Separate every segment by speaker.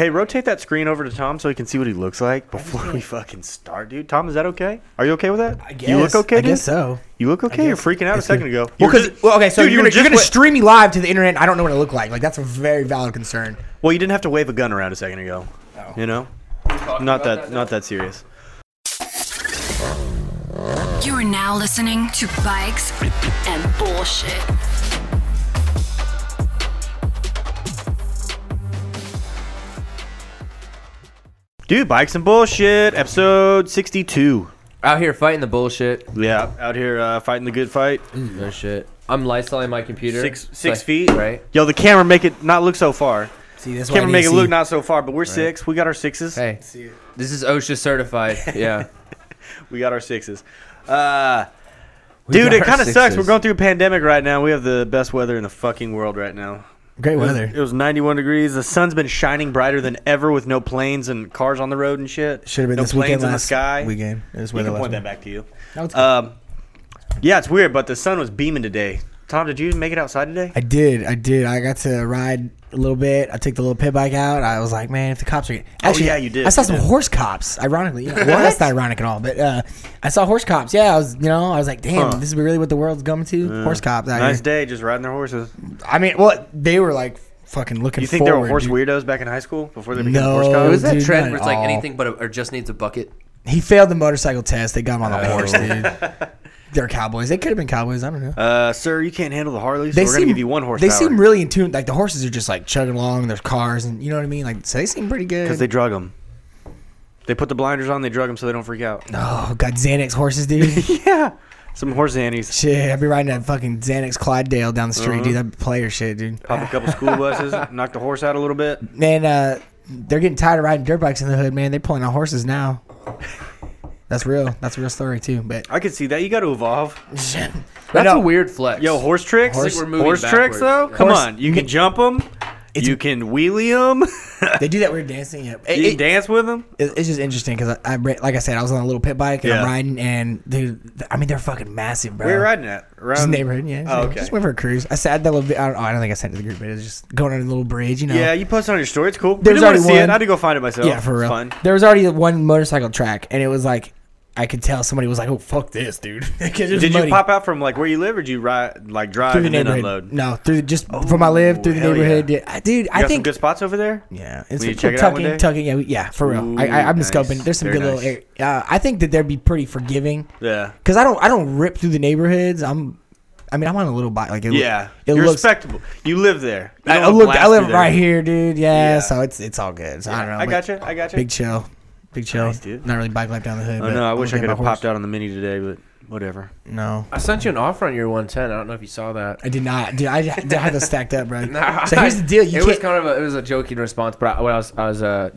Speaker 1: Hey, rotate that screen over to Tom so he can see what he looks like before we fucking start, dude. Tom, is that okay? Are you okay with that?
Speaker 2: I
Speaker 1: You look
Speaker 2: guess-
Speaker 1: okay,
Speaker 2: I
Speaker 1: dude?
Speaker 2: guess so.
Speaker 1: You look okay. You're
Speaker 2: guess.
Speaker 1: freaking out a
Speaker 2: It's
Speaker 1: second
Speaker 2: good.
Speaker 1: ago.
Speaker 2: Well,
Speaker 1: You were
Speaker 2: 'cause-
Speaker 1: just-
Speaker 2: well, okay, so
Speaker 1: Dude,
Speaker 2: you're,
Speaker 1: were
Speaker 2: gonna, you're
Speaker 1: just
Speaker 2: gonna
Speaker 1: wa-
Speaker 2: stream me live to the internet. and I don't know what I look like. Like that's a very valid concern.
Speaker 1: Well, you didn't have to wave a gun around a second ago.
Speaker 2: Oh.
Speaker 1: You know? Not that, not that serious.
Speaker 3: You are now listening to Bikes and Bullshit.
Speaker 1: Dude, bikes and bullshit, episode 62.
Speaker 4: Out here fighting the bullshit.
Speaker 1: Yeah, out here uh, fighting the good fight.
Speaker 2: Mm,
Speaker 4: No shit. I'm lysoling my computer.
Speaker 1: Six
Speaker 4: So
Speaker 1: six
Speaker 4: I-
Speaker 1: feet.
Speaker 4: Right.
Speaker 1: Yo, the camera make it not look so far.
Speaker 2: See, that's why I
Speaker 1: Camera
Speaker 2: need
Speaker 1: make
Speaker 2: to
Speaker 1: it look
Speaker 2: see-
Speaker 1: not so far, but we're six. We got our sixes.
Speaker 4: Hey,
Speaker 2: see it.
Speaker 4: this is OSHA certified. Yeah.
Speaker 1: We got our sixes. Uh, dude,
Speaker 4: got
Speaker 1: it
Speaker 4: our
Speaker 1: kind of sucks. We're
Speaker 4: sixes.
Speaker 1: going through a pandemic right now. We have the best weather in the fucking world right now.
Speaker 2: Great
Speaker 1: It was-
Speaker 2: weather.
Speaker 1: It was 91 degrees. The sun's been shining brighter than ever with no planes and cars on the road and shit.
Speaker 2: Should have been
Speaker 1: no
Speaker 2: this
Speaker 1: planes
Speaker 2: weekend
Speaker 1: in the
Speaker 2: last
Speaker 1: sky.
Speaker 2: weekend. It was
Speaker 1: We
Speaker 2: weather
Speaker 1: can
Speaker 2: last
Speaker 1: point that
Speaker 2: weekend.
Speaker 1: back to you.
Speaker 2: No, it's good.
Speaker 1: Um, yeah, it's weird, but the sun was beaming today. Tom, did you make it outside today?
Speaker 2: I did. I did. I got to ride a little bit. I took the little pit bike out. I was like, man, if the cops are getting...
Speaker 1: Oh, yeah, you did.
Speaker 2: I saw
Speaker 1: You
Speaker 2: some
Speaker 1: did.
Speaker 2: horse cops. Ironically, yeah. well, that's not ironic at all. But uh, I saw horse cops. Yeah, I was. You know, I was like, damn,
Speaker 1: Huh.
Speaker 2: this is really what the world's coming to. horse cops. Out
Speaker 1: Nice
Speaker 2: here.
Speaker 1: day, just riding their horses.
Speaker 2: I mean, well, they were like fucking looking.
Speaker 1: You think
Speaker 2: forward,
Speaker 1: there were horse
Speaker 2: dude.
Speaker 1: weirdos back in high school before they became
Speaker 2: No.
Speaker 1: horse
Speaker 4: What
Speaker 1: cops?
Speaker 4: was that
Speaker 2: Dude,
Speaker 4: trend
Speaker 2: not
Speaker 4: where it's
Speaker 2: at
Speaker 4: like
Speaker 2: all.
Speaker 4: anything but a, or just needs a bucket?
Speaker 2: He failed the motorcycle test. They got him on
Speaker 1: Oh.
Speaker 2: the horse, dude. They're cowboys. They could have been cowboys. I don't know.
Speaker 1: Uh, sir, you can't handle the Harley, so
Speaker 2: they
Speaker 1: we're
Speaker 2: seem
Speaker 1: gonna give you one horse.
Speaker 2: They seem really in tune. Like the horses are just like chugging along. There's cars, and you know what I mean. Like so, they seem pretty good.
Speaker 1: because they drug them. They put the blinders on, they drug them so they don't freak out.
Speaker 2: oh god, Xanax horses, dude.
Speaker 1: yeah, some horse annies.
Speaker 2: shit, I'd be riding that fucking Xanax Clydesdale down the street, dude.
Speaker 1: Uh-huh.
Speaker 2: That player shit, dude.
Speaker 1: Pop a couple school buses, knock the horse out a little bit.
Speaker 2: Man, uh, they're getting tired of riding dirt bikes in the hood, man. They're pulling out horses now. That's real. That's a real story too. But
Speaker 1: I could see that. You got to evolve.
Speaker 4: That's
Speaker 2: no.
Speaker 4: a weird flex.
Speaker 1: Yo, horse tricks.
Speaker 4: Horse-
Speaker 1: Horse,
Speaker 4: We're moving
Speaker 1: tricks
Speaker 4: backwards.
Speaker 1: though. Come
Speaker 2: Horse-
Speaker 1: on, you can jump them. You can wheelie them.
Speaker 2: they do that weird dancing. Yeah. It-
Speaker 1: you
Speaker 2: it-
Speaker 1: can dance with them.
Speaker 2: it- it's just interesting because I, I re- like I said I was on a little pit bike and
Speaker 1: Yeah.
Speaker 2: I'm riding and dude th- I mean they're fucking massive bro.
Speaker 1: Where you riding at? Around
Speaker 2: Just neighborhood, yeah.
Speaker 1: Oh,
Speaker 2: just-
Speaker 1: okay.
Speaker 2: Just went for a cruise. I said that little. bit- I don't, oh, I don't think I sent it to the group, but it was just going on a little bridge, you know.
Speaker 1: Yeah, you posted on your story. It's cool.
Speaker 2: There's
Speaker 1: There's already
Speaker 2: already
Speaker 1: see it.
Speaker 2: one.
Speaker 1: I had to go find it myself.
Speaker 2: yeah, for real.
Speaker 1: It's fun.
Speaker 2: There was already one motorcycle track, and it was like I could tell somebody was like, "Oh fuck this, dude." 'Cause it was
Speaker 1: Did
Speaker 2: muddy.
Speaker 1: you pop out from like where you live, or did you ride like drive
Speaker 2: through the
Speaker 1: and then unload?
Speaker 2: neighborhood?
Speaker 1: You
Speaker 2: No, through just from I live through the
Speaker 1: hell
Speaker 2: neighborhood, yeah. I- dude. I
Speaker 1: got some
Speaker 2: think Mm.
Speaker 1: good spots over there.
Speaker 2: Yeah, it's
Speaker 1: Will you
Speaker 2: like
Speaker 1: check it out one
Speaker 2: tucking,
Speaker 1: day?
Speaker 2: tucking. Yeah, we- yeah, for real. I,
Speaker 1: Ooh,
Speaker 2: I, I'm
Speaker 1: nice.
Speaker 2: just scoping. There's some
Speaker 1: Very
Speaker 2: good
Speaker 1: nice.
Speaker 2: little. Area. Uh, I think that they'd be pretty forgiving
Speaker 1: Yeah.
Speaker 2: because I don't. I don't rip through the neighborhoods. I'm. I mean, I'm on a little bike. Like it, loo-
Speaker 1: Yeah,
Speaker 2: it
Speaker 1: you're
Speaker 2: looks.
Speaker 1: respectable. You live there. You
Speaker 2: I,
Speaker 1: don't
Speaker 2: I
Speaker 1: wanna
Speaker 2: look. I
Speaker 1: blast
Speaker 2: live
Speaker 1: through there.
Speaker 2: right here, dude. Yeah,
Speaker 1: Yeah.
Speaker 2: so it's it's all good. So I don't know.
Speaker 1: I
Speaker 2: but
Speaker 1: got you. I got you.
Speaker 2: Big chill, big chill.
Speaker 1: Nice, dude.
Speaker 2: Not really bike life down the hood.
Speaker 1: I
Speaker 2: but
Speaker 1: know. I
Speaker 2: I'm
Speaker 1: wish I
Speaker 2: looking
Speaker 1: could
Speaker 2: at
Speaker 1: have
Speaker 2: my
Speaker 1: popped
Speaker 2: horse.
Speaker 1: out on the mini today, but whatever.
Speaker 2: No,
Speaker 4: I sent you an offer on your 110. I don't know if you saw that.
Speaker 2: I did not. Dude, I, I had those stacked up, bro.
Speaker 4: Nah.
Speaker 2: So here's the deal. You
Speaker 4: it was
Speaker 2: can't.
Speaker 4: kind of a, it was a joking response, but I, when I was I was uh,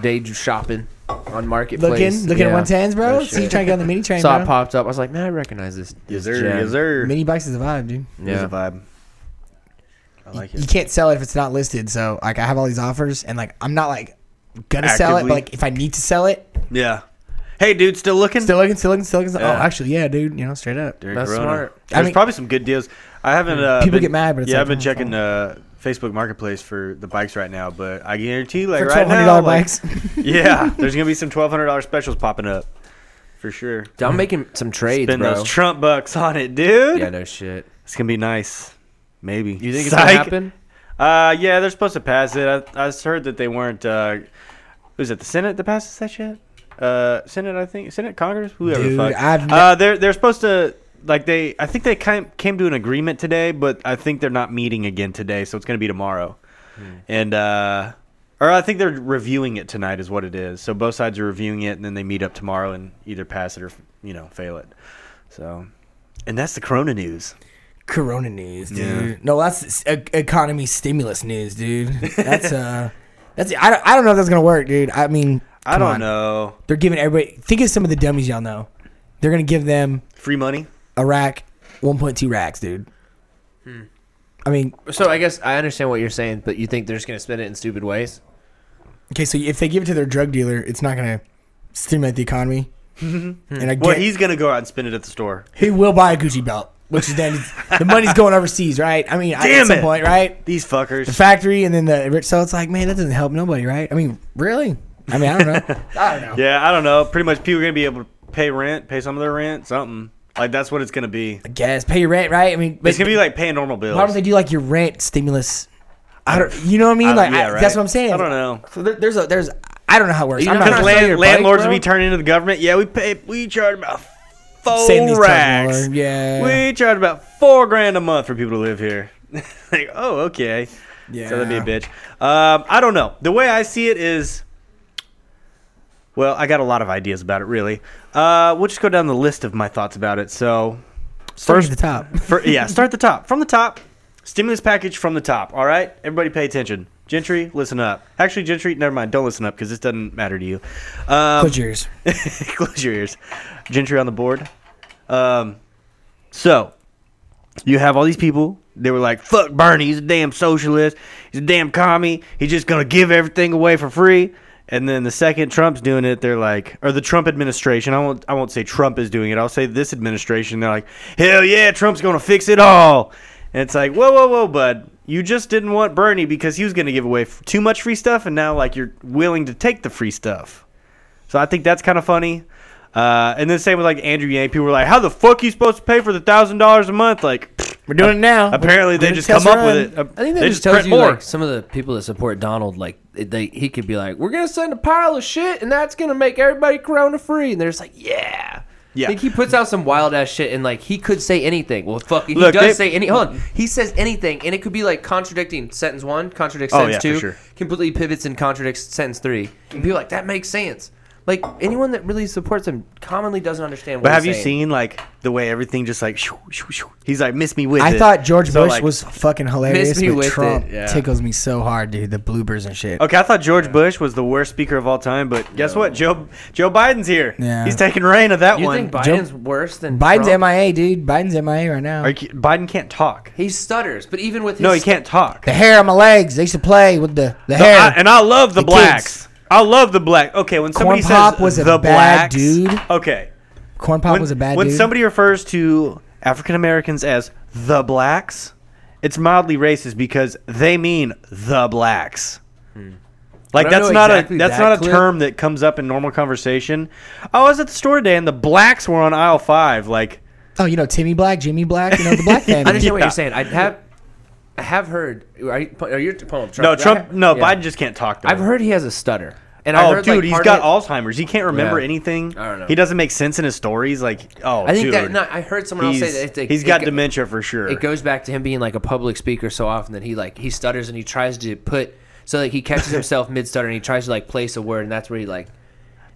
Speaker 4: day shopping on marketplace,
Speaker 2: Looking, looking
Speaker 4: Yeah.
Speaker 2: at 110s, bro.
Speaker 4: No
Speaker 2: so you
Speaker 4: shit.
Speaker 2: trying to get on the mini train,
Speaker 4: Saw it
Speaker 2: bro?
Speaker 4: popped up. I was like, man, I recognize this.
Speaker 1: Yes,
Speaker 4: this
Speaker 1: sir.
Speaker 4: gem."
Speaker 1: Yes, sir.
Speaker 2: Mini bikes is a vibe, dude.
Speaker 1: There's
Speaker 4: Yeah.
Speaker 1: a vibe. I like
Speaker 2: you
Speaker 1: it.
Speaker 2: can't sell it if it's not listed. So like I have all these offers and like I'm not like gonna sell it,
Speaker 1: Actively.
Speaker 2: but like if I need to sell it,
Speaker 1: Yeah. Hey, dude, still looking?
Speaker 2: still looking, still looking, still looking.
Speaker 1: Yeah.
Speaker 2: Oh, actually, yeah, dude, you know, straight up.
Speaker 1: During
Speaker 4: That's
Speaker 1: Corona.
Speaker 4: smart.
Speaker 2: I
Speaker 1: There's
Speaker 2: mean-
Speaker 1: probably some good deals. I haven't. Uh,
Speaker 2: People
Speaker 1: been-
Speaker 2: get mad, but it's
Speaker 1: yeah,
Speaker 2: like,
Speaker 1: I've been
Speaker 2: oh,
Speaker 1: checking
Speaker 2: fuck.
Speaker 1: uh, Facebook Marketplace for the bikes right now. But I guarantee, like
Speaker 2: For
Speaker 1: right
Speaker 2: twelve hundred
Speaker 1: now,
Speaker 2: dollar
Speaker 1: like,
Speaker 2: bikes.
Speaker 1: yeah, there's gonna be some twelve hundred dollar specials popping up for sure.
Speaker 4: Dude, I'm making some trades,
Speaker 1: Spend
Speaker 4: bro.
Speaker 1: those Trump bucks on it, dude.
Speaker 4: yeah, no shit.
Speaker 1: It's gonna be nice. Maybe.
Speaker 4: You think it's
Speaker 1: Psych.
Speaker 4: gonna happen?
Speaker 1: Uh, yeah, they're supposed to pass it. I, I just heard that they weren't. Uh, was it the Senate that passes that shit? Uh, Senate, I think. Senate, Congress, whoever. the
Speaker 2: Dude,
Speaker 1: fuck.
Speaker 2: I've ne-
Speaker 1: uh, they're they're supposed to like they. I think they came came to an agreement today, but I think they're not meeting again today, so it's gonna be tomorrow.
Speaker 4: Hmm.
Speaker 1: And uh, or I think they're reviewing it tonight, is what it is. So both sides are reviewing it, and then they meet up tomorrow and either pass it or you know fail it. So, and that's the Corona news.
Speaker 2: Corona news, dude. No, that's s- e- economy stimulus news, dude. That's uh, that's I don't, I don't know if that's gonna work, dude. I mean,
Speaker 1: I
Speaker 2: come
Speaker 1: don't
Speaker 2: on.
Speaker 1: know.
Speaker 2: They're giving everybody. Think of some of the dummies y'all know. They're gonna give them
Speaker 1: Free money.
Speaker 2: a rack, one point two racks, dude.
Speaker 1: Hmm.
Speaker 2: I mean,
Speaker 4: So I guess I understand what you're saying, but you think they're just gonna spend it in stupid ways?
Speaker 2: Okay, so if they give it to their drug dealer, it's not going to stimulate the economy. and I
Speaker 1: Well,
Speaker 2: get,
Speaker 1: he's gonna go out and spend it at the store.
Speaker 2: he will buy a Gucci belt. which is then the money's going overseas, right? I mean, at
Speaker 1: Damn
Speaker 2: some
Speaker 1: it.
Speaker 2: point, right?
Speaker 1: These
Speaker 2: The
Speaker 1: fuckers.
Speaker 2: factory and then the rich. So it's like, man, that doesn't help nobody, right? I mean, really? I mean, I don't know. I don't know.
Speaker 1: Yeah, I don't know. Pretty much people are going to be able to pay rent, pay some of their rent, something. Like, that's what it's going to be.
Speaker 2: I guess pay your rent, right? I mean, but
Speaker 1: It's going to be like paying normal
Speaker 2: why don't
Speaker 1: bills.
Speaker 2: they do like your rent stimulus? I don't. You know what I mean?
Speaker 1: I-
Speaker 2: Like
Speaker 1: Uh, yeah,
Speaker 2: I,
Speaker 1: right.
Speaker 2: that's what I'm saying.
Speaker 1: I don't know.
Speaker 2: So there, there's a there's I don't know how it works.
Speaker 4: You
Speaker 2: I'm
Speaker 4: know
Speaker 2: not
Speaker 1: Because
Speaker 4: how to
Speaker 2: gonna
Speaker 1: land,
Speaker 4: sell your
Speaker 1: landlords
Speaker 4: bike,
Speaker 1: would be
Speaker 4: bro?
Speaker 1: turning into the government. Yeah, we pay. We charge about
Speaker 2: Send
Speaker 1: four
Speaker 2: these
Speaker 1: racks.
Speaker 2: tugs, yeah.
Speaker 1: we charge about four grand a month for people to live here. like, oh, okay.
Speaker 2: Yeah.
Speaker 1: So that'd be a bitch. Um, I don't know. The way I see it is, well, I got a lot of ideas about it. Really, uh, we'll just go down the list of my thoughts about it. So
Speaker 2: Start
Speaker 1: First-
Speaker 2: at the top.
Speaker 1: for, yeah, start at the top. From the top, stimulus package from the top. All right, everybody, pay attention. Gentry, listen up. Actually, Gentry, never mind. Don't listen up because this doesn't matter to you. Um,
Speaker 2: Put yours.
Speaker 1: close your ears. Gentry on the board. Um, so you have all these people. They were like, "Fuck Bernie. He's a damn socialist. He's a damn commie. He's just gonna give everything away for free." And then the second Trump's doing it, they're like, or the Trump administration. I won't. I won't say Trump is doing it. I'll say this administration. They're like, "Hell yeah, Trump's gonna fix it all." And it's like, whoa, whoa, whoa, bud. You just didn't want Bernie because he was going to give away f- too much free stuff, and now like you're willing to take the free stuff. So I think that's kind of funny. Uh, and then same with like Andrew Yang. People were like, "How the fuck you supposed to pay for the thousand dollars a month?" Like,
Speaker 2: We're doing it now.
Speaker 1: Apparently,
Speaker 2: We're
Speaker 1: they
Speaker 2: doing
Speaker 1: just
Speaker 2: a test
Speaker 1: come up
Speaker 2: run.
Speaker 1: with it. Uh,
Speaker 4: I think that
Speaker 1: they
Speaker 4: just, tells
Speaker 1: print
Speaker 4: you
Speaker 1: more.
Speaker 4: like some of the people that support Donald, like they, he could be like, "We're gonna send a pile of shit, and that's gonna make everybody Corona free," and they're just like, "Yeah."
Speaker 1: Yeah.
Speaker 4: I think he puts out some wild ass shit, and like he could say anything. Well, fuck, he
Speaker 1: Look,
Speaker 4: does
Speaker 1: they-
Speaker 4: say any. Hold on, he says anything, and it could be like contradicting sentence one, contradicts
Speaker 1: Oh,
Speaker 4: sentence
Speaker 1: yeah, for
Speaker 4: two,
Speaker 1: sure.
Speaker 4: completely pivots and contradicts sentence three. And people are like, "That makes sense." Like anyone that really supports him commonly doesn't understand. what
Speaker 1: but have
Speaker 4: he's
Speaker 1: you
Speaker 4: saying.
Speaker 1: seen like the way everything just like shoo, shoo, shoo. he's like miss me with
Speaker 2: I
Speaker 1: it.
Speaker 2: thought George
Speaker 1: So,
Speaker 2: Bush
Speaker 1: like-
Speaker 2: was fucking hilarious,
Speaker 4: Miss me
Speaker 2: but
Speaker 4: with it,
Speaker 2: Trump
Speaker 4: yeah.
Speaker 2: tickles me so hard, dude. The bloopers and shit.
Speaker 1: Okay, I thought George Bush was the worst speaker of all time, but guess what? Joe Joe Biden's here.
Speaker 2: Yeah.
Speaker 1: He's taking reign of that
Speaker 4: You
Speaker 1: one.
Speaker 4: think Biden's worse than
Speaker 2: Biden's
Speaker 4: Trump?
Speaker 2: MIA, dude. Biden's MIA right now.
Speaker 1: Are you ki- Biden can't talk.
Speaker 4: He stutters, but even with his
Speaker 1: No, he can't talk.
Speaker 2: the hair on my legs. They used to play with the, the
Speaker 1: No,
Speaker 2: hair.
Speaker 1: I- and I love the,
Speaker 2: The
Speaker 1: blacks. I love the black. Okay, when somebody
Speaker 2: Pop
Speaker 1: says
Speaker 2: was a
Speaker 1: the
Speaker 2: bad
Speaker 1: blacks,
Speaker 2: dude.
Speaker 1: Okay,
Speaker 2: Corn Pop was a bad
Speaker 1: when
Speaker 2: dude.
Speaker 1: somebody refers to African Americans as the blacks, it's mildly racist because they mean the blacks.
Speaker 4: Hmm.
Speaker 1: Like
Speaker 4: I don't
Speaker 1: that's
Speaker 4: know
Speaker 1: not
Speaker 4: exactly
Speaker 1: a that's
Speaker 4: that
Speaker 1: not a
Speaker 4: clip.
Speaker 1: term that comes up in normal conversation. Oh, I was at the store today and the blacks were on aisle five. Like
Speaker 2: oh, you know Timmy Black, Jimmy Black, you know the Black
Speaker 4: I
Speaker 2: family.
Speaker 4: understand what
Speaker 1: Yeah.
Speaker 4: you're saying. I have, I have heard. Are you, are you pulling up Trump?
Speaker 1: no Trump,
Speaker 4: I-
Speaker 1: no
Speaker 4: yeah.
Speaker 1: Biden just can't talk. Though.
Speaker 4: I've heard he has a stutter, and I
Speaker 1: Oh,
Speaker 4: heard,
Speaker 1: dude,
Speaker 4: like,
Speaker 1: he's
Speaker 4: part
Speaker 1: got
Speaker 4: of it-
Speaker 1: Alzheimer's. He can't remember
Speaker 4: Yeah.
Speaker 1: anything.
Speaker 4: I don't know.
Speaker 1: He doesn't make sense in his stories. Like, oh,
Speaker 4: I think
Speaker 1: dude,
Speaker 4: that no, I heard someone else
Speaker 1: he's,
Speaker 4: say that it's like-
Speaker 1: he's
Speaker 4: it
Speaker 1: got
Speaker 4: go-
Speaker 1: dementia for sure.
Speaker 4: It goes back to him being like a public speaker so often that he like he stutters and he tries to put so like he catches himself mid stutter and he tries to like place a word and that's where he like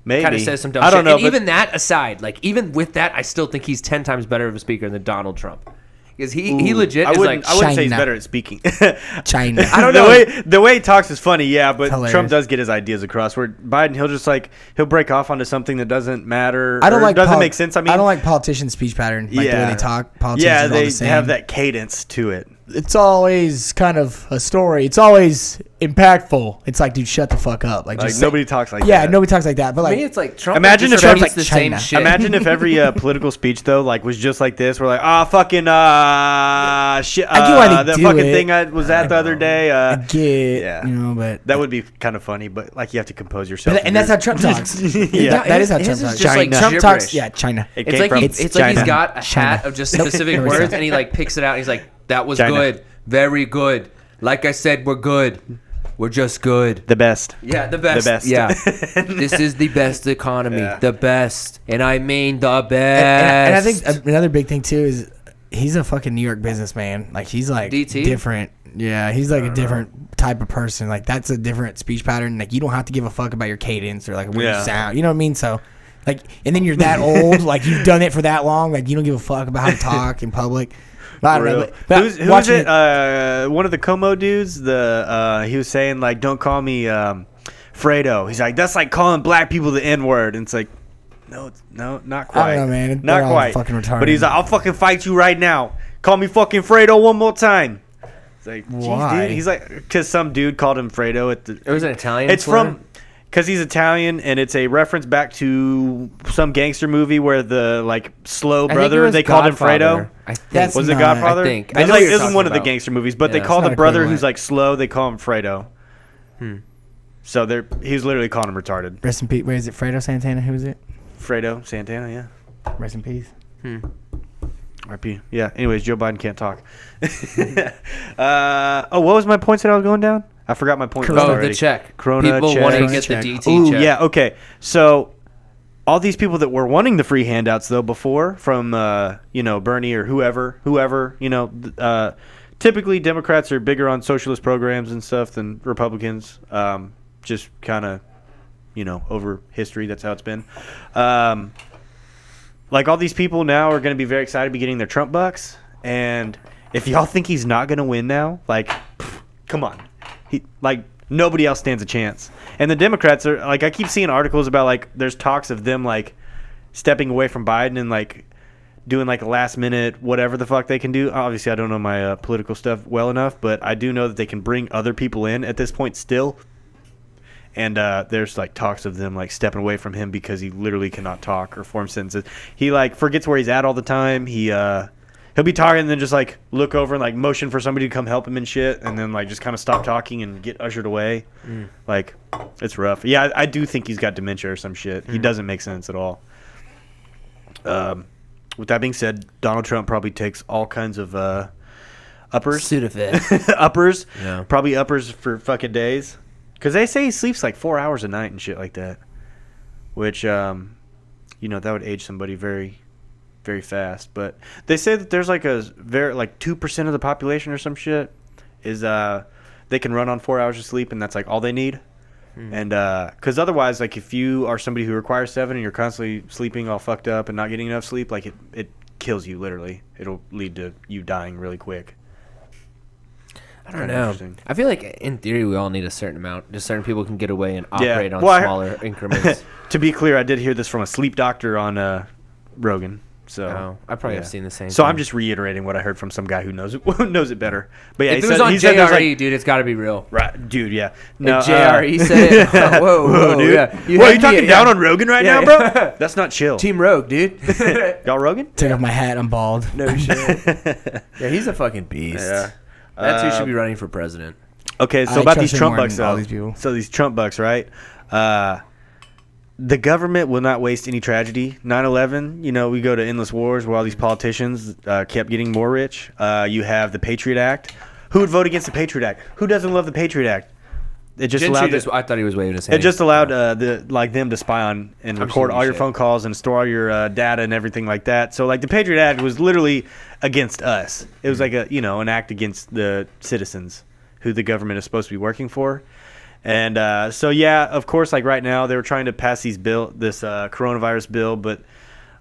Speaker 1: Maybe
Speaker 4: kind of says some dumb
Speaker 1: I don't
Speaker 4: shit.
Speaker 1: know.
Speaker 4: and
Speaker 1: but-
Speaker 4: even that aside, like even with that, I still think he's ten times better of a speaker than Donald Trump because he he
Speaker 1: Ooh,
Speaker 4: legit
Speaker 1: I
Speaker 4: is
Speaker 1: wouldn't,
Speaker 4: like
Speaker 1: I wouldn't say he's
Speaker 2: China.
Speaker 1: better at speaking.
Speaker 2: China.
Speaker 1: I don't know. The way, the way he talks is funny, yeah, but
Speaker 2: hilarious.
Speaker 1: Trump does get his ideas across. Where Biden, he'll just like he'll break off onto something that doesn't matter.
Speaker 2: I don't
Speaker 1: or
Speaker 2: like
Speaker 1: doesn't
Speaker 2: poli-
Speaker 1: make sense. I mean,
Speaker 2: I don't like politicians' speech pattern. Like the way they talk. Politicians
Speaker 1: yeah,
Speaker 2: are
Speaker 1: they
Speaker 2: all the same.
Speaker 1: have that cadence to it.
Speaker 2: It's always kind of a story. It's always impactful. It's like, dude, shut the fuck up. Like,
Speaker 1: Like
Speaker 2: just say-
Speaker 1: nobody talks like
Speaker 2: Yeah,
Speaker 1: that.
Speaker 2: nobody talks like that. But
Speaker 4: I
Speaker 2: like,
Speaker 4: mean, it's like Trump.
Speaker 1: Imagine if
Speaker 4: just
Speaker 1: Trump's
Speaker 4: repeats
Speaker 2: like
Speaker 4: the same
Speaker 2: China.
Speaker 4: shit.
Speaker 1: Imagine if every uh, political speech though, like, was just like this. We're like, ah, fucking uh, shit. Uh,
Speaker 2: I get why they
Speaker 1: that
Speaker 2: do
Speaker 1: fucking
Speaker 2: it.
Speaker 1: thing I was at the other day.
Speaker 2: I
Speaker 1: Uh,
Speaker 2: get,
Speaker 1: yeah.
Speaker 2: you know, but
Speaker 1: that would be kind of funny, but like you have to compose yourself.
Speaker 2: But- and that's how Trump talks.
Speaker 1: Yeah.
Speaker 2: That- that is how
Speaker 4: His-
Speaker 2: Trump
Speaker 4: his is
Speaker 2: talks.
Speaker 4: just like
Speaker 2: Trump
Speaker 4: gibberish.
Speaker 2: talks. Yeah, China.
Speaker 1: It
Speaker 4: It's
Speaker 1: came
Speaker 4: like
Speaker 1: from
Speaker 4: he, it's like he's
Speaker 1: China.
Speaker 4: got a hat of just specific
Speaker 2: Here we
Speaker 4: words,
Speaker 2: go.
Speaker 4: and he like picks it out. And he's like, "That was
Speaker 1: China.
Speaker 4: good, very good. Like I said, we're good. We're just good.
Speaker 1: the best.
Speaker 4: yeah, the best.
Speaker 1: best.
Speaker 4: Yeah, this is the best economy,
Speaker 1: Yeah.
Speaker 4: the best, and I mean the best.
Speaker 2: And, and I think a- another big thing too is he's a fucking New York businessman. Like he's like
Speaker 4: DT?
Speaker 2: different. Yeah, he's like a
Speaker 4: Uh-huh.
Speaker 2: different type of person. Like that's a different speech pattern. Like you don't have to give a fuck about your cadence or like where
Speaker 1: Yeah.
Speaker 2: you sound. You know what I mean? So. Like and then you're that old, like you've done it for that long, like you don't give a fuck about how to talk in public. But I don't know, but, but
Speaker 1: who's, who's
Speaker 2: watching
Speaker 1: it? Uh, one of the Como dudes. The uh, he was saying like, "Don't call me um, Fredo." He's like, "That's like calling black people the N word." And it's like, no, it's- no, not quite.
Speaker 2: I don't know, man. They're
Speaker 1: Not
Speaker 2: all
Speaker 1: quite.
Speaker 2: fucking retarded.
Speaker 1: But he's like, "I'll fucking fight you right now. Call me fucking Fredo one more time." It's like, "Jeez,
Speaker 2: Why?
Speaker 1: dude." He's like, "Cause some dude called him Fredo at the."
Speaker 4: it was an Italian.
Speaker 1: It's
Speaker 4: slur?
Speaker 1: from because he's Italian, and it's a reference back to some gangster movie where the like slow
Speaker 4: I think it
Speaker 1: brother
Speaker 4: was
Speaker 1: they called him
Speaker 4: Godfather.
Speaker 1: Fredo.
Speaker 4: I
Speaker 2: That's
Speaker 1: was it
Speaker 2: not-
Speaker 1: Godfather?
Speaker 4: I think. I
Speaker 1: That's
Speaker 4: know
Speaker 1: like,
Speaker 4: what you're
Speaker 1: it was
Speaker 4: talking
Speaker 1: one of the
Speaker 4: about.
Speaker 1: gangster movies, but
Speaker 4: Yeah,
Speaker 1: they
Speaker 4: it's
Speaker 1: call
Speaker 2: not
Speaker 1: the
Speaker 2: a
Speaker 1: brother
Speaker 2: Conan
Speaker 1: who's
Speaker 2: White.
Speaker 1: like slow. They call him Fredo.
Speaker 4: Hmm.
Speaker 1: So they're he's literally calling him retarded.
Speaker 2: Rest in peace. Where is it? Fredo Santana. Who is it?
Speaker 1: Fredo Santana, yeah.
Speaker 2: Rest in peace.
Speaker 1: RP. Yeah. Anyways, Joe Biden can't talk. uh, oh, what was my points that I was going down? I forgot my point.
Speaker 4: Oh,
Speaker 1: already.
Speaker 4: the check.
Speaker 1: Corona
Speaker 4: People
Speaker 1: check.
Speaker 4: want to
Speaker 2: Corona
Speaker 4: get
Speaker 2: check.
Speaker 4: the DT
Speaker 1: Ooh,
Speaker 4: check.
Speaker 1: yeah, okay. So all these people that were wanting the free handouts though before from uh, you know Bernie or whoever, whoever, you know, th- uh, typically Democrats are bigger on socialist programs and stuff than Republicans. Um, just kind of, you know, over history, that's how it's been. Um, like all these people now are going to be very excited to be getting their Trump bucks, and if y'all think he's not going to win now, like, pff, come on, he like nobody else stands a chance. And the Democrats are like, I keep seeing articles about like there's talks of them like stepping away from Biden and like doing like a last minute whatever the fuck they can do. Obviously, I don't know my uh, political stuff well enough, but I do know that they can bring other people in at this point still. And uh, there's like talks of them like stepping away from him because he literally cannot talk or form sentences. He like forgets where he's at all the time. He uh, he'll be talking and then just like look over and like motion for somebody to come help him and shit, and then like just kind of stop talking and get ushered away. Like it's rough. Yeah, I, I do think he's got dementia or some shit. He doesn't make sense at all. Um, with that being said, Donald Trump probably takes all kinds of uh, uppers,
Speaker 4: Sudafed.
Speaker 1: uppers,
Speaker 4: Yeah.
Speaker 1: probably uppers for fucking days. Because they say he sleeps like four hours a night and shit like that, which, um, you know, that would age somebody very, very fast. But they say that there's like a very like two percent of the population or some shit is uh they can run on four hours of sleep and that's like all they need. And because otherwise, like if you are somebody who requires seven and you're constantly sleeping all fucked up and not getting enough sleep, like it it kills you literally. It'll lead to you dying really quick.
Speaker 4: I don't
Speaker 1: Kinda
Speaker 4: know.
Speaker 1: interesting.
Speaker 4: I feel like in theory we all need a certain amount. Just certain people can get away and
Speaker 1: Yeah.
Speaker 4: operate on
Speaker 1: Well, I heard-
Speaker 4: smaller increments.
Speaker 1: to be clear, I did hear this from a sleep doctor on uh, Rogan. So
Speaker 4: Oh, I probably have seen the same
Speaker 1: So I'm
Speaker 4: thing.
Speaker 1: just reiterating what I heard from some guy who knows it who knows it better. But yeah,
Speaker 4: if
Speaker 1: he
Speaker 4: it was
Speaker 1: said,
Speaker 4: on
Speaker 1: he said there's,
Speaker 4: JRE,
Speaker 1: like,
Speaker 4: dude, it's got to be real.
Speaker 1: right, dude. Yeah,
Speaker 4: No,
Speaker 1: no,
Speaker 4: JRE
Speaker 1: uh,
Speaker 4: E said it. Whoa, whoa,
Speaker 1: dude.
Speaker 4: yeah.
Speaker 1: You
Speaker 4: had
Speaker 1: Whoa, you
Speaker 4: me
Speaker 1: talking
Speaker 4: at-
Speaker 1: down
Speaker 4: yeah.
Speaker 1: on Rogan right
Speaker 4: Yeah,
Speaker 1: now,
Speaker 4: yeah.
Speaker 1: bro? That's not chill.
Speaker 4: Team Rogue, dude.
Speaker 1: Y'all Rogan?
Speaker 2: Take off my hat. I'm bald.
Speaker 4: no shit. Yeah, he's a fucking beast.
Speaker 1: Yeah.
Speaker 4: That's who
Speaker 1: Uh,
Speaker 4: should be running for president.
Speaker 1: Okay, so
Speaker 2: I
Speaker 1: about
Speaker 2: trust
Speaker 1: these
Speaker 2: him
Speaker 1: Trump
Speaker 2: more than
Speaker 1: bucks,
Speaker 2: all
Speaker 1: though.
Speaker 2: these people.
Speaker 1: So these Trump bucks, right? Uh, the government will not waste any tragedy. 9-11, you know, we go to endless wars where all these politicians uh, kept getting more rich. Uh, you have the Patriot Act. Who would vote against the Patriot Act? Who doesn't love the Patriot Act? It just
Speaker 4: Gentry
Speaker 1: allowed
Speaker 4: just,
Speaker 1: the,
Speaker 4: I thought he was waving his hand.
Speaker 1: it just allowed uh, the like them to spy on and record
Speaker 4: Absolutely
Speaker 1: all your
Speaker 4: shit.
Speaker 1: phone calls and store all your uh, data and everything like that. So like the Patriot Act was literally against us. It was like a you know an act against the citizens who the government is supposed to be working for. And uh, so yeah, of course, like right now they were trying to pass these bill this uh, coronavirus bill, but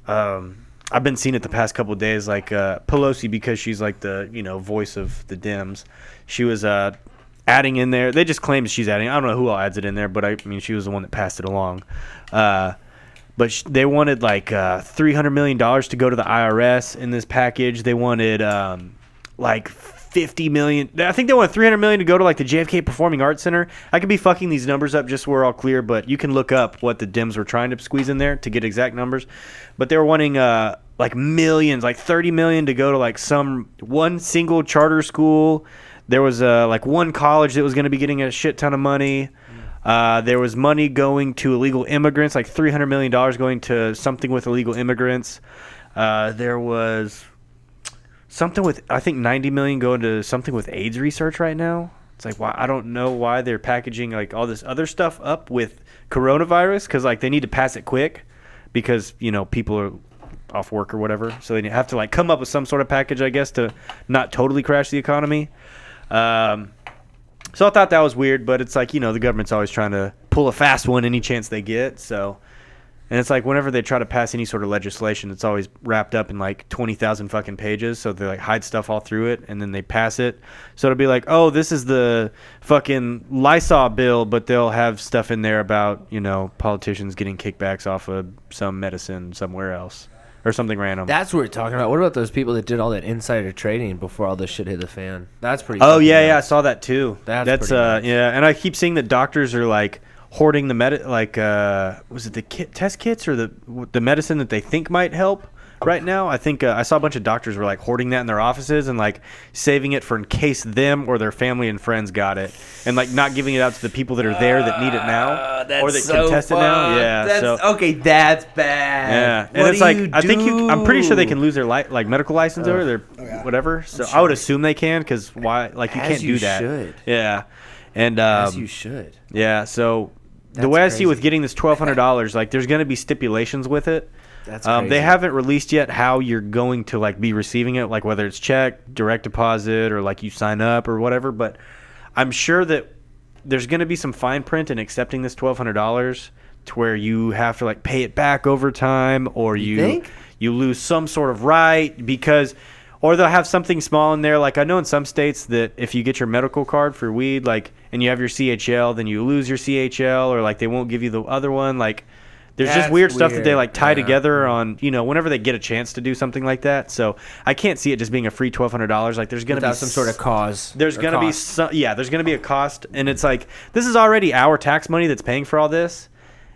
Speaker 1: um, I've been seeing it the past couple of days. Like uh, Pelosi, because she's like the you know voice of the Dems, she was uh, adding in there. They just claim she's adding. I don't know who all adds it in there, but I mean she was the one that passed it along. Uh, but sh- they wanted like uh, three hundred million dollars to go to the IRS in this package. They wanted um, like. 50 million. I think they want 300 million to go to like the JFK Performing Arts Center. I could be fucking these numbers up just so we're all clear, but you can look up what the Dems were trying to squeeze in there to get exact numbers. But they were wanting uh like millions, like 30 million to go to like some one single charter school. There was uh like one college that was going to be getting a shit ton of money. Uh, there was money going to illegal immigrants, like 300 million dollars going to something with illegal immigrants. Uh, there was something with I think 90 million going to something with AIDS research right now. It's like why I don't know why they're packaging like all this other stuff up with coronavirus because like they need to pass it quick because you know people are off work or whatever, so they have to like come up with some sort of package I guess to not totally crash the economy. Um, so I thought that was weird, but it's like you know the government's always trying to pull a fast one any chance they get, so. And it's like whenever they try to pass any sort of legislation, it's always wrapped up in like twenty thousand fucking pages. So they like hide stuff all through it, and then they pass it. So it'll be like, oh, this is the fucking Lysol bill, but they'll have stuff in there about you know politicians getting kickbacks off of some medicine somewhere else or something random.
Speaker 4: That's what we're talking about. What about those people that did all that insider trading before all this shit hit the fan? That's pretty.
Speaker 1: Oh
Speaker 4: fucking
Speaker 1: yeah, yeah, I
Speaker 4: nuts.
Speaker 1: saw that too.
Speaker 4: That's
Speaker 1: That's
Speaker 4: pretty
Speaker 1: uh
Speaker 4: nuts.
Speaker 1: yeah, and I keep seeing that doctors are like hoarding the med like uh was it the kit test kits or the the medicine that they think might help right now. I think uh, I saw a bunch of doctors were like hoarding that in their offices and like saving it for in case them or their family and friends got it, and like not giving it out to the people that are there that need it now
Speaker 4: Uh, that's
Speaker 1: or that
Speaker 4: so
Speaker 1: contest it now.
Speaker 4: fucked.
Speaker 1: Yeah,
Speaker 4: That's,
Speaker 1: so.
Speaker 4: okay, that's bad.
Speaker 1: Yeah, and
Speaker 4: What
Speaker 1: it's
Speaker 4: do
Speaker 1: like
Speaker 4: you
Speaker 1: I think you, I'm pretty sure they
Speaker 4: do?
Speaker 1: can lose their li- like medical license or their
Speaker 2: yeah.
Speaker 1: whatever. So I would assume they can because why? Like you
Speaker 4: As
Speaker 1: can't
Speaker 4: you
Speaker 1: do that.
Speaker 4: should.
Speaker 1: Yeah, and
Speaker 4: As
Speaker 1: um,
Speaker 4: you should.
Speaker 1: yeah. So the
Speaker 4: That's
Speaker 1: way I see with
Speaker 4: crazy.
Speaker 1: getting this twelve hundred dollars, like there's going to be stipulations with it.
Speaker 4: That's
Speaker 1: um, they
Speaker 4: crazy.
Speaker 1: haven't released yet how you're going to like be receiving it, like whether it's check, direct deposit, or like you sign up or whatever. But I'm sure that there's going to be some fine print in accepting this twelve hundred dollars to where you have to like pay it back over time, or you
Speaker 4: think?
Speaker 1: you lose some sort of right because or they'll have something small in there like i know in some states that if you get your medical card for weed like and you have your chl then you lose your chl or like they won't give you the other one like there's just
Speaker 4: That's
Speaker 1: weird, stuff that they
Speaker 4: weird.
Speaker 1: like tie
Speaker 4: Yeah.
Speaker 1: together on you know whenever they get a chance to do something like that so i can't see it just being a free $1200 like there's gonna
Speaker 4: Without
Speaker 1: be
Speaker 4: some sort of cause.
Speaker 1: there's
Speaker 4: or
Speaker 1: gonna be
Speaker 4: cost.
Speaker 1: some yeah there's gonna be a cost and it's like this is already our tax money that's paying for all this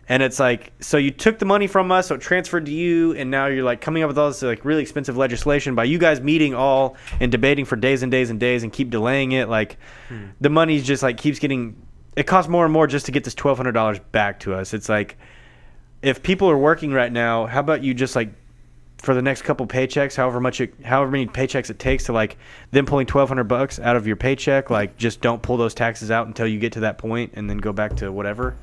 Speaker 1: and it's like so you took the money from us so it transferred to you and now you're like coming up with all this like really expensive legislation by you guys meeting all and debating for days and days and days and keep delaying it like
Speaker 4: Hmm.
Speaker 1: the money's just like keeps getting it costs more and more just to get this $1200 back to us it's like if people are working right now, how about you just like for the next couple paychecks, however much it, however many paychecks it takes to like them pulling twelve hundred bucks out of your paycheck, like just don't pull those taxes out until you get to that point, and then go back to whatever.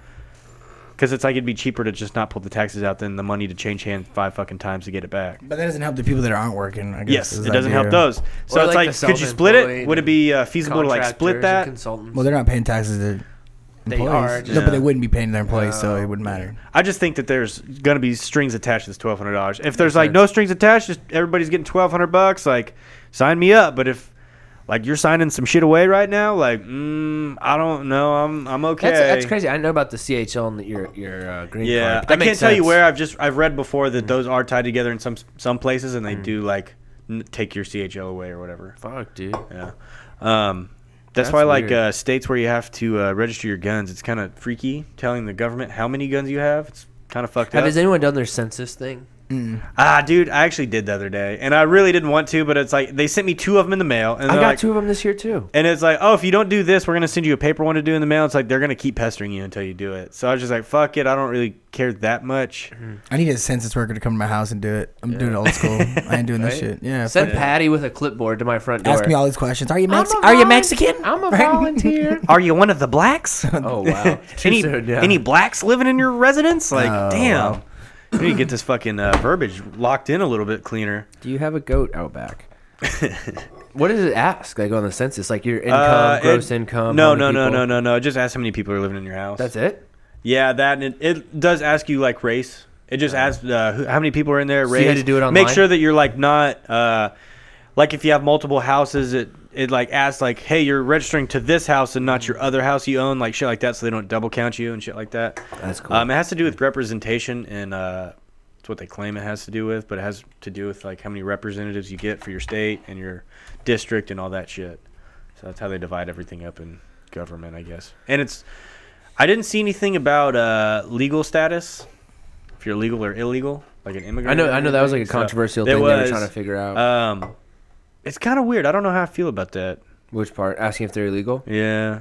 Speaker 1: Because it's like it'd be cheaper to just not pull the taxes out than the money to change hands five fucking times to get it back.
Speaker 2: But that doesn't help the people that aren't working. I guess,
Speaker 1: Yes,
Speaker 2: is
Speaker 1: it
Speaker 2: the
Speaker 1: doesn't help
Speaker 2: idea.
Speaker 1: those. So
Speaker 4: Or,
Speaker 1: it's
Speaker 4: like,
Speaker 1: like,
Speaker 4: the
Speaker 1: could you split it?
Speaker 4: self-employed
Speaker 1: Would it be uh, feasible to like
Speaker 4: Contractors
Speaker 1: split
Speaker 4: and
Speaker 1: that?
Speaker 4: Consultants.
Speaker 2: Well, they're not paying taxes to
Speaker 4: They
Speaker 2: employees.
Speaker 4: are,
Speaker 2: No,
Speaker 1: just-
Speaker 2: but they wouldn't be paying to their employees, so it wouldn't matter.
Speaker 1: I just think that there's gonna be strings attached to this twelve hundred dollars. If there's like no strings attached, just everybody's getting twelve hundred bucks. Like, sign me up. But if like you're signing some shit away right now, like, mm, I don't know. I'm I'm okay.
Speaker 4: That's, that's crazy. I know about the CHL and your your uh, green
Speaker 1: Yeah,
Speaker 4: card. but
Speaker 1: I
Speaker 4: that
Speaker 1: can't
Speaker 4: makes
Speaker 1: tell you
Speaker 4: sense.
Speaker 1: where. I've just I've read before that those are tied together in some some places, and they
Speaker 4: Mm.
Speaker 1: do like n- take your CHL away or whatever.
Speaker 4: Fuck, dude.
Speaker 1: Yeah. Um, that's,
Speaker 4: That's
Speaker 1: why, like,
Speaker 4: weird.
Speaker 1: uh, states where you have to uh, register your guns, it's kind of freaky telling the government how many guns you have. It's kind of fucked
Speaker 4: Have
Speaker 1: up.
Speaker 4: has anyone done their census thing?
Speaker 1: Ah, dude, I actually did the other day, and I really didn't want to, but it's like they sent me two of them in the mail, and
Speaker 4: I
Speaker 1: they're
Speaker 4: got
Speaker 1: like,
Speaker 4: two of them this year too.
Speaker 1: and it's like, oh, if you don't do this, we're gonna send you a paper one to do in the mail. It's like they're gonna keep pestering you until you do it. So I was just like, fuck it, I don't really care that much.
Speaker 4: Mm-hmm.
Speaker 2: I need a census worker to come to my house and do it. I'm doing it old school. I ain't doing this shit. Yeah.
Speaker 4: Send
Speaker 2: fuck it.
Speaker 4: Patty with a clipboard to my front door.
Speaker 2: Ask me all these questions. Are you
Speaker 4: I'm a
Speaker 2: Mexican? Are you
Speaker 4: volun-
Speaker 2: Mexican?
Speaker 4: I'm a
Speaker 2: Right?
Speaker 4: volunteer.
Speaker 1: Are you one of the blacks?
Speaker 4: oh wow.
Speaker 1: any
Speaker 4: So dumb.
Speaker 1: any blacks living in your residence? Like,
Speaker 2: Oh,
Speaker 1: damn.
Speaker 2: wow.
Speaker 1: You need to get this fucking uh, verbiage locked in a little bit cleaner.
Speaker 4: Do you have a goat out back? what does it ask? Like on the census, like your income,
Speaker 1: Uh,
Speaker 4: gross
Speaker 1: it-
Speaker 4: income.
Speaker 1: No,
Speaker 4: how
Speaker 1: no,
Speaker 4: many
Speaker 1: no,
Speaker 4: people-
Speaker 1: no, no, no. Just ask how many people are living in your house.
Speaker 4: That's it.
Speaker 1: Yeah, that and it, it does ask you like race. It just asks uh, who, how many people are in there.
Speaker 4: Uh-huh. So
Speaker 1: Race.
Speaker 4: you had to do it
Speaker 1: Make
Speaker 4: online?
Speaker 1: sure that you're like not uh, like if you have multiple houses, it it like asks like, hey, you're registering to this house and
Speaker 4: Mm-hmm.
Speaker 1: not your other house you own, like shit like that, so they don't double count you and shit like that.
Speaker 4: That's cool.
Speaker 1: Um, it has to do with representation and uh, it's what they claim it has to do with, but it has to do with like how many representatives you get for your state and your district and all that shit. So that's how they divide everything up in government, I guess. And it's I didn't see anything about uh, legal status, if you're legal or illegal, like an immigrant.
Speaker 4: I know. I know that was like a
Speaker 1: So,
Speaker 4: controversial
Speaker 1: it
Speaker 4: thing they were
Speaker 1: was.
Speaker 4: trying to figure out.
Speaker 1: Um, it's kind of weird. I don't know how I feel about that.
Speaker 4: Which part? Asking if they're illegal.
Speaker 1: Yeah.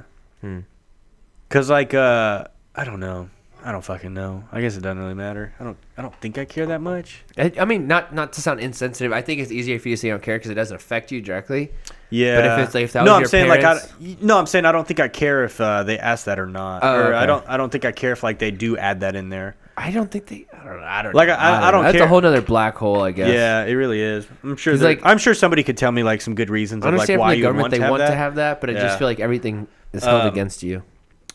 Speaker 1: Cause like uh, I don't know. I don't fucking know. I guess it doesn't really matter. I don't. I don't think I care that much.
Speaker 4: I, I mean, not not to sound insensitive. I think it's easier for you to say you don't care because it doesn't affect you directly.
Speaker 1: Yeah.
Speaker 4: it's like, if that
Speaker 1: no,
Speaker 4: was
Speaker 1: I'm
Speaker 4: your
Speaker 1: saying
Speaker 4: parents-
Speaker 1: like I, don't- no, I'm saying I don't think I care if uh, they ask that or not.
Speaker 4: Oh,
Speaker 1: or I
Speaker 4: okay.
Speaker 1: don't. I don't think I care if like they do add that in there.
Speaker 4: I don't think they. I don't. know, I don't.
Speaker 1: Like,
Speaker 4: know,
Speaker 1: I- I don't
Speaker 4: know. That's
Speaker 1: care.
Speaker 4: a whole nother black hole, I guess.
Speaker 1: Yeah, it really is. I'm sure.
Speaker 4: 'Cause,
Speaker 1: Like,
Speaker 4: like-
Speaker 1: I'm sure somebody could tell me like some good reasons
Speaker 4: I
Speaker 1: of like
Speaker 4: understand
Speaker 1: why
Speaker 4: from the
Speaker 1: you
Speaker 4: government
Speaker 1: want
Speaker 4: they
Speaker 1: to have
Speaker 4: want
Speaker 1: that.
Speaker 4: to have that, but I
Speaker 1: Yeah.
Speaker 4: just feel like everything is held
Speaker 1: Um,
Speaker 4: against you.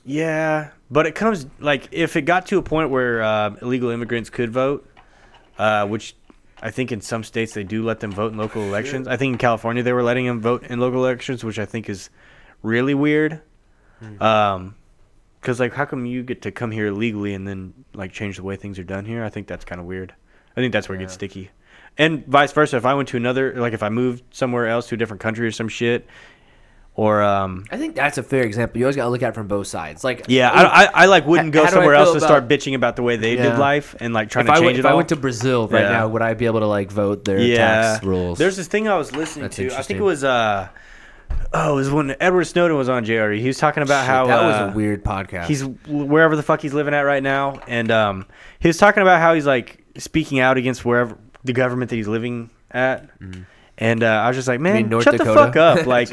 Speaker 1: Yeah, but it comes like if it got to a point where uh, illegal immigrants could vote, uh, which I think in some states they do let them vote in local elections. I think in California they were letting them vote in local elections, which I think is really weird. Um, because like, how come you get to come here legally and then like change the way things are done here? I think that's kind of weird. I think that's where it gets sticky, and vice versa. If I went to another, like if I moved somewhere else to a different country or some shit, or um,
Speaker 4: I think that's a fair example. You always got to look at it from both sides. Like,
Speaker 1: yeah, I, I, I like wouldn't go
Speaker 4: How do I
Speaker 1: somewhere
Speaker 4: feel
Speaker 1: else to start
Speaker 4: about-
Speaker 1: bitching about the way they
Speaker 4: Yeah.
Speaker 1: did life and like trying
Speaker 4: if
Speaker 1: to
Speaker 4: I
Speaker 1: change
Speaker 4: went,
Speaker 1: it
Speaker 4: if
Speaker 1: all.
Speaker 4: I went to Brazil right
Speaker 1: Yeah.
Speaker 4: now, would I be able to like vote their tax rules?
Speaker 1: There's this thing I was listening
Speaker 4: That's
Speaker 1: to. I think
Speaker 4: interesting.
Speaker 1: it was uh oh, it was when Edward Snowden was on JRE. He was talking about
Speaker 4: Shit,
Speaker 1: how
Speaker 4: that
Speaker 1: uh,
Speaker 4: was a weird podcast.
Speaker 1: He's wherever the fuck he's living at right now, and um, he was talking about how he's like speaking out against wherever the government that he's living at, and uh, I was just like, man,
Speaker 4: Mm-hmm. mean North
Speaker 1: shut the
Speaker 4: Dakota?"
Speaker 1: fuck up, like,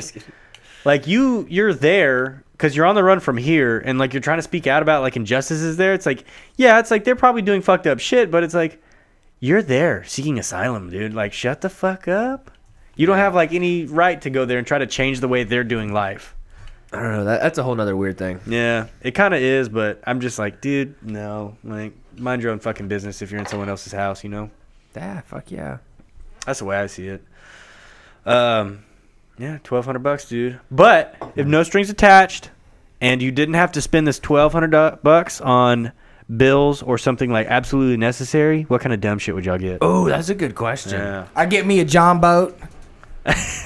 Speaker 1: like you you're there because you're on the run from here, and like you're trying to speak out about like injustices there. It's like, yeah, it's like they're probably doing fucked up shit, but it's like you're there seeking asylum, dude. Like, shut the fuck up. You don't have like any right to go there and try to change the way they're doing life.
Speaker 4: I don't know. That, that's a whole nother weird thing.
Speaker 1: Yeah, it kind of is, but I'm just like, dude, no. Like, mind your own fucking business if you're in someone else's house, you know?
Speaker 4: Yeah, fuck yeah.
Speaker 1: That's the way I see it. Um, yeah, twelve hundred bucks, dude. But if no strings attached, and you didn't have to spend this twelve hundred bucks on bills or something like absolutely necessary, what kind of dumb shit would y'all get?
Speaker 4: Oh, that's a good question.
Speaker 1: Yeah,
Speaker 2: I get me a John boat.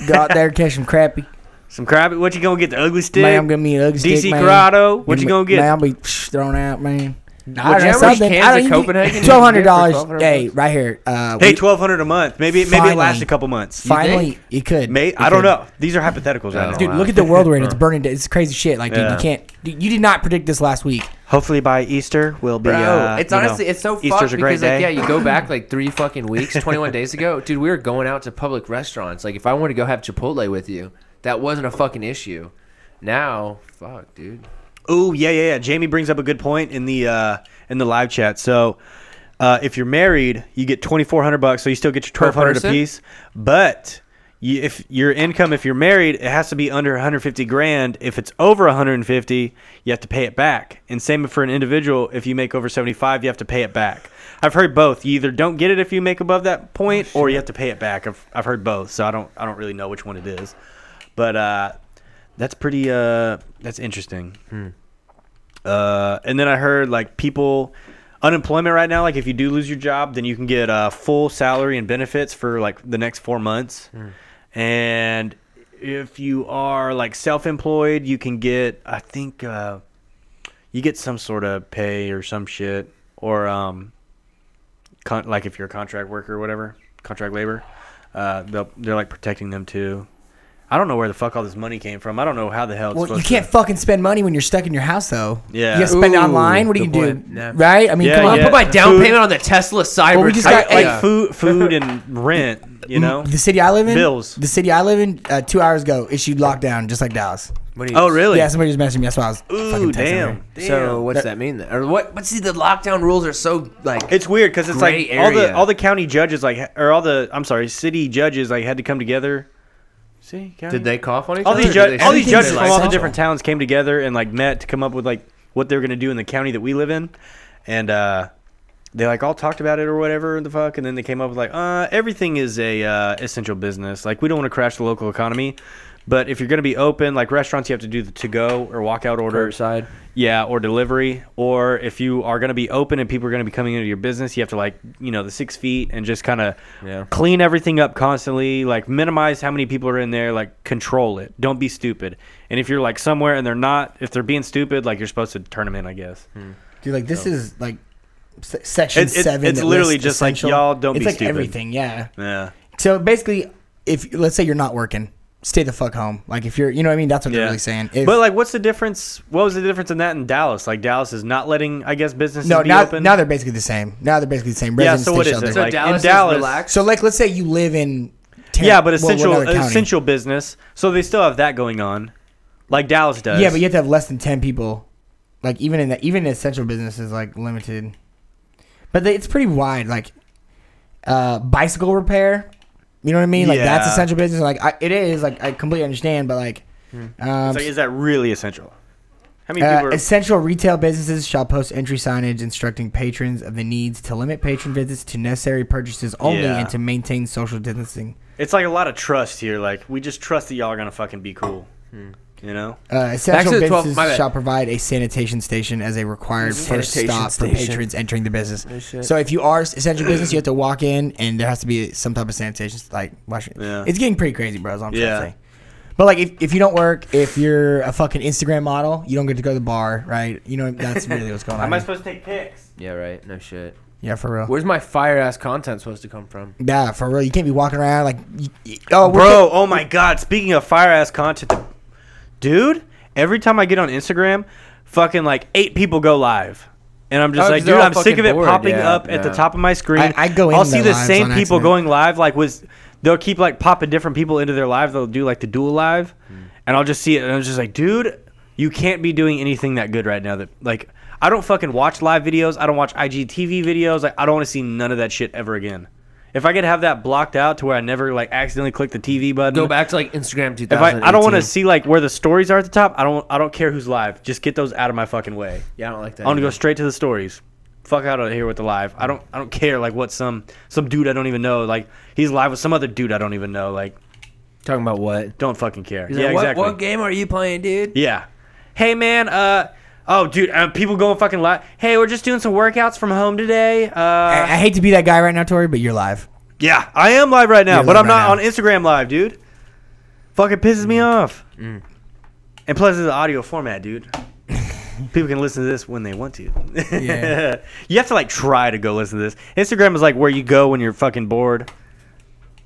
Speaker 2: Go out there catch some crappie.
Speaker 1: some crab. What you gonna get? The ugly stick.
Speaker 2: Man, I'm gonna me an ugly
Speaker 1: DC
Speaker 2: stick, man.
Speaker 1: Corrado. What
Speaker 2: Give
Speaker 1: you
Speaker 2: me-
Speaker 1: gonna get?
Speaker 2: Man, I'll be psh, thrown out, man.
Speaker 4: Would you ever reach Cairns or Copenhagen and
Speaker 2: Twelve hundred dollars.
Speaker 4: get for $1,200?
Speaker 2: Hey, right here. Uh,
Speaker 1: hey,
Speaker 2: we-
Speaker 1: twelve hundred a month. Maybe maybe it lasts
Speaker 2: Finally.
Speaker 1: a couple months.
Speaker 2: finally, it could.
Speaker 1: May
Speaker 2: It
Speaker 1: I don't
Speaker 2: could.
Speaker 1: know. These are hypotheticals right
Speaker 4: Oh,
Speaker 1: now.
Speaker 2: Dude,
Speaker 4: Wow.
Speaker 2: look at the world we're in. It's burning. It's crazy shit. Like, dude,
Speaker 1: Yeah.
Speaker 2: you can't. dude, You did not predict this last week.
Speaker 1: Hopefully by Easter we'll be.
Speaker 4: Bro,
Speaker 1: uh,
Speaker 4: it's
Speaker 1: you know,
Speaker 4: honestly it's so fucked
Speaker 1: Easter's a great
Speaker 4: because like
Speaker 1: day.
Speaker 4: yeah, you go back like three fucking weeks, twenty one days ago, dude. We were going out to public restaurants. Like if I wanted to go have Chipotle with you, that wasn't a fucking issue. Now, fuck, dude.
Speaker 1: Ooh, yeah, yeah, yeah. Jamie brings up a good point in the uh, in the live chat. So, uh, if you're married, you get twenty four hundred bucks. So you still get your twelve hundred
Speaker 4: person?
Speaker 1: apiece. But you, if your income, if you're married, it has to be under one hundred fifty grand. If it's over one hundred and fifty, you have to pay it back. And same for an individual. If you make over seventy five, you have to pay it back. I've heard both. You either don't get it if you make above that point, or you have to pay it back. I've, I've heard both, so I don't I don't really know which one it is. But uh, that's pretty uh, that's interesting. Uh, and then I heard like people unemployment right now. Like if you do lose your job, then you can get uh, full salary and benefits for like the next four months.
Speaker 2: Hmm.
Speaker 1: And if you are like self-employed, you can get I think uh, you get some sort of pay or some shit or um, con- like if you're a contract worker or whatever, contract labor. Uh, they'll- they're like protecting them too. I don't know where the fuck all this money came from. I don't know how the hell. It's
Speaker 2: Well, you
Speaker 1: supposed
Speaker 2: can't
Speaker 1: To-
Speaker 2: fucking spend money when you're stuck in your house, though.
Speaker 1: Yeah.
Speaker 2: You gotta spend it
Speaker 4: Ooh,
Speaker 2: online. What do you
Speaker 4: good
Speaker 2: do?
Speaker 4: point. Yeah.
Speaker 2: Right? I mean,
Speaker 1: Yeah,
Speaker 2: come
Speaker 4: I'll
Speaker 2: on.
Speaker 1: yeah.
Speaker 4: put my down
Speaker 1: Food.
Speaker 4: payment on the Tesla Cybertruck.
Speaker 2: Well, we just
Speaker 1: like
Speaker 2: got-
Speaker 1: like
Speaker 2: Yeah.
Speaker 1: food, food and rent.
Speaker 4: Mm,
Speaker 1: You know.
Speaker 2: The city I live in.
Speaker 1: Bills.
Speaker 2: The city I live in. Uh, two hours ago, issued lockdown, just like Dallas.
Speaker 4: What do you-
Speaker 1: Oh really?
Speaker 2: Yeah, somebody just messaged me. That's why I was
Speaker 1: Ooh,
Speaker 2: fucking texting
Speaker 1: damn.
Speaker 2: her.
Speaker 1: damn.
Speaker 4: So what's that, mean? Then? Or what? But see, the lockdown rules are so like
Speaker 1: it's weird because it's like
Speaker 4: Gray
Speaker 1: all the
Speaker 4: area.
Speaker 1: all the county judges like or all the I'm sorry, city judges like had to come together. See, county?
Speaker 4: Did they cough on each
Speaker 1: all
Speaker 4: other?
Speaker 1: these
Speaker 4: or did
Speaker 1: ju-
Speaker 4: they
Speaker 1: all these
Speaker 4: say
Speaker 1: judges
Speaker 4: they
Speaker 1: from
Speaker 4: like-
Speaker 1: all the
Speaker 2: Central.
Speaker 1: different towns came together and like met to come up with like what they were gonna do in the county that we live in, and uh, they like all talked about it or whatever the fuck, and then they came up with like uh, everything is a uh, essential business. Like we don't want to crash the local economy, but if you're gonna be open, like restaurants, you have to do the to go or walkout orders.
Speaker 4: Curbside.
Speaker 1: Yeah, or delivery. Or if you are going to be open and people are going to be coming into your business, you have to, like, you know, the six feet and just kind of
Speaker 4: Yeah.
Speaker 1: clean everything up constantly. Like, minimize how many people are in there. Like, control it. Don't be stupid. And if you're, like, somewhere and they're not, if they're being stupid, like, you're supposed to turn them in, I guess.
Speaker 4: Hmm.
Speaker 2: Dude, like this is like se- section
Speaker 1: It's- it's-
Speaker 2: seven.
Speaker 1: it's
Speaker 2: that
Speaker 1: literally
Speaker 2: lists
Speaker 1: just like,
Speaker 2: essential-
Speaker 1: y'all don't
Speaker 2: It's
Speaker 1: be
Speaker 2: like
Speaker 1: stupid.
Speaker 2: everything. Yeah.
Speaker 1: Yeah.
Speaker 2: So basically, if let's say you're not working, stay the fuck home. Like if you're, you know what I mean. That's what they're really saying. If,
Speaker 1: but, like, what's the difference? What was the difference in that in Dallas? Like, Dallas is not letting, I guess, businesses
Speaker 2: no,
Speaker 1: be
Speaker 2: now,
Speaker 1: open.
Speaker 2: now they're basically the same. Now they're basically the same.
Speaker 1: Yeah,
Speaker 2: Residents
Speaker 1: so what
Speaker 2: stay
Speaker 1: is it?
Speaker 2: sheltered.
Speaker 1: Like,
Speaker 4: Dallas is
Speaker 1: in Dallas.
Speaker 4: relaxed?
Speaker 2: So like, let's say you live in. Ter-
Speaker 1: yeah, but
Speaker 2: well, what
Speaker 1: essential
Speaker 2: other county?
Speaker 1: essential business. So they still have that going on, like Dallas does.
Speaker 2: Yeah, but you have to have less than ten people. Like even in that, even essential business is like limited. But they, it's pretty wide. Like uh, bicycle repair. You know what I mean? Like that's
Speaker 1: Yeah.
Speaker 2: essential business. Like I, it is. Like I completely understand. But like, um,
Speaker 1: So is that really essential? How many
Speaker 2: uh,
Speaker 1: people? Are,
Speaker 2: essential retail businesses shall post entry signage instructing patrons of the needs to limit patron visits to necessary purchases only
Speaker 1: Yeah.
Speaker 2: and to maintain social distancing.
Speaker 1: it's like a lot of trust here. Like we just trust that y'all are gonna fucking be cool.
Speaker 4: Hmm.
Speaker 1: You know?
Speaker 2: Uh,
Speaker 4: Back
Speaker 2: essential
Speaker 4: to the 12
Speaker 2: businesses
Speaker 4: my bad.
Speaker 2: shall provide a sanitation station as a required first
Speaker 4: Sanitation
Speaker 2: stop for
Speaker 4: station.
Speaker 2: patrons entering the business.
Speaker 4: shit.
Speaker 2: So if you are essential business, you have to walk in, and there has to be some type of sanitation, like washing.
Speaker 1: Yeah.
Speaker 2: It's getting pretty crazy, bro. Is what I'm
Speaker 1: Yeah.
Speaker 2: trying to say. But like, if, if you don't work, if you're a fucking Instagram model, you don't get to go to the bar, right? You know that's really what's going on.
Speaker 1: How am I
Speaker 2: here.
Speaker 1: supposed to take pics?
Speaker 4: Yeah, right. No shit.
Speaker 2: yeah, for real.
Speaker 4: Where's my fire ass content supposed to come from?
Speaker 2: Yeah, for real. You can't be walking around like, you, you- oh, we're
Speaker 1: Bro, oh my god, speaking of fire ass content, the- dude, every time I get on Instagram, fucking like eight people go live. And I'm just
Speaker 4: Oh,
Speaker 1: like,
Speaker 4: 'cause they're
Speaker 1: dude,
Speaker 4: all
Speaker 1: I'm sick
Speaker 4: fucking
Speaker 1: of it
Speaker 4: bored,
Speaker 1: poppking
Speaker 4: yeah,
Speaker 1: up at the
Speaker 4: yeah.
Speaker 1: top of my screen.
Speaker 2: I- I go
Speaker 1: I'll
Speaker 2: into
Speaker 1: see the
Speaker 2: lives
Speaker 1: same
Speaker 2: on
Speaker 1: people
Speaker 2: accident.
Speaker 1: going live. Like, was they'll keep like popping different people into their lives. They'll do like the dual live,
Speaker 4: Mm.
Speaker 1: and I'll just see it, and I'm just like, dude, you can't be doing anything that good right now. That like, I don't fucking watch live videos. I don't watch IGTV videos. Like, I don't want to see none of that shit ever again. If I could have that blocked out to where I never like accidentally click the TV button,
Speaker 4: Go back to like Instagram
Speaker 1: if I,
Speaker 4: 2018.
Speaker 1: I don't want to see like where the stories are at the top, I don't I don't care who's live. Just get those out of my fucking way.
Speaker 4: Yeah, I don't like that.
Speaker 1: I want to go
Speaker 4: either.
Speaker 1: straight to the stories. Fuck out of here with the live. I don't I don't care like what some some dude I don't even know like he's live with some other dude I don't even know like
Speaker 4: Talking about what?
Speaker 1: don't fucking care.
Speaker 4: He's
Speaker 1: yeah,
Speaker 4: like, what,
Speaker 1: exactly.
Speaker 4: What game are you playing, dude?
Speaker 1: Yeah. Hey man, uh oh dude, uh, people going fucking live. Hey, we're just doing some workouts from home today. Uh
Speaker 2: I, I hate to be that guy right now, Tori, but you're live.
Speaker 1: yeah, I am live right now,
Speaker 2: You're
Speaker 1: but
Speaker 2: live
Speaker 1: I'm
Speaker 2: right
Speaker 1: not
Speaker 2: now. Mm.
Speaker 1: on Instagram live, dude. Fucking pisses me off. And plus, it's an audio format, dude. People can listen to this when they want to.
Speaker 2: Yeah.
Speaker 1: you have to like try to go listen to this. Instagram is like where you go when you're fucking bored.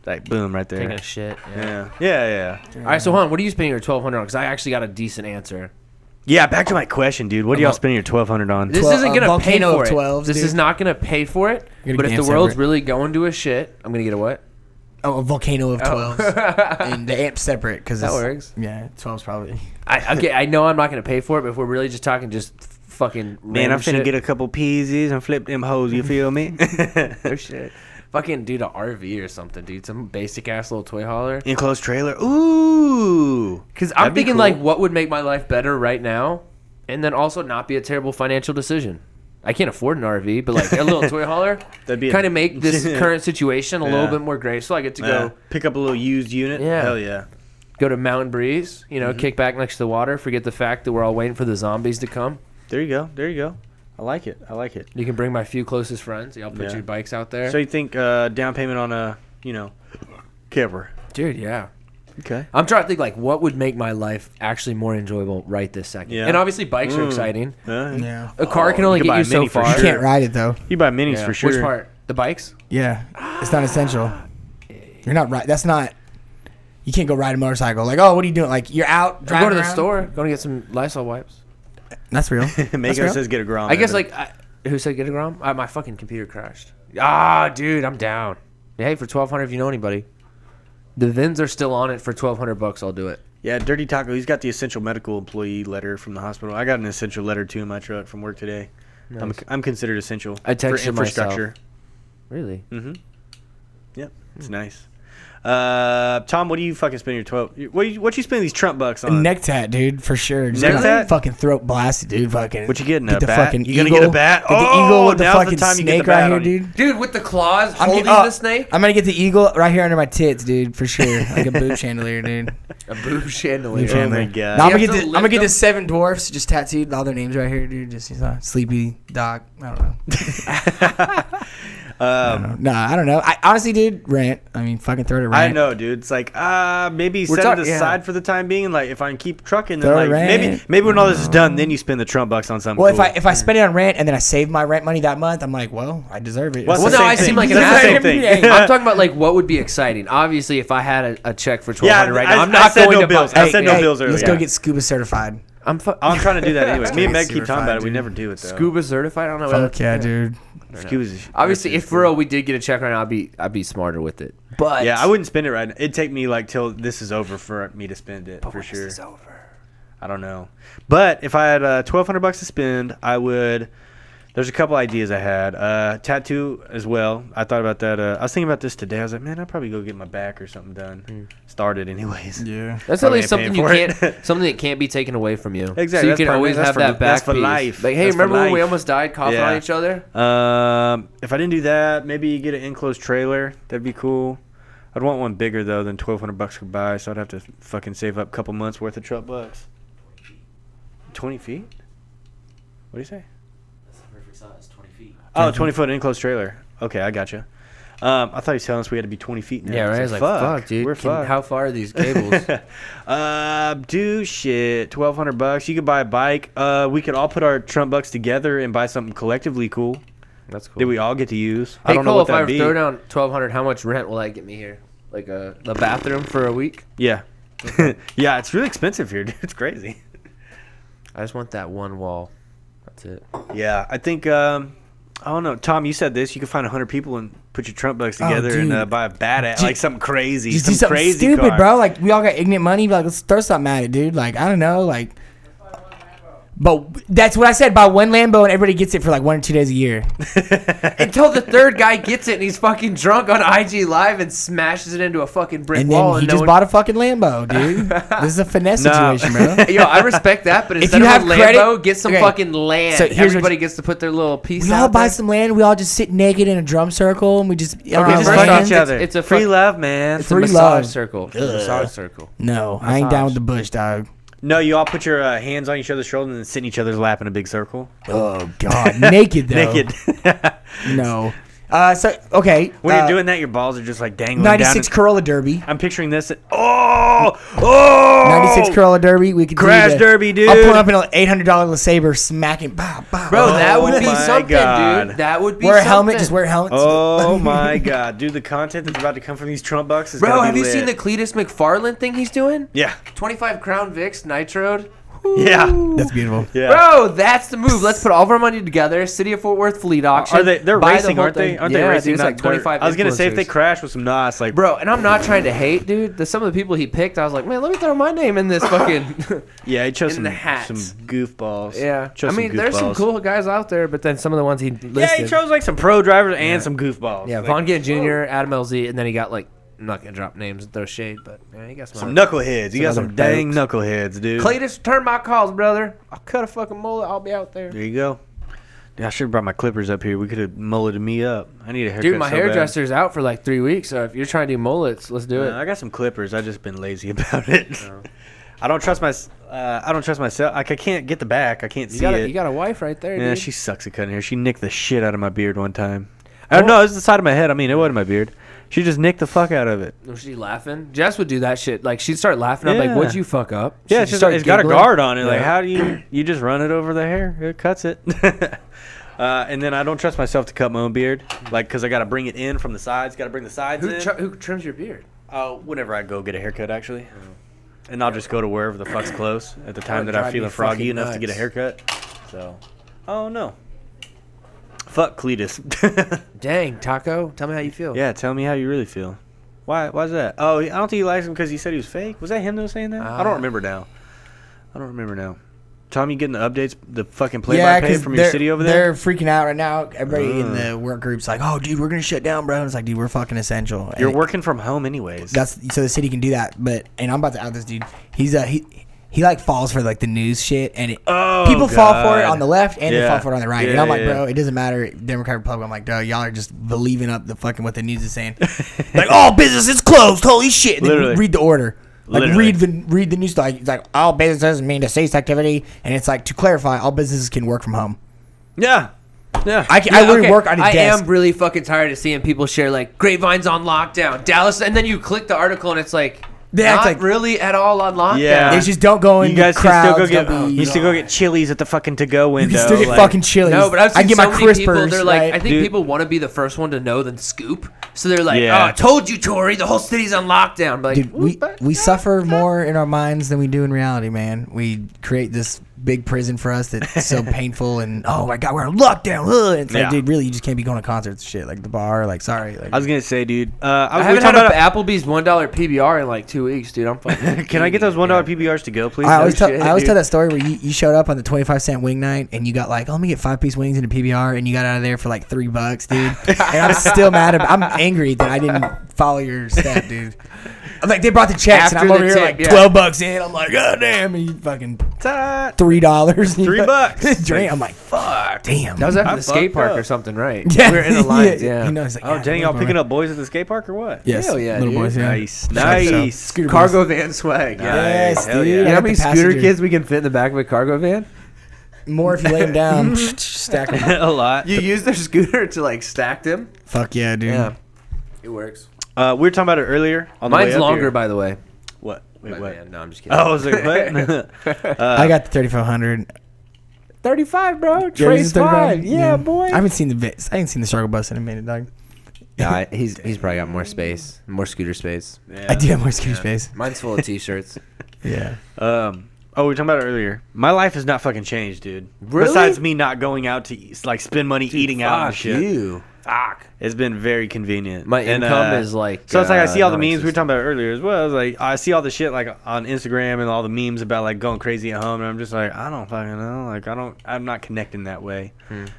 Speaker 1: Like boom, right
Speaker 4: Taking
Speaker 1: there.
Speaker 4: a shit. Yeah.
Speaker 1: Yeah, yeah, yeah.
Speaker 4: All right, so hon, what are you spending your twelve hundred on? Because I actually got a decent answer.
Speaker 1: Yeah, back to my question, dude. What are y'all spending your twelve hundred on?
Speaker 4: This
Speaker 2: Twelve-
Speaker 4: isn't
Speaker 2: a
Speaker 4: gonna pay
Speaker 2: volcano
Speaker 4: for
Speaker 2: of
Speaker 4: it.
Speaker 2: 12s,
Speaker 4: this
Speaker 2: dude.
Speaker 4: is not gonna pay for it.
Speaker 2: You're gonna
Speaker 4: But if
Speaker 2: get
Speaker 4: the
Speaker 2: amp
Speaker 4: world's
Speaker 2: separate.
Speaker 4: really going to a shit, I'm gonna get a what?
Speaker 2: Oh, a volcano of twelves, and the amp separate because
Speaker 4: That works.
Speaker 2: Yeah, twelves probably.
Speaker 4: I okay. I know I'm not gonna pay for it, but if we're really just talking, just f- fucking
Speaker 1: Man, I'm
Speaker 4: random
Speaker 1: finna
Speaker 4: shit,
Speaker 1: get a couple peasies and flip them hoes. You feel me?
Speaker 4: no shit. Fucking dude, an RV or something, dude. Some basic ass little toy hauler.
Speaker 1: Enclosed trailer. Ooh.
Speaker 4: Because I'm
Speaker 1: That'd be
Speaker 4: thinking
Speaker 1: cool.
Speaker 4: like, what would make my life better right now, and then also not be a terrible financial decision. I can't afford an RV, but like a little toy hauler,
Speaker 1: That'd be a-
Speaker 4: kind of make this current situation a little
Speaker 1: Yeah.
Speaker 4: bit more graceful. I get to
Speaker 1: Yeah.
Speaker 4: go
Speaker 1: pick up a little used unit.
Speaker 4: Yeah.
Speaker 1: Hell yeah.
Speaker 4: go to Mountain Breeze, you know,
Speaker 1: Mm-hmm.
Speaker 4: kick back next to the water, forget the fact that we're all waiting for the zombies to come.
Speaker 1: There you go. There you go. I like it. I like it.
Speaker 4: You can bring my few closest friends. Y'all put
Speaker 1: Yeah.
Speaker 4: your bikes out there,
Speaker 1: So you think uh, down payment on a you know camper?
Speaker 4: dude. Yeah,
Speaker 1: Okay.
Speaker 4: I'm trying to think like what would make my life actually more enjoyable right this second.
Speaker 1: Yeah.
Speaker 4: And obviously, bikes are exciting.
Speaker 2: Yeah,
Speaker 4: A car
Speaker 1: Oh,
Speaker 4: can only
Speaker 1: you can
Speaker 4: get
Speaker 1: buy
Speaker 4: you
Speaker 1: a
Speaker 4: so
Speaker 1: Mini for
Speaker 4: far.
Speaker 2: you
Speaker 1: sure.
Speaker 2: can't ride it though.
Speaker 1: You buy minis
Speaker 4: Yeah.
Speaker 1: for sure.
Speaker 4: Which part? The bikes?
Speaker 2: Yeah, it's not essential. You're not right. That's not. You can't go ride a motorcycle. Like, oh, what are you doing? Like, you're out
Speaker 4: Go
Speaker 2: driving
Speaker 4: to the
Speaker 2: around.
Speaker 4: store. Going to get some Lysol wipes.
Speaker 2: That's real. That's
Speaker 1: Mako
Speaker 2: real.
Speaker 1: says get a Grom.
Speaker 4: I guess
Speaker 1: Evan.
Speaker 4: like I, who said get a Grom? Uh, my fucking computer crashed. Ah, dude, I'm down. Hey, for 1200 if you know anybody. The VINs are still on it for 1200 bucks. I'll do it.
Speaker 1: yeah, Dirty Taco. He's got the essential medical employee letter from the hospital. I got an essential letter too in my truck from work today. I'm, I'm considered essential
Speaker 4: I texted
Speaker 1: for infrastructure.
Speaker 4: Really?
Speaker 1: Yep, it's
Speaker 4: Hmm.
Speaker 1: nice. Uh, Tom, what do you fucking spend your twelve? What do you, what you spend these Trump bucks on?
Speaker 2: Neck tat, dude, for sure. Just
Speaker 1: Neck
Speaker 2: get
Speaker 1: tat?
Speaker 2: Fucking throat blasted, dude. Fucking.
Speaker 1: What you getting,
Speaker 2: Get
Speaker 1: a
Speaker 2: the
Speaker 1: bat?
Speaker 2: fucking
Speaker 1: You gonna
Speaker 2: eagle.
Speaker 1: get a bat?
Speaker 2: Get the
Speaker 1: Oh,
Speaker 2: eagle with the
Speaker 1: now's the
Speaker 2: fucking
Speaker 1: time you get the
Speaker 2: snake
Speaker 1: bat
Speaker 2: right here,
Speaker 1: on you.
Speaker 2: dude.
Speaker 4: Dude, with the claws
Speaker 2: I'm
Speaker 4: holding
Speaker 2: getting, oh,
Speaker 4: the snake?
Speaker 2: I'm gonna get the eagle right here under my tits, dude, for sure. Like a boob chandelier, dude.
Speaker 4: A boob chandelier.
Speaker 2: Boob chandelier.
Speaker 1: Oh God.
Speaker 2: Now I'm gonna get
Speaker 4: You have to
Speaker 2: the, I'm
Speaker 4: lift
Speaker 2: gonna get
Speaker 4: them?
Speaker 2: the seven dwarfs just tattooed, all their names right here, dude. Just you know, sleepy dog. I don't know. I don't know. Nah, I don't know. I honestly, dude, rant. I mean, fucking throw it around.
Speaker 1: Um, I know, dude. It's like uh maybe
Speaker 4: We're
Speaker 1: set
Speaker 4: talk-
Speaker 1: it
Speaker 4: yeah.
Speaker 1: aside for the time being. Like if I can keep trucking, then
Speaker 2: Throw
Speaker 1: like
Speaker 2: rent.
Speaker 1: maybe maybe when all this is done, then you spend the Trump bucks on something.
Speaker 2: Well, if
Speaker 1: cool.
Speaker 2: I if I spend it on rent and then I save my rent money that month, I'm like, well, I deserve it.
Speaker 1: Well,
Speaker 2: It's
Speaker 1: it's the
Speaker 4: Well, no,
Speaker 1: same
Speaker 4: I seem
Speaker 1: thing.
Speaker 4: like an
Speaker 1: That's the same
Speaker 4: asshole.
Speaker 1: thing.
Speaker 4: I'm talking about like what would be exciting. Obviously, if I had a, a check for twelve
Speaker 1: Yeah,
Speaker 4: hundred right
Speaker 1: I-
Speaker 4: now, I'm
Speaker 1: I
Speaker 4: not
Speaker 1: said
Speaker 4: going
Speaker 1: no
Speaker 4: to
Speaker 1: bills.
Speaker 4: Buy,
Speaker 1: I said no
Speaker 4: Hey,
Speaker 1: bills earlier.
Speaker 2: Let's
Speaker 1: Yeah.
Speaker 2: go get scuba certified.
Speaker 4: I'm fu-
Speaker 1: Oh, I'm trying to do that anyway. Me and Meg
Speaker 2: That's
Speaker 1: keep talking
Speaker 2: fine,
Speaker 1: about it. We
Speaker 2: dude.
Speaker 1: never do it though.
Speaker 4: scuba certified. I don't know. what
Speaker 2: Fuck
Speaker 4: that's-
Speaker 2: yeah, dude.
Speaker 1: Scuba's-
Speaker 4: Obviously, if for real we did get a check right now, I'd be I'd be smarter with it. But
Speaker 1: yeah, I wouldn't spend it right now. It'd take me like till this is over for me to spend it for
Speaker 4: when
Speaker 1: sure.
Speaker 4: This is over.
Speaker 1: I don't know. But if I had uh, twelve hundred bucks to spend, I would. There's a couple ideas I had. Uh, tattoo as well. I thought about that. Uh, I was thinking about this today. I was like, man, I'd probably go get my back or something done. Started anyways.
Speaker 2: Yeah.
Speaker 4: That's at
Speaker 1: Probably
Speaker 4: least
Speaker 1: ain't paying
Speaker 4: something you
Speaker 1: for it.
Speaker 4: can't, something that can't be taken away from you. So
Speaker 1: Exactly,
Speaker 4: you
Speaker 1: that's
Speaker 4: can
Speaker 1: probably-
Speaker 4: always
Speaker 1: that's
Speaker 4: have
Speaker 1: for-
Speaker 4: that back.
Speaker 1: that's for
Speaker 4: piece.
Speaker 1: life.
Speaker 4: Like, hey,
Speaker 1: That's for
Speaker 4: remember when we
Speaker 1: life.
Speaker 4: almost died coughing
Speaker 1: Yeah.
Speaker 4: on each other?
Speaker 1: Um, if I didn't do that, maybe you get an enclosed trailer. That'd be cool. I'd want one bigger though than twelve hundred bucks could buy, so I'd have to fucking save up a couple months worth of truck bucks. Twenty feet? What do you say?
Speaker 5: That's the perfect size, 20 feet.
Speaker 1: Oh, 20 foot enclosed trailer. Okay, I gotcha. Um, I thought he was telling us we had to be 20 feet now.
Speaker 4: Yeah, right. I
Speaker 1: I
Speaker 4: was like, fuck, dude.
Speaker 1: We're
Speaker 4: can-
Speaker 1: fucked.
Speaker 4: How far are these cables?
Speaker 1: Uh, do shit. Twelve hundred bucks. You could buy a bike. Uh, we could all put our Trump bucks together and buy something collectively cool
Speaker 4: That's cool.
Speaker 1: that we all get to use.
Speaker 4: Hey,
Speaker 1: I don't
Speaker 4: Cole,
Speaker 1: know what
Speaker 4: if I
Speaker 1: that'd be.
Speaker 4: throw down twelve hundred, how much rent will that get me here? Like a the bathroom for a week?
Speaker 1: Yeah, yeah. It's really expensive here, dude. It's crazy.
Speaker 4: I just want that one wall. That's it.
Speaker 1: Yeah, I think. Um, I don't know, Tom. You said this. You could find hundred people and put your Trump bucks
Speaker 2: Oh,
Speaker 1: together and uh,
Speaker 2: dude.
Speaker 1: buy a bat at
Speaker 2: Ju-
Speaker 1: like something crazy,
Speaker 2: Just
Speaker 1: some
Speaker 2: do something
Speaker 1: crazy
Speaker 2: stupid,
Speaker 1: car.
Speaker 2: bro. Like we all got ignorant money. Be like, let's throw something at it, dude. Like I don't know, like. But that's what I said. Buy one Lambo and everybody gets it for like one or two days a year.
Speaker 4: Until the third guy gets it and he's fucking drunk on IG Live and smashes it into a fucking brick
Speaker 2: And then
Speaker 4: wall.
Speaker 2: he
Speaker 4: and
Speaker 2: just
Speaker 4: no one-
Speaker 2: bought a fucking Lambo, dude. this is a finesse
Speaker 1: Nah.
Speaker 2: situation, bro.
Speaker 4: Yo, I respect that, but instead
Speaker 2: you
Speaker 4: of a
Speaker 2: have credit-
Speaker 4: Lambo, get some
Speaker 2: Okay.
Speaker 4: fucking land.
Speaker 2: So here's what
Speaker 4: Everybody
Speaker 2: you-
Speaker 4: gets to put their little piece.
Speaker 2: We
Speaker 4: out
Speaker 2: all buy
Speaker 4: there.
Speaker 2: some land. We all just sit naked in a drum circle and we just. on
Speaker 1: We
Speaker 2: our
Speaker 1: just
Speaker 4: First
Speaker 1: fuck
Speaker 4: land.
Speaker 1: each
Speaker 4: it's-
Speaker 1: other.
Speaker 4: it's a
Speaker 1: free
Speaker 4: fuck-
Speaker 1: love, man.
Speaker 4: It's a
Speaker 2: Free
Speaker 4: massage
Speaker 2: love.
Speaker 4: circle. It's a massage circle.
Speaker 2: No, I ain't down with the bush, dog.
Speaker 1: no, you all put your uh, hands on each other's shoulders and sit in each other's lap in a big circle,
Speaker 2: Oh God, naked though.
Speaker 1: naked.
Speaker 2: No. Uh, so okay.
Speaker 1: when
Speaker 2: uh,
Speaker 1: you're doing that, your balls are just like dangling down.
Speaker 2: ninety-six
Speaker 1: and-
Speaker 2: Corolla Derby.
Speaker 1: I'm picturing this. Oh, oh!
Speaker 2: 96 Corolla Derby. We could do
Speaker 1: Crash
Speaker 2: the-
Speaker 1: Derby, dude.
Speaker 2: I'll put up in an eight hundred dollar Saber, smacking, bow, bow.
Speaker 4: Bro, that
Speaker 1: Oh
Speaker 4: would be
Speaker 1: my
Speaker 4: something,
Speaker 1: God.
Speaker 4: dude. That would be
Speaker 2: wear a
Speaker 4: something.
Speaker 2: helmet. Just wear helmets.
Speaker 1: Oh my god, dude! The content that's about to come from these Trump bucks is
Speaker 4: Bro,
Speaker 1: gonna be
Speaker 4: have you
Speaker 1: lit.
Speaker 4: seen the Cletus McFarland thing he's doing?
Speaker 1: Yeah,
Speaker 4: 25 Crown Vicks, Nitrode.
Speaker 1: yeah,
Speaker 2: That's beautiful.
Speaker 1: yeah.
Speaker 4: Bro, that's the move. Let's put all of our money together. City of Fort Worth fleet auction.
Speaker 1: Are they? They're
Speaker 4: Buy the
Speaker 1: racing,
Speaker 4: whole
Speaker 1: aren't they?
Speaker 4: thing.
Speaker 1: Aren't
Speaker 4: yeah,
Speaker 1: they
Speaker 4: dude,
Speaker 1: racing?
Speaker 4: it's
Speaker 1: not
Speaker 4: like 25
Speaker 1: dirt? I was gonna say if they
Speaker 4: influencers.
Speaker 1: crash with some Nas, like
Speaker 4: Bro, and I'm not trying to hate, dude. The, some of the people he picked, I was like, man, let me throw my name in this fucking.
Speaker 1: yeah, he chose
Speaker 4: in
Speaker 1: some
Speaker 4: the hats.
Speaker 1: some goofballs.
Speaker 4: yeah.
Speaker 1: chose
Speaker 4: I
Speaker 1: some
Speaker 4: mean, there's some
Speaker 1: goofballs.
Speaker 4: cool guys out there, but then some of the ones he listed.
Speaker 1: Yeah, he chose like some pro drivers and some goofballs.
Speaker 4: Yeah,
Speaker 1: like,
Speaker 4: Von Gant Jr., Adam LZ, and then he got like, I'm not going to drop names and throw shade, but yeah, he got some.
Speaker 1: some knuckleheads. You got
Speaker 4: Some
Speaker 1: some
Speaker 4: other
Speaker 1: dang knuckleheads, dude.
Speaker 4: Cletus, turn my calls, brother. I'll cut a fucking mullet. I'll be out there.
Speaker 1: There you go. Dude, I should have brought my clippers up here. We could have mulleted me up. I need a haircut.
Speaker 4: Dude,
Speaker 1: so
Speaker 4: my
Speaker 1: bad.
Speaker 4: hairdresser's out for like three weeks, so if you're trying to do mullets, let's do
Speaker 1: Uh,
Speaker 4: it.
Speaker 1: I got some clippers. I just been lazy about it.
Speaker 4: Oh.
Speaker 1: I don't trust my. s- Uh, I don't trust myself. Like I can't get the back. I can't
Speaker 4: You
Speaker 1: see
Speaker 4: got, a,
Speaker 1: it.
Speaker 4: you got a wife right there,
Speaker 1: yeah,
Speaker 4: dude.
Speaker 1: she sucks at cutting hair. She nicked the shit out of my beard one time. I don't know. It was the side of my head. I mean, it wasn't my beard. She just nicked the fuck out of it.
Speaker 4: Was she laughing? Jess would do that shit. Like she'd start laughing. I'm like,
Speaker 1: Yeah.
Speaker 4: "What'd you fuck up?"
Speaker 1: Yeah,
Speaker 4: She'd
Speaker 1: it's, just,
Speaker 4: start
Speaker 1: it's got a
Speaker 4: giggling.
Speaker 1: guard on it. Like,
Speaker 4: Yeah.
Speaker 1: how do you you just run it over the hair? It cuts it. uh, and then I don't trust myself to cut my own beard, like because I got to bring it in from the sides. Got to bring the sides
Speaker 4: Who,
Speaker 1: in.
Speaker 4: tr- who trims your beard?
Speaker 1: Uh, whenever I go get a haircut, actually.
Speaker 2: Oh.
Speaker 1: And I'll just go to wherever the fuck's close at the time
Speaker 4: would
Speaker 1: that I'm
Speaker 4: drive me
Speaker 1: feeling froggy
Speaker 4: fucking
Speaker 1: enough to get a
Speaker 4: nuts.
Speaker 1: haircut. So, oh no. Fuck Cletus.
Speaker 4: Dang, Taco, tell me how you feel.
Speaker 1: yeah, tell me how you really feel. Why? Why's that? Oh, I don't think he likes him because he said he was fake. Was that him that was saying that? I
Speaker 2: Uh.
Speaker 4: Ah.
Speaker 1: don't remember now. I don't remember now. Tom, you getting the updates, the fucking
Speaker 2: yeah,
Speaker 1: play-by-play
Speaker 2: because
Speaker 1: from your city over there?
Speaker 2: They're freaking out right now. Everybody in the work group's like, "Oh, dude, we're gonna shut down, bro." And it's like, "Dude, we're fucking essential." And
Speaker 1: You're
Speaker 2: it-
Speaker 1: working from home anyways.
Speaker 2: That's so the city can do that. But and I'm about to out this dude. He's a he. He like falls for like the news shit, and it,
Speaker 1: Oh,
Speaker 2: people fall for it
Speaker 1: God.
Speaker 2: on the left and they
Speaker 1: Yeah.
Speaker 2: fall for it on the right. and
Speaker 1: Yeah,
Speaker 2: I'm like,
Speaker 1: yeah,
Speaker 2: bro,
Speaker 1: yeah.
Speaker 2: it doesn't matter, Democrat Republican. I'm like, duh, y'all are just believing up the fucking what the news is saying. like, all business is closed. Holy shit! And then
Speaker 1: Literally.
Speaker 2: read the order. Like
Speaker 1: Literally.
Speaker 2: read the read the news like it's like all businesses mean to cease activity, and it's like to clarify, all businesses can work from home.
Speaker 1: yeah. Yeah.
Speaker 2: I can, I
Speaker 4: Yeah,
Speaker 2: literally
Speaker 4: okay,
Speaker 2: work on a
Speaker 4: I
Speaker 2: desk.
Speaker 4: am really fucking tired of seeing people share like Grapevine's on lockdown, Dallas, and then you click the article and it's like,
Speaker 2: Yeah, it's
Speaker 4: not
Speaker 2: like-
Speaker 4: really at all on lockdown.
Speaker 1: Yeah.
Speaker 2: they just don't go in.
Speaker 1: you guys
Speaker 2: the
Speaker 1: can still
Speaker 2: crowds,
Speaker 1: go get
Speaker 2: don't be-
Speaker 1: you still go get chilies at the fucking to go window.
Speaker 2: You can still get
Speaker 1: like-
Speaker 2: fucking chilies.
Speaker 4: No, but I've
Speaker 2: I
Speaker 4: seen
Speaker 2: get
Speaker 4: so
Speaker 2: my
Speaker 4: many
Speaker 2: crispers.
Speaker 4: people. They're like,
Speaker 2: right?
Speaker 4: I think
Speaker 1: Dude.
Speaker 4: people want to be the first one to know than scoop. So they're like,
Speaker 1: Yeah.
Speaker 4: "Oh, I told you, Tori, the whole city's on lockdown." But like,
Speaker 2: Dude, we,
Speaker 4: "What the
Speaker 2: we
Speaker 4: fuck?"
Speaker 2: suffer more in our minds than we do in reality, man. We create this big prison for us that's so painful, and oh my god, we're on lockdown. Ugh. It's like,
Speaker 1: Yeah.
Speaker 2: dude, really, you just can't be going to concerts, and shit, like the bar, like sorry, like
Speaker 1: I was gonna say, dude. Uh, I,
Speaker 4: I
Speaker 1: was, we were
Speaker 4: haven't
Speaker 1: talking
Speaker 4: had an
Speaker 1: about
Speaker 4: Applebee's one dollar PBR in like two weeks, dude. I'm fucking.
Speaker 1: Can I get those one dollar PBRs to go, please?
Speaker 2: I always
Speaker 4: no
Speaker 2: tell
Speaker 4: shit,
Speaker 2: I always tell
Speaker 4: dude.
Speaker 2: that story where you, you showed up on the twenty five cent wing night and you got like oh, let me get five piece wings and a PBR and you got out of there for like three bucks, dude. and I'm still mad. About, I'm angry that I didn't follow your step, dude. I'm like they brought the checks and
Speaker 4: After
Speaker 2: I'm over
Speaker 4: the
Speaker 2: here
Speaker 4: tip,
Speaker 2: like
Speaker 4: yeah.
Speaker 2: twelve bucks in. I'm like god damn, and you fucking
Speaker 1: Ta-
Speaker 2: three dollars,
Speaker 1: Three bucks.
Speaker 2: drink. I'm like fuck, damn.
Speaker 4: That was after
Speaker 1: I
Speaker 4: the skate
Speaker 1: fucked
Speaker 4: park
Speaker 1: up.
Speaker 4: or something, right? We were in the lines, yeah.
Speaker 2: He knows, like,
Speaker 1: Oh
Speaker 2: yeah,
Speaker 1: dang! Y'all picking up boys at the skate park or what?
Speaker 2: Yes,
Speaker 4: Hell yeah,
Speaker 2: little
Speaker 4: dude.
Speaker 2: boys. Yeah.
Speaker 1: Nice,
Speaker 2: Nice.
Speaker 1: nice.
Speaker 2: Scooter boys.
Speaker 4: Cargo van swag. Yeah.
Speaker 2: Yes,
Speaker 1: Hell
Speaker 2: dude.
Speaker 1: yeah. You
Speaker 2: I
Speaker 4: You know
Speaker 2: got
Speaker 4: how
Speaker 2: the
Speaker 4: many scooter
Speaker 2: passenger.
Speaker 4: kids we can fit in the back of a cargo van?
Speaker 2: More if you lay them down, stack them.
Speaker 1: a lot.
Speaker 4: You use their scooter to like stack them.
Speaker 2: Fuck yeah, dude.
Speaker 4: Yeah. It works.
Speaker 1: Uh, we were talking about it earlier. On the way
Speaker 4: Mine's
Speaker 1: up
Speaker 4: longer,
Speaker 1: here.
Speaker 4: by the way.
Speaker 1: what? Wait,
Speaker 4: My
Speaker 1: what?
Speaker 4: bad. No, I'm just kidding.
Speaker 1: Oh, I was like, what? Uh,
Speaker 2: I got the 3500.
Speaker 4: 35, bro.
Speaker 2: Jerry's
Speaker 4: Trace 5.
Speaker 2: 3500?
Speaker 4: Yeah, boy.
Speaker 2: I haven't seen the vi- I haven't seen the struggle bus in a minute, dog.
Speaker 4: Nah, he's, he's probably got more space, more scooter space.
Speaker 2: I do have more skinny space.
Speaker 4: Mine's full of t shirts.
Speaker 2: Yeah.
Speaker 1: Um, oh, we were talking about it earlier. My life has not fucking changed, dude.
Speaker 4: Really?
Speaker 1: Besides me not going out to eat, like spend money eating out and shit,
Speaker 4: you. Fuck.
Speaker 1: it's been very convenient.
Speaker 4: My
Speaker 1: And,
Speaker 4: income
Speaker 1: uh,
Speaker 4: is like.
Speaker 1: So it's like I see all the
Speaker 4: uh,
Speaker 1: memes we were
Speaker 4: non-existent.
Speaker 1: talking about earlier as well. It's like I see all the shit like on Instagram and all the memes about like going crazy at home, and I'm just like I don't fucking know. Like I don't, I'm not connecting that way.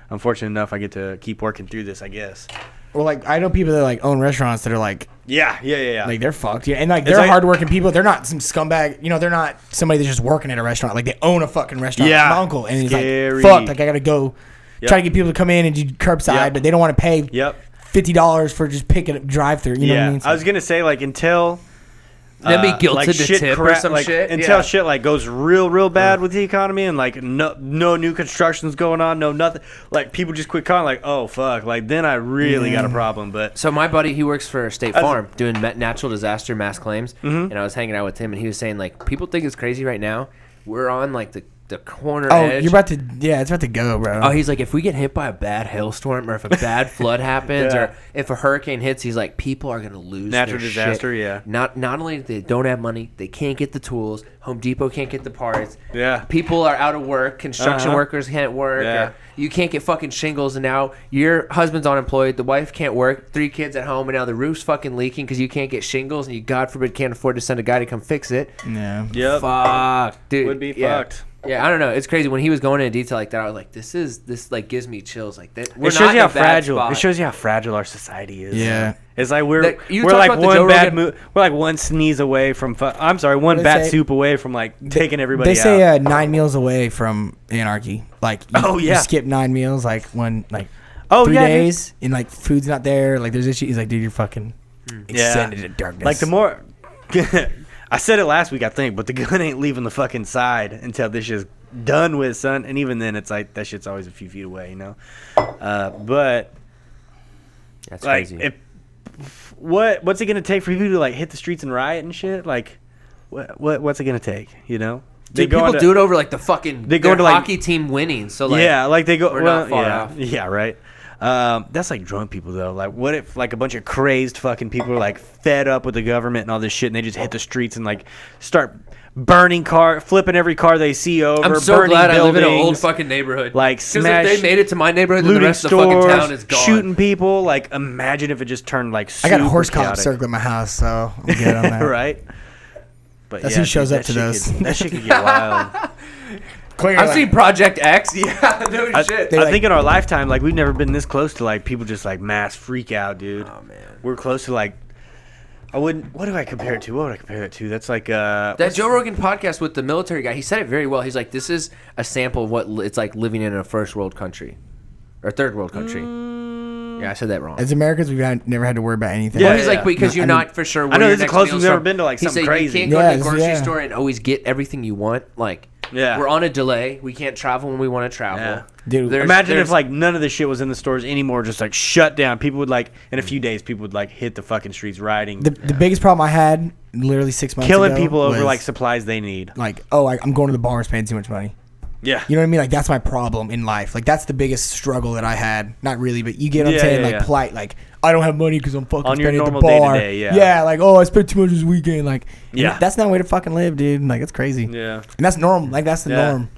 Speaker 1: I'm fortunate enough I get to keep working through this, I guess.
Speaker 2: Well, like I know people that like own restaurants that are like
Speaker 1: Yeah, yeah, yeah, yeah.
Speaker 2: like they're fucked. Yeah, and like they're
Speaker 1: like-
Speaker 2: hardworking people. They're not some scumbag. You know, they're not somebody that's just working at a restaurant. Like they own a fucking restaurant.
Speaker 1: Yeah.
Speaker 2: My uncle and he's
Speaker 1: Scary.
Speaker 2: like, fuck. Like I gotta go
Speaker 1: Yep.
Speaker 2: try to get people to come in and do curbside,
Speaker 1: Yep.
Speaker 2: but they don't want to pay
Speaker 1: yep.
Speaker 2: fifty dollars for just picking up drive through. You know what
Speaker 1: yeah,
Speaker 2: I mean?
Speaker 1: I was gonna say like until
Speaker 4: They'd be
Speaker 1: uh,
Speaker 4: guilted
Speaker 1: like,
Speaker 4: to
Speaker 1: shit
Speaker 4: tip or
Speaker 1: crap-
Speaker 4: some
Speaker 1: like,
Speaker 4: shit.
Speaker 1: until
Speaker 4: yeah.
Speaker 1: shit like goes real real bad with the economy and like no no new constructions going on no nothing like people just quit calling like oh fuck like then I really got a problem but
Speaker 4: So my buddy, he works for State
Speaker 1: As-
Speaker 4: Farm doing ma- natural disaster mass claims, and I was hanging out with him, and he was saying like people think it's crazy right now. We're on like the the corner
Speaker 2: oh,
Speaker 4: edge.
Speaker 2: you're about to yeah, it's about to go, bro.
Speaker 4: Oh, he's like, if we get hit by a bad hailstorm, or if a bad flood happens,
Speaker 1: Yeah.
Speaker 4: or if a hurricane hits, he's like, people are gonna lose
Speaker 1: Natural
Speaker 4: their
Speaker 1: disaster,
Speaker 4: shit.
Speaker 1: yeah.
Speaker 4: Not not only they don't have money, they can't get the tools. Home Depot can't get the parts.
Speaker 1: Yeah.
Speaker 4: People are out of work. Construction
Speaker 1: Uh-huh.
Speaker 4: workers can't work.
Speaker 1: Yeah.
Speaker 4: or You can't get fucking shingles, and now your husband's unemployed. The wife can't work. Three kids at home, and now the roof's fucking leaking because you can't get shingles, and you God forbid can't afford to send a guy to come fix it.
Speaker 2: yeah.
Speaker 1: yep
Speaker 4: Fuck, dude.
Speaker 1: Would be
Speaker 4: yeah.
Speaker 1: fucked.
Speaker 4: Yeah, I don't know. It's crazy when he was going into detail like that. I was like, this is this like gives me chills. Like that, we're
Speaker 1: it
Speaker 4: not
Speaker 1: shows
Speaker 4: in
Speaker 1: you how
Speaker 4: a bad
Speaker 1: fragile
Speaker 4: spot.
Speaker 1: it shows you how fragile our society is
Speaker 2: Yeah.
Speaker 1: it's like we're
Speaker 4: That- you
Speaker 1: we're
Speaker 4: talked
Speaker 1: like
Speaker 4: about the Joe
Speaker 1: one bad
Speaker 4: Rogan-
Speaker 1: mo- we're like one sneeze away from fu- I'm sorry one
Speaker 2: They
Speaker 1: bat
Speaker 2: say-
Speaker 1: soup away from like taking everybody
Speaker 2: They say
Speaker 1: out
Speaker 2: uh, nine meals away from anarchy. Like, you,
Speaker 1: Oh,
Speaker 2: you
Speaker 1: yeah.
Speaker 2: skip nine meals, like one, like
Speaker 1: Oh,
Speaker 2: three
Speaker 1: yeah, dude.
Speaker 2: days, and like food's not there. Like, there's issues. He's like, dude, you're fucking extended to darkness.
Speaker 1: Mm. Like the more I said it last week, I think, but the gun ain't leaving the fucking side until this shit's done with, son. And even then, it's like that shit's always a few feet away, you know. Uh, but
Speaker 4: That's
Speaker 1: like,
Speaker 4: crazy.
Speaker 1: if what what's it gonna take for you to like hit the streets and riot and shit? Like, what what what's it gonna take? You know,
Speaker 4: Dude,
Speaker 1: go
Speaker 4: people
Speaker 1: into-
Speaker 4: do it over like the fucking
Speaker 1: they
Speaker 4: they
Speaker 1: go
Speaker 4: go
Speaker 1: into, like-
Speaker 4: hockey team winning. So like
Speaker 1: yeah, like they go.
Speaker 4: we're
Speaker 1: well,
Speaker 4: not far
Speaker 1: yeah,
Speaker 4: off.
Speaker 1: Yeah, right. Um, that's like drunk people though. Like, what if like a bunch of crazed fucking people are like fed up with the government and all this shit, and they just hit the streets and like start burning car, flipping every car they see over.
Speaker 4: I'm so
Speaker 1: burning
Speaker 4: glad I live in an
Speaker 1: buildings,
Speaker 4: old fucking neighborhood.
Speaker 1: like,
Speaker 4: 'Cause
Speaker 1: smash-
Speaker 4: if they made it to my neighborhood, then
Speaker 1: looting
Speaker 4: the rest
Speaker 1: stores,
Speaker 4: of the fucking town is gone.
Speaker 1: shooting people. Like, imagine if it just turned like.
Speaker 2: I got a horse
Speaker 1: super
Speaker 2: cop
Speaker 1: chaotic.
Speaker 2: circling my house, so I'm good on that.
Speaker 1: right. But
Speaker 2: That's
Speaker 1: yeah,
Speaker 2: who shows
Speaker 1: dude,
Speaker 2: up
Speaker 1: that
Speaker 2: to
Speaker 1: shit
Speaker 2: those.
Speaker 1: could- that shit could get wild.
Speaker 2: Clear,
Speaker 4: I've
Speaker 2: like-
Speaker 4: seen Project X. Yeah, no
Speaker 1: I,
Speaker 4: shit.
Speaker 1: I
Speaker 2: like-
Speaker 1: think in our lifetime, like we've never been this close to like people just like mass freak out, dude.
Speaker 4: Oh, man.
Speaker 1: We're close to like I wouldn't what do I compare it to? What would I compare it to? That's like uh
Speaker 4: That Joe Rogan podcast with the military guy, he said it very well. He's like, "This is a sample of what li- it's like living in a first world country, or third world country." Yeah, I said that wrong.
Speaker 2: As Americans, we've had, never had to worry about anything.
Speaker 1: Yeah,
Speaker 4: Well, he's like because
Speaker 2: No,
Speaker 4: you're
Speaker 2: I
Speaker 4: not for sure. Where
Speaker 1: I know
Speaker 4: your
Speaker 1: this is the
Speaker 4: next
Speaker 1: closest
Speaker 4: meal's
Speaker 1: we've ever
Speaker 4: from.
Speaker 1: been to, like,
Speaker 4: He
Speaker 1: something
Speaker 4: said
Speaker 1: crazy.
Speaker 4: You can't go to
Speaker 2: Yes,
Speaker 4: the grocery
Speaker 2: yeah.
Speaker 4: store and always get everything you want. Like,
Speaker 1: Yeah.
Speaker 4: we're on a delay. We can't travel when we want to travel.
Speaker 1: Yeah.
Speaker 2: Dude,
Speaker 1: Imagine
Speaker 4: there's-
Speaker 1: if like none of this shit was in the stores anymore, just like shut down. People would like in a few
Speaker 4: Mm.
Speaker 1: days people would like hit the fucking streets rioting
Speaker 2: The, the biggest problem I had literally six months
Speaker 1: killing
Speaker 2: ago
Speaker 1: people over
Speaker 2: was,
Speaker 1: like supplies they need.
Speaker 2: like oh I, I'm going to the bar and spending too much money.
Speaker 1: Yeah.
Speaker 2: You know what I mean? Like that's my problem in life. Like that's the biggest struggle that I had. Not really, but you get what
Speaker 1: Yeah,
Speaker 2: I'm saying?
Speaker 1: yeah,
Speaker 2: like
Speaker 1: yeah.
Speaker 2: polite, like I don't have money because I'm fucking
Speaker 1: On your
Speaker 2: spending at
Speaker 1: normal
Speaker 2: the bar.
Speaker 1: day-to-day, yeah.
Speaker 2: like oh, I spent too much this weekend. Like, and
Speaker 1: Yeah.
Speaker 2: that's not a way to fucking live, dude. Like it's crazy.
Speaker 1: yeah.
Speaker 2: and that's normal. Like that's the
Speaker 1: Yeah.
Speaker 2: norm.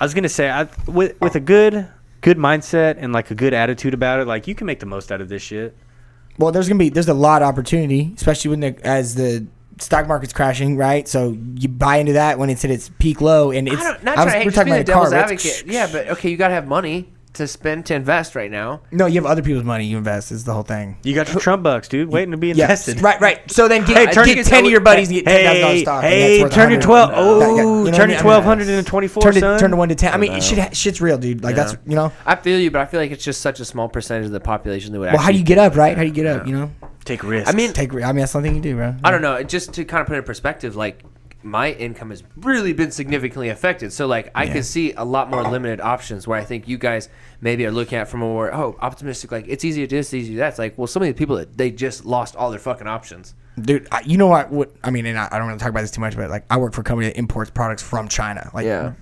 Speaker 1: I was gonna say, I, with with a good good mindset and like a good attitude about it, like you can make the most out of this shit.
Speaker 2: Well, there's gonna be there's a lot of opportunity, especially when the as the stock market's crashing, right? So you buy into that when it's at its peak low, and it's
Speaker 4: I don't, not
Speaker 2: I was-
Speaker 4: trying to
Speaker 2: we
Speaker 4: hate,
Speaker 2: were
Speaker 4: just be the
Speaker 2: a car,
Speaker 4: devil's
Speaker 2: right?
Speaker 4: advocate. yeah, but okay, you gotta have money to spend to invest right now.
Speaker 2: no, you have other people's money you invest. Is the whole thing.
Speaker 1: You got your Trump bucks, dude, waiting to be
Speaker 2: Yeah,
Speaker 1: invested.
Speaker 2: Right, right. So then get,
Speaker 1: Hey, turn- oh,
Speaker 2: get ten of your buddies and get ten thousand dollars stock. and
Speaker 1: Hey,
Speaker 2: that's worth
Speaker 1: turn your
Speaker 2: 100.
Speaker 1: twelve.
Speaker 2: That- that- you know
Speaker 1: Oh,
Speaker 2: what I
Speaker 1: turn
Speaker 2: mean?
Speaker 1: your
Speaker 2: I mean,
Speaker 1: twelve hundred and twenty four.
Speaker 2: Turn to
Speaker 1: son.
Speaker 2: turn to one to ten. I mean, it shit, shit's real, dude. Like that's you know.
Speaker 4: I feel you, but I feel like it's just such a small percentage of the population that would.
Speaker 2: Well, how do
Speaker 4: actually-
Speaker 2: you get up, right? How do you get up? You know,
Speaker 1: Take risks.
Speaker 4: I mean,
Speaker 2: take. I mean, that's something you do, bro.
Speaker 4: I don't know. Just to kind of put it in perspective, like my income has really been significantly affected. So like I could see a lot more limited options where I think you guys maybe are looking at from a more oh optimistic like it's easy to do this, easy to do that. It's like well, so many people that they just lost all their fucking options.
Speaker 2: dude. I, you know what? What I mean, and I, I don't want to talk about this too much, but like I work for a company that imports products from China. Like,
Speaker 4: Yeah.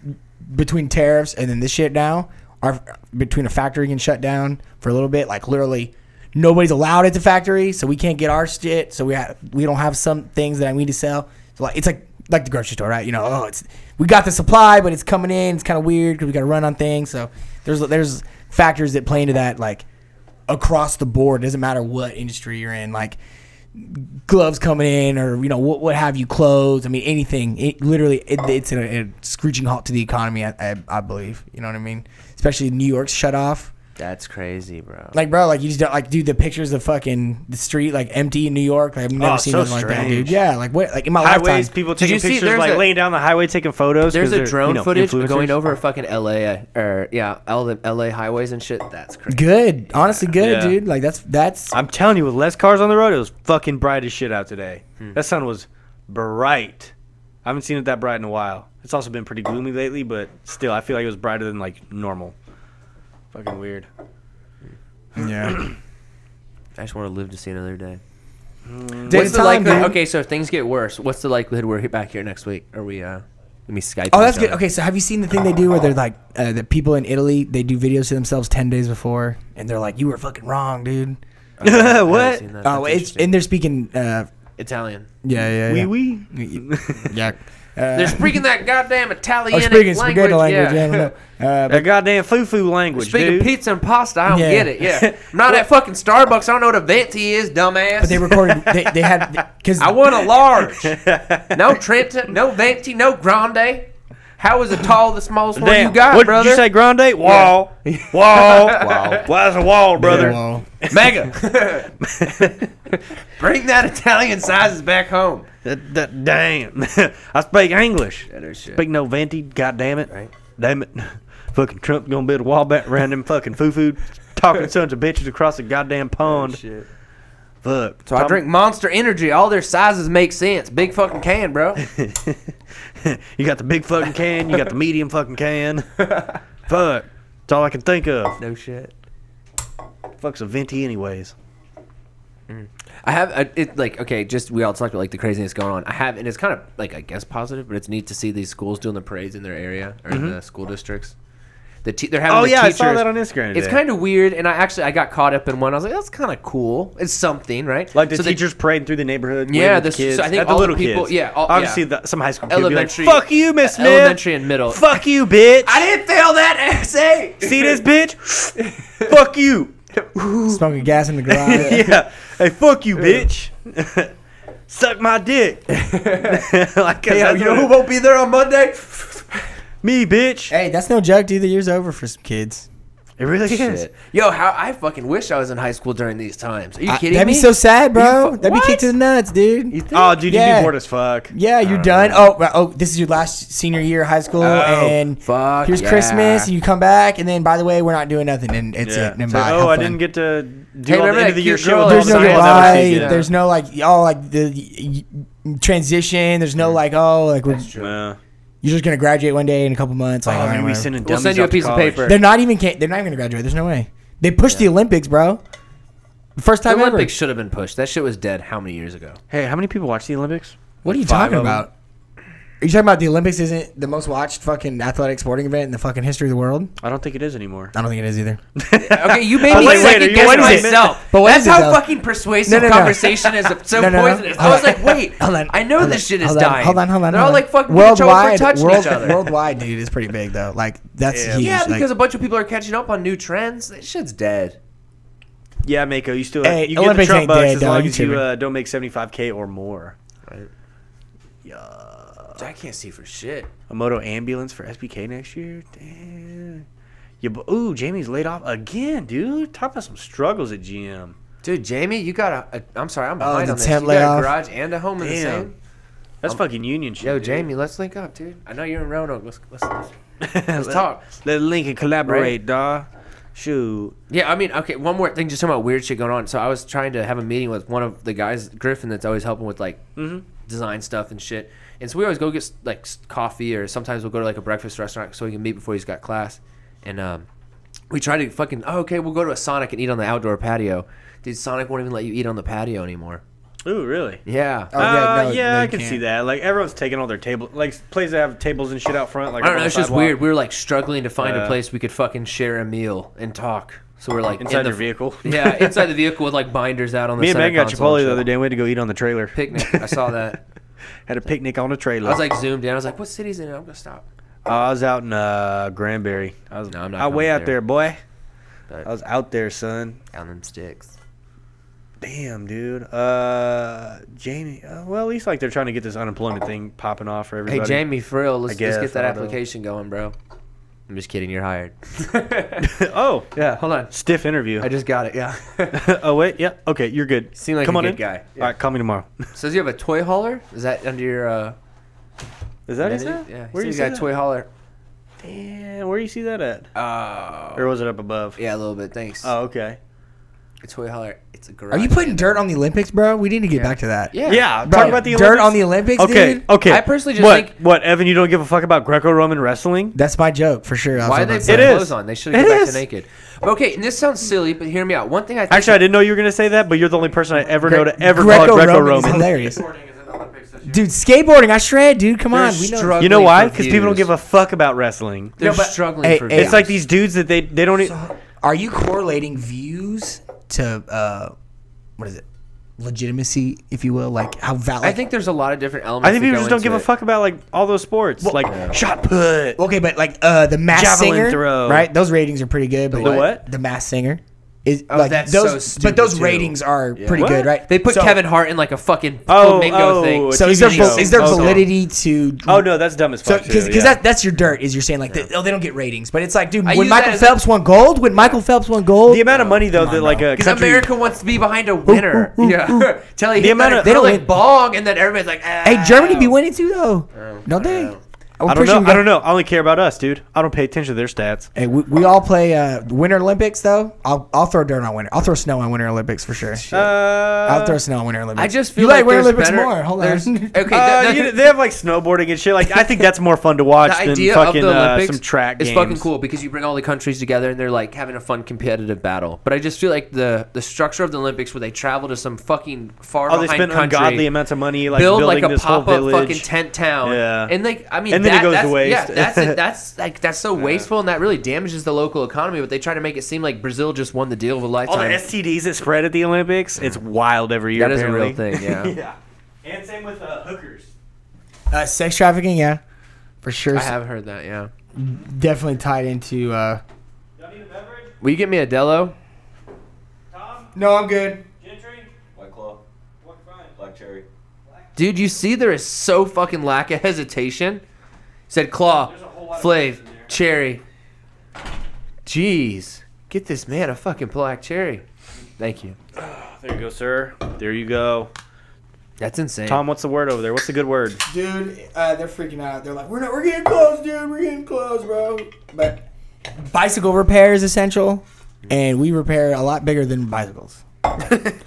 Speaker 2: between tariffs and then this shit now, our between a factory getting shut down for a little bit, like literally nobody's allowed at the factory, so we can't get our shit. So we ha- we don't have some things that I need to sell. So like it's like like the grocery store, right? You know, oh, it's we got the supply, but it's coming in. It's kind of weird because we got to run on things. So there's there's factors that play into that like across the board. It doesn't matter what industry you're in, like gloves coming in or you know what what have you clothes i mean anything it literally it,
Speaker 1: Oh.
Speaker 2: it's a, a screeching halt to the economy I, I, I believe you know what i mean especially new york's shut off
Speaker 4: That's crazy, bro.
Speaker 2: like bro like you just don't like dude the pictures of fucking the street like empty in new york like, i've never
Speaker 1: Oh,
Speaker 2: seen
Speaker 1: so
Speaker 2: anything like that dude
Speaker 1: strange.
Speaker 2: yeah like what like in my
Speaker 1: Highways,
Speaker 2: lifetime
Speaker 1: people
Speaker 4: Did
Speaker 1: taking
Speaker 4: you see
Speaker 1: pictures,
Speaker 4: there's
Speaker 1: like
Speaker 4: a-
Speaker 1: laying down the highway, taking photos. 'cause
Speaker 4: There's a
Speaker 1: they're,
Speaker 4: drone
Speaker 1: you know,
Speaker 4: footage
Speaker 1: influencers.
Speaker 4: going over fucking LA or yeah, all the LA highways and shit. That's crazy.
Speaker 2: good honestly good
Speaker 1: Yeah.
Speaker 2: dude like that's that's
Speaker 1: I'm telling you, with less cars on the road, it was fucking bright as shit out today.
Speaker 4: Hmm.
Speaker 1: That sun was bright. I haven't seen it that bright in a while. It's also been pretty gloomy lately, but still, I feel like it was brighter than like normal. Fucking weird.
Speaker 2: yeah
Speaker 4: I just want to live to see another day.
Speaker 2: Take
Speaker 4: What's
Speaker 2: the
Speaker 4: the
Speaker 2: time,
Speaker 4: likelihood?
Speaker 2: dude.
Speaker 4: Okay, so if things get worse, what's the likelihood we're hit back here next week? Are we? uh Let me Skype.
Speaker 2: oh
Speaker 4: each
Speaker 2: that's good
Speaker 4: other.
Speaker 2: okay so have you seen the thing they do where they're like uh, the people in italy they do videos to themselves 10 days before and they're like you were fucking wrong dude
Speaker 4: I haven't
Speaker 1: What?
Speaker 4: seen that.
Speaker 2: oh it's
Speaker 4: That's interesting.
Speaker 2: and they're speaking uh
Speaker 4: Italian.
Speaker 2: yeah yeah
Speaker 1: Wee
Speaker 2: yeah.
Speaker 1: wee.
Speaker 2: Yeah.
Speaker 4: They're speaking that goddamn Italian
Speaker 2: Uh, Oh, speaking of
Speaker 4: language.
Speaker 2: spaghetti language, yeah.
Speaker 4: yeah.
Speaker 2: I don't know. Uh,
Speaker 1: That goddamn foo foo language,
Speaker 4: Speaking
Speaker 1: dude.
Speaker 4: pizza and pasta, I don't
Speaker 2: Yeah.
Speaker 4: get it. Yeah, I'm not at fucking Starbucks. I don't know what a venti is, dumbass.
Speaker 2: but they recorded. They, they had because
Speaker 4: I want a large. no Trenta, no venti, no grande. How is a tall the smallest one you
Speaker 1: Damn.
Speaker 4: got,
Speaker 1: what
Speaker 4: brother?
Speaker 1: did you say, Grande? Wall, wall, wall. Why is a wall, brother?
Speaker 4: Mega. Bring that Italian sizes back home.
Speaker 1: That, that, damn. I speak English.
Speaker 4: Better shit.
Speaker 1: Speak no venti, god damn it.
Speaker 4: Right.
Speaker 1: Damn it. fucking Trump gonna build a wall back around them fucking foo foo talking sons of bitches across the goddamn pond. Fuck.
Speaker 4: So I drink Monster Energy. All their sizes make sense. Big fucking can, bro.
Speaker 1: You got the big fucking can, you got the medium fucking can. Fuck. That's all I can think of.
Speaker 4: no shit.
Speaker 1: Fuck's a venti anyways.
Speaker 4: I have I- it like okay, just we all talked about like the craziness going on. I have, and it's kind of like I guess positive, but it's neat to see these schools doing the parades in their area or in the school districts. The te- they're having
Speaker 1: Oh,
Speaker 4: the
Speaker 1: yeah, I
Speaker 4: teachers.
Speaker 1: saw that on Instagram
Speaker 4: It's
Speaker 1: today.
Speaker 4: kind of weird, and I actually I got caught up in one. I was like, that's kind of cool. It's something, right?
Speaker 1: Like the
Speaker 4: So they-
Speaker 1: teachers parading through the neighborhood.
Speaker 4: Yeah,
Speaker 1: waving at
Speaker 4: the s- so
Speaker 1: kids.
Speaker 4: I think
Speaker 1: At the
Speaker 4: all the
Speaker 1: little
Speaker 4: people-
Speaker 1: kids.
Speaker 4: yeah, all-
Speaker 1: obviously
Speaker 4: yeah.
Speaker 1: the, some high school kids would be like,
Speaker 4: Elementary-
Speaker 1: Fuck you, Miss Smith.
Speaker 4: elementary and middle.
Speaker 1: Fuck you, bitch.
Speaker 4: I didn't fail that essay.
Speaker 1: See this bitch? fuck you.
Speaker 2: smoking gas in the garage.
Speaker 1: Yeah. Hey, fuck you, bitch. Suck my dick. like,
Speaker 4: Yeah,
Speaker 1: that's
Speaker 4: you know
Speaker 1: what-
Speaker 4: who won't be there on Monday?
Speaker 1: me, bitch.
Speaker 2: Hey, that's no joke, dude. The year's over for some kids.
Speaker 1: It really is.
Speaker 4: Shit. Yo, how I fucking wish I was in high school during these times. Are you
Speaker 2: I-
Speaker 4: kidding
Speaker 2: that'd
Speaker 4: me?
Speaker 2: be so sad,
Speaker 4: You
Speaker 2: bro.
Speaker 4: fu-
Speaker 2: that'd be
Speaker 4: What?
Speaker 2: kicked to the nuts, dude.
Speaker 4: You think?
Speaker 1: Oh, dude, you'd
Speaker 2: Yeah.
Speaker 1: be bored as fuck.
Speaker 2: yeah, you're done. Oh, well, oh, this is your last senior year of high school, and
Speaker 4: Oh, fuck
Speaker 2: here's
Speaker 4: yeah.
Speaker 2: Christmas. And you come back, and then by the way, we're not doing nothing, and it's
Speaker 1: Yeah.
Speaker 2: it. And
Speaker 1: So,
Speaker 2: bye.
Speaker 1: oh,
Speaker 2: Have
Speaker 1: I
Speaker 2: fun.
Speaker 1: didn't get to do
Speaker 4: Hey,
Speaker 1: all the
Speaker 4: remember
Speaker 1: end
Speaker 4: that
Speaker 1: of the
Speaker 4: cute
Speaker 1: year shit with
Speaker 4: girl Oh, that
Speaker 1: all
Speaker 2: There's
Speaker 1: the
Speaker 2: no
Speaker 4: Science
Speaker 1: science.
Speaker 2: goodbye.
Speaker 4: ever
Speaker 2: There's no like y'all like the y- y- transition. There's no like oh like we're,
Speaker 4: true.
Speaker 1: Yeah.
Speaker 2: you're just gonna graduate one day in a couple months. Like,
Speaker 1: Oh,
Speaker 2: all right,
Speaker 1: man, we
Speaker 2: whatever.
Speaker 1: sending
Speaker 4: We'll
Speaker 1: dummies
Speaker 4: send you a
Speaker 1: off to
Speaker 4: piece of
Speaker 1: college.
Speaker 4: paper.
Speaker 2: They're not even. Can't, they're not even gonna graduate. There's no way. They pushed the Olympics, bro. First
Speaker 4: The
Speaker 2: time ever.
Speaker 4: Olympics should have been pushed. That shit was dead how many years ago?
Speaker 1: Hey, how many people watch the Olympics?
Speaker 2: What are you
Speaker 1: Five
Speaker 2: talking
Speaker 1: of 'em.
Speaker 2: about? Are you talking about the Olympics isn't the most watched fucking athletic sporting event in the fucking history of the world?
Speaker 1: I don't think it is anymore.
Speaker 2: I don't think it is either.
Speaker 4: Okay, you made
Speaker 1: But
Speaker 4: me
Speaker 1: wait, wait,
Speaker 4: second
Speaker 1: you-
Speaker 4: guess
Speaker 1: what is it?
Speaker 4: myself.
Speaker 2: But what
Speaker 4: That's
Speaker 2: is it,
Speaker 4: how
Speaker 2: though?
Speaker 4: fucking persuasive
Speaker 2: No, no, no.
Speaker 4: conversation is so
Speaker 2: No, no, no.
Speaker 4: poisonous. I
Speaker 2: Hold
Speaker 4: was
Speaker 2: on.
Speaker 4: like, wait,
Speaker 2: Hold on.
Speaker 4: I know
Speaker 2: Hold
Speaker 4: this
Speaker 2: on.
Speaker 4: shit is
Speaker 2: Hold on.
Speaker 4: dying.
Speaker 2: Hold on, hold on.
Speaker 4: They're
Speaker 2: hold
Speaker 4: all
Speaker 2: on.
Speaker 4: like fucking worldwide,
Speaker 2: worldwide.
Speaker 4: touching
Speaker 2: world-
Speaker 4: each other.
Speaker 2: Worldwide, dude, is pretty big though. Like that's
Speaker 1: Yeah.
Speaker 2: huge.
Speaker 4: yeah,
Speaker 2: like-
Speaker 4: because a bunch of people are catching up on new trends. That shit's dead.
Speaker 1: Yeah, Mako, you still
Speaker 2: Hey,
Speaker 1: you get
Speaker 2: Olympics
Speaker 1: the Trump
Speaker 2: ain't
Speaker 1: bucks
Speaker 2: dead,
Speaker 1: as
Speaker 2: dog.
Speaker 1: long
Speaker 2: You
Speaker 1: as you
Speaker 2: tripping.
Speaker 1: uh, don't make 75k or more.
Speaker 4: I can't see for shit.
Speaker 1: A moto ambulance for SBK next year. Damn. Yeah, but, ooh, Jamie's laid off again, dude. Talk about some struggles at GM.
Speaker 4: Dude, Jamie, you got a. a I'm sorry, I'm behind
Speaker 2: Oh, the
Speaker 4: on this.
Speaker 2: tent
Speaker 4: you got a
Speaker 2: layoff.
Speaker 4: garage and a home in the
Speaker 1: Damn.
Speaker 4: same.
Speaker 1: That's fucking union shit.
Speaker 4: Yo,
Speaker 1: dude.
Speaker 4: Jamie, let's link up, dude. I know you're in Roanoke. Let's, let's, let's
Speaker 1: let's
Speaker 4: talk.
Speaker 1: Let Lincoln collaborate, dawg. Shoot.
Speaker 4: Yeah, I mean, okay, one more
Speaker 1: Mm-hmm.
Speaker 4: thing, just talking about weird shit going on. So I was trying to have a meeting with one of the guys, Griffin, that's always helping with like design stuff and shit. And so we always go get like s- coffee or sometimes we'll go to like a breakfast restaurant so we can meet before he's got class. And um, we try to fucking oh, okay, we'll go to a Sonic and eat on the outdoor patio. Dude, Sonic won't even let you eat on the patio anymore.
Speaker 1: Ooh, really?
Speaker 4: Yeah.
Speaker 2: Oh, yeah,
Speaker 1: Uh,
Speaker 2: no,
Speaker 1: yeah,
Speaker 2: no,
Speaker 1: I
Speaker 2: you
Speaker 1: can
Speaker 2: can't.
Speaker 1: see that. Like everyone's taking all their table, like places that have tables and shit out front. Like
Speaker 4: I
Speaker 1: up on
Speaker 4: don't know.
Speaker 1: the
Speaker 4: It's just
Speaker 1: sidewalk,
Speaker 4: weird. We were like struggling to find a
Speaker 1: Uh,
Speaker 4: place we could fucking share a meal and talk. So we're like
Speaker 1: inside
Speaker 4: in the
Speaker 1: your vehicle.
Speaker 4: yeah, inside the vehicle with like binders out on the.
Speaker 1: Me and
Speaker 4: center
Speaker 1: Megan got
Speaker 4: console
Speaker 1: Chipotle
Speaker 4: and
Speaker 1: the other
Speaker 4: shit.
Speaker 1: day. We had to go eat on the trailer.
Speaker 4: Picnic. I saw that.
Speaker 1: Had a picnic on a trailer.
Speaker 4: I was like zoomed in. I was like, "What city's in it?" I'm gonna stop.
Speaker 1: I was out in uh, Granbury. I was
Speaker 4: No, I'm not
Speaker 1: out way
Speaker 4: coming
Speaker 1: out there,
Speaker 4: there.
Speaker 1: boy.
Speaker 4: But-
Speaker 1: I was out there, son.
Speaker 4: Down them sticks.
Speaker 1: Damn, dude. Uh, Jamie. Uh, well, at least like they're trying to get this unemployment thing popping off for
Speaker 4: Hey
Speaker 1: everybody.
Speaker 4: Jamie, for real, let's,
Speaker 1: I guess,
Speaker 4: let's get that
Speaker 1: I don't know.
Speaker 4: application going, bro. I'm just kidding. You're hired.
Speaker 1: oh,
Speaker 4: yeah. Hold on.
Speaker 1: stiff interview.
Speaker 4: I just got it. Yeah.
Speaker 1: oh wait, yeah. Okay, you're good.
Speaker 4: Seem like
Speaker 1: Come
Speaker 4: a
Speaker 1: on
Speaker 4: good
Speaker 1: in.
Speaker 4: guy. Yeah.
Speaker 1: All right, call me tomorrow.
Speaker 4: Says you have a toy hauler. Is that under your? uh
Speaker 1: Is that it?
Speaker 4: menu? Yeah.
Speaker 1: Where
Speaker 4: Where
Speaker 1: do you
Speaker 4: you
Speaker 1: see
Speaker 4: got
Speaker 1: that?
Speaker 4: toy hauler?
Speaker 1: Damn, where do you see that at?
Speaker 4: Oh.
Speaker 1: Or was it up above?
Speaker 4: Yeah, a little bit. Thanks.
Speaker 1: Oh, okay.
Speaker 4: A toy hauler. It's a garage.
Speaker 2: Are you putting dirt on the Olympics, bro? We need to get back to that.
Speaker 4: Yeah.
Speaker 1: Yeah,
Speaker 2: Bro,
Speaker 1: talk about the
Speaker 2: dirt
Speaker 1: Olympics.
Speaker 2: on the Olympics,
Speaker 1: Okay,
Speaker 2: dude.
Speaker 1: okay.
Speaker 4: I personally just
Speaker 1: what,
Speaker 4: think-
Speaker 1: what Evan, you don't give a fuck about Greco-Roman wrestling.
Speaker 2: That's my joke for sure. I
Speaker 4: Why
Speaker 2: was
Speaker 4: did they
Speaker 2: about to
Speaker 4: put
Speaker 2: say.
Speaker 1: It is.
Speaker 4: clothes on? They should have
Speaker 1: It
Speaker 4: gone back
Speaker 1: is.
Speaker 4: to naked. Okay, and this sounds silly, but hear me out. One thing I think
Speaker 1: Actually, I didn't know you were gonna say that, but you're the only person I ever know to ever call it
Speaker 2: Greco-Roman is
Speaker 1: Greco-Roman.
Speaker 2: hilarious. Dude, skateboarding, I shred, dude. Come on,
Speaker 4: They're
Speaker 2: we know.
Speaker 4: struggling
Speaker 1: You know why? Because
Speaker 4: for
Speaker 1: people don't
Speaker 4: views.
Speaker 1: give a fuck about wrestling.
Speaker 4: They're
Speaker 2: No, but-
Speaker 4: struggling
Speaker 2: Hey,
Speaker 4: for
Speaker 2: hey,
Speaker 4: views.
Speaker 1: It's like these dudes that they they don't. e-
Speaker 2: Are you correlating views to uh, what is it? Legitimacy, if you will, like how valid.
Speaker 4: I think there's a lot of different elements.
Speaker 1: I think
Speaker 4: that
Speaker 1: people
Speaker 4: go
Speaker 1: just don't
Speaker 4: into
Speaker 1: give a
Speaker 4: it.
Speaker 1: fuck about like all those sports, like shot put.
Speaker 2: okay, but like uh, the mass
Speaker 1: Javelin
Speaker 2: singer,
Speaker 1: throw.
Speaker 2: right? Those ratings are pretty good. But
Speaker 1: The what?
Speaker 2: The mass singer is
Speaker 4: Oh,
Speaker 2: like
Speaker 4: that's so
Speaker 2: those, but
Speaker 4: stupid,
Speaker 2: those
Speaker 4: too.
Speaker 2: ratings are pretty
Speaker 1: What?
Speaker 2: good, right?
Speaker 4: They put
Speaker 2: So-
Speaker 4: Kevin Hart in like a fucking
Speaker 1: Oh,
Speaker 4: flamingo
Speaker 1: oh,
Speaker 4: thing.
Speaker 1: it's-
Speaker 2: So is there
Speaker 1: TV
Speaker 2: val-
Speaker 1: show.
Speaker 2: is there
Speaker 1: Oh, so-
Speaker 2: validity to?
Speaker 1: Oh no, that's dumb as
Speaker 2: So,
Speaker 1: fuck. too,
Speaker 2: because
Speaker 1: yeah.
Speaker 2: that, that's your dirt is you're saying like the, oh they don't get ratings but it's like dude when
Speaker 4: use that
Speaker 2: Michael
Speaker 4: as a-
Speaker 2: Phelps won gold when Michael Phelps won gold
Speaker 1: the amount of money though
Speaker 2: Come on,
Speaker 1: that like a
Speaker 2: bro.
Speaker 4: Because
Speaker 1: country.
Speaker 4: America wants to be behind a winner.
Speaker 2: ooh,
Speaker 4: yeah. Tell you,
Speaker 1: The
Speaker 4: the
Speaker 1: amount
Speaker 4: amount
Speaker 1: of-
Speaker 4: they don't
Speaker 2: They
Speaker 4: like
Speaker 2: don't-
Speaker 4: bong, and then everybody's like, ah.
Speaker 2: hey Germany be winning too though don't they
Speaker 4: know.
Speaker 1: I
Speaker 2: I'm
Speaker 1: don't
Speaker 2: pretty
Speaker 1: know.
Speaker 2: sure we
Speaker 1: I don't know. I only care about us, dude. I don't pay attention to their stats.
Speaker 2: Hey, we, we all play uh, Winter Olympics though. I'll I'll throw dirt on Winter. I'll throw snow on Winter Olympics for sure. I'll
Speaker 1: Uh,
Speaker 2: throw snow on Winter Olympics.
Speaker 4: I just feel
Speaker 2: you like,
Speaker 4: like,
Speaker 2: Winter
Speaker 4: there's
Speaker 2: Olympics
Speaker 4: better-
Speaker 2: more. Hold
Speaker 4: there's-
Speaker 2: on.
Speaker 4: Okay,
Speaker 1: uh,
Speaker 4: that-
Speaker 1: you know,
Speaker 4: that-
Speaker 1: they have like snowboarding and shit. Like I think that's more fun to watch
Speaker 4: the
Speaker 1: than
Speaker 4: idea
Speaker 1: fucking
Speaker 4: of the
Speaker 1: uh,
Speaker 4: Olympics
Speaker 1: some track
Speaker 4: is
Speaker 1: games.
Speaker 4: fucking cool because you bring all the countries together and they're like having a fun competitive battle. But I just feel like the the structure of the Olympics where they travel to some fucking far
Speaker 1: Oh, they
Speaker 4: behind
Speaker 1: spend
Speaker 4: country,
Speaker 1: ungodly amounts of money, like
Speaker 4: build like
Speaker 1: building
Speaker 4: a
Speaker 1: this whole
Speaker 4: pop up fucking
Speaker 1: village.
Speaker 4: tent town,
Speaker 1: Yeah.
Speaker 4: and like I mean,
Speaker 1: And
Speaker 4: that,
Speaker 1: then it goes to
Speaker 4: that's,
Speaker 1: waste.
Speaker 4: Yeah, that's it, that's like that's so wasteful and that really damages the local economy. But they try to make it seem like Brazil just won the deal of a
Speaker 1: All the
Speaker 4: lifetime.
Speaker 1: STDs that spread at the Olympics, it's wild every year.
Speaker 4: that is a
Speaker 1: apparently.
Speaker 4: real thing. Yeah,
Speaker 1: yeah, and same with uh, hookers.
Speaker 2: Uh, sex trafficking, yeah, for sure.
Speaker 4: I have heard that. Yeah,
Speaker 2: Definitely tied into. Uh,
Speaker 1: Y'all need a beverage?
Speaker 4: will you get me a Dello?
Speaker 1: Tom,
Speaker 2: no, I'm good.
Speaker 1: Gentry,
Speaker 5: White Claw,
Speaker 1: what
Speaker 5: Black Cherry.
Speaker 4: Dude, you see, there is so fucking lack of hesitation. Said claw,
Speaker 1: There's a whole lot of
Speaker 4: flav,
Speaker 1: words in there.
Speaker 4: cherry. Jeez, get this man a fucking black cherry. Thank you.
Speaker 1: There you go, sir. There you go.
Speaker 4: That's insane.
Speaker 1: Tom, what's the word over there? What's the good word?
Speaker 2: Dude, uh, they're freaking out. They're like, we're not, we're getting close, dude. We're getting close, bro. But bicycle repair is essential, and we repair a lot bigger than bicycles.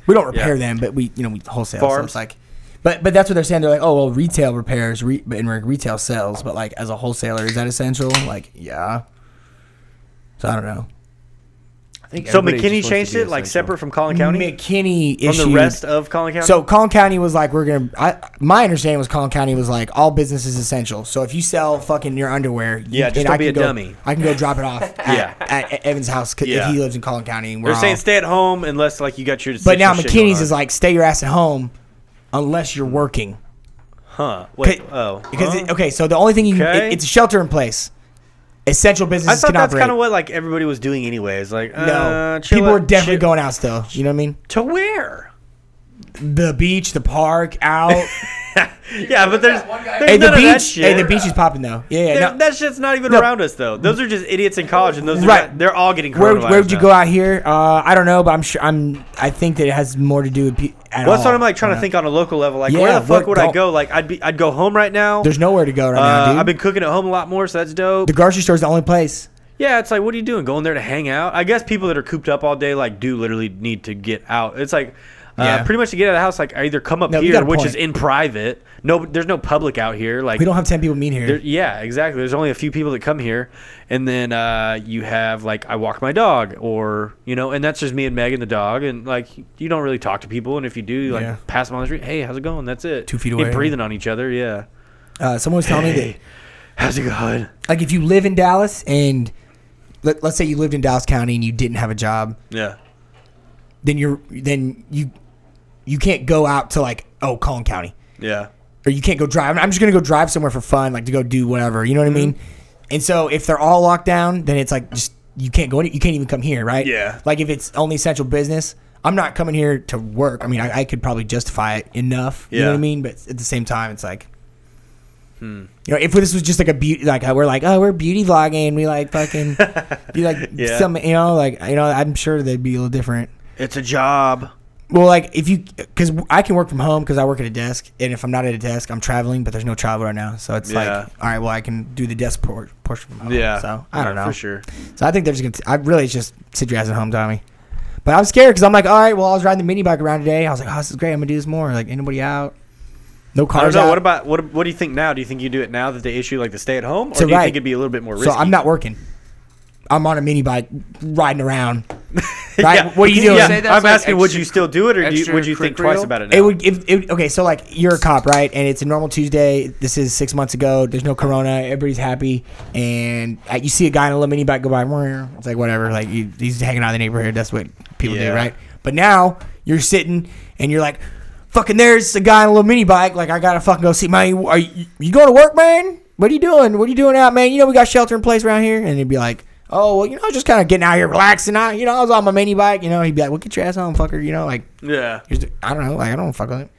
Speaker 2: we don't repair them, but we, you know, we wholesale. So
Speaker 1: Farms.
Speaker 2: it's like, but but that's what they're saying. They're like, oh well, retail repairs, re- but in re- retail sales, but like as a wholesaler, is that essential? Like, yeah. So I don't know.
Speaker 4: I think
Speaker 1: So
Speaker 4: everybody
Speaker 1: McKinney
Speaker 4: just wants to
Speaker 1: changed
Speaker 4: be
Speaker 1: it, like
Speaker 4: essential.
Speaker 1: separate from Collin County,
Speaker 2: McKinney
Speaker 1: from
Speaker 2: issued
Speaker 1: the rest of Collin County.
Speaker 2: so Collin County was like, we're gonna. I, my understanding was Collin County was like, all business is essential. So if you sell fucking your underwear, you-
Speaker 1: Yeah, just
Speaker 2: and
Speaker 1: don't
Speaker 2: I
Speaker 1: be a
Speaker 2: can go-
Speaker 1: dummy.
Speaker 2: I can go drop it off. at,
Speaker 1: Yeah.
Speaker 2: at, at Evan's house 'cause
Speaker 1: Yeah.
Speaker 2: if he lives in Collin County. And we're
Speaker 1: they're saying
Speaker 2: all-
Speaker 1: stay at home unless like you got your.
Speaker 2: but now
Speaker 1: essential shit going
Speaker 2: McKinney's
Speaker 1: on.
Speaker 2: is like, stay your ass at home, unless you're working.
Speaker 1: huh? Wait,
Speaker 2: Ca-
Speaker 1: oh,
Speaker 2: Because
Speaker 1: huh?
Speaker 2: it- okay, so the only thing you can,
Speaker 1: Okay.
Speaker 2: it, it's shelter in place. Essential
Speaker 1: I
Speaker 2: businesses
Speaker 1: thought
Speaker 2: can
Speaker 1: that's
Speaker 2: operate.
Speaker 1: kind of what like everybody was doing anyways. Like
Speaker 2: no,
Speaker 1: uh, chill
Speaker 2: people
Speaker 1: out-
Speaker 2: are definitely
Speaker 1: chill-
Speaker 2: going out still. You know what I mean?
Speaker 1: to where?
Speaker 2: The beach, the park, out.
Speaker 1: Yeah, but there's, there's
Speaker 2: hey, the
Speaker 1: none of that
Speaker 2: beach.
Speaker 1: shit.
Speaker 2: Hey, the beach is popping though. Yeah, yeah.
Speaker 1: There-
Speaker 2: no.
Speaker 1: that shit's not even
Speaker 2: No.
Speaker 1: around us though. Those are just idiots in college, and those are
Speaker 2: Right.
Speaker 1: not- they're all getting
Speaker 2: Where,
Speaker 1: coronavirus.
Speaker 2: would- where would you
Speaker 1: now.
Speaker 2: go out here? Uh, I don't know, but I'm sure I'm. I think that it has more to do with. Pe- at
Speaker 1: Well, that's
Speaker 2: all.
Speaker 1: what I'm like trying
Speaker 2: Uh,
Speaker 1: to think on a local level. Like, where
Speaker 2: Yeah,
Speaker 1: the fuck
Speaker 2: what-
Speaker 1: would I
Speaker 2: don't-
Speaker 1: go? Like, I'd be I'd go home right now.
Speaker 2: There's nowhere to go right now,
Speaker 1: uh,
Speaker 2: dude.
Speaker 1: I've been cooking at home a lot more, so that's dope.
Speaker 2: the grocery store's the only place.
Speaker 1: Yeah, it's like, what are you doing? Going there to hang out? I guess people that are cooped up all day like do literally need to get out. It's like
Speaker 2: Yeah.
Speaker 1: Uh, pretty much to get out of the house, like I either come up
Speaker 2: No, you got
Speaker 1: here,
Speaker 2: a
Speaker 1: which
Speaker 2: point.
Speaker 1: is in private. No, there's no public out here. Like
Speaker 2: We don't have ten people meet here.
Speaker 1: there, yeah, exactly. There's only a few people that come here, and then uh, you have like I walk my dog, or you know, and that's just me and Meg and the dog, and like you don't really talk to people, and if you do, you, like
Speaker 2: Yeah.
Speaker 1: pass them on the street, hey, how's it going? That's it.
Speaker 2: Two feet
Speaker 1: You
Speaker 2: away.
Speaker 1: breathing on each other. Yeah.
Speaker 2: uh, someone was telling me that
Speaker 1: Hey, how's it going?
Speaker 2: like if you live in Dallas and let, let's say you lived in Dallas County and you didn't have a job,
Speaker 1: Yeah.
Speaker 2: then you're then you you can't go out to like oh Collin County
Speaker 1: Yeah.
Speaker 2: or you can't go drive. I'm just gonna go drive somewhere for fun, like to go do whatever. You know what
Speaker 1: Mm-hmm.
Speaker 2: I mean? And so if they're all locked down, then it's like just you can't go. Any, you can't even come here, right?
Speaker 1: Yeah.
Speaker 2: Like if it's only essential business, I'm not coming here to work. I mean, I, I could probably justify it enough. You know what I
Speaker 1: Yeah. Hmm.
Speaker 2: mean? But at the same time, it's like. You know, if this was just like a beauty, like uh, we're like, oh, we're beauty vlogging, we like fucking, be like
Speaker 1: Yeah.
Speaker 2: some, you know, like you know, I'm sure they'd be a little different.
Speaker 1: It's a job.
Speaker 2: Well, like if you, because I can work from home because I work at a desk, and if I'm not at a desk, I'm traveling. But there's no travel right now, so it's
Speaker 1: Yeah.
Speaker 2: like, all right, well, I can do the desk por- portion from home.
Speaker 1: Yeah.
Speaker 2: So I don't
Speaker 1: Yeah,
Speaker 2: know.
Speaker 1: for sure.
Speaker 2: So I think they're just gonna. T- I really just sit your ass at home, Tommy. But I'm scared because I'm like, all right, well, I was riding the mini bike around today. I was like, oh, this is great. I'm gonna do this more. Like anybody out? No
Speaker 1: I don't
Speaker 2: cars
Speaker 1: know.
Speaker 2: out.
Speaker 1: What about what? What do you think now? Do you think you do it now that they issue like the stay at home, or
Speaker 2: So
Speaker 1: do you
Speaker 2: right.
Speaker 1: think it'd be a little bit more risky?
Speaker 2: so I'm not working. I'm on a mini bike riding around. Right?
Speaker 1: Yeah.
Speaker 2: What are you
Speaker 4: Can you
Speaker 2: doing?
Speaker 1: Yeah.
Speaker 4: say that's
Speaker 1: I'm
Speaker 4: like
Speaker 1: asking, would
Speaker 4: extra-
Speaker 1: you still do it, or do you,
Speaker 4: extra
Speaker 1: would you think
Speaker 4: curriculum?
Speaker 1: twice about it? Now?
Speaker 2: It would if it, okay. So like you're a cop, right? And it's a normal Tuesday. This is six months ago. There's no corona. Everybody's happy, and uh, you see a guy in a little mini bike go by. "Meow." It's like whatever. Like you, he's hanging out in the neighborhood. That's what people
Speaker 1: Yeah.
Speaker 2: do, right? But now you're sitting and you're like, "Fucking, there's a guy in a little mini bike. Like I gotta fucking go see my. Are you, you going to work, man? What are you doing? What are you doing out, man? You know we got shelter in place around here." And he'd be like. Oh well, you know, I was just kind of getting out here, relaxing. I, you know, I was on my mini bike. You know, he'd be like, "Well, get your ass on, fucker." You know, like
Speaker 1: Yeah.
Speaker 2: Here's the- I don't know. Like I don't fuck with it.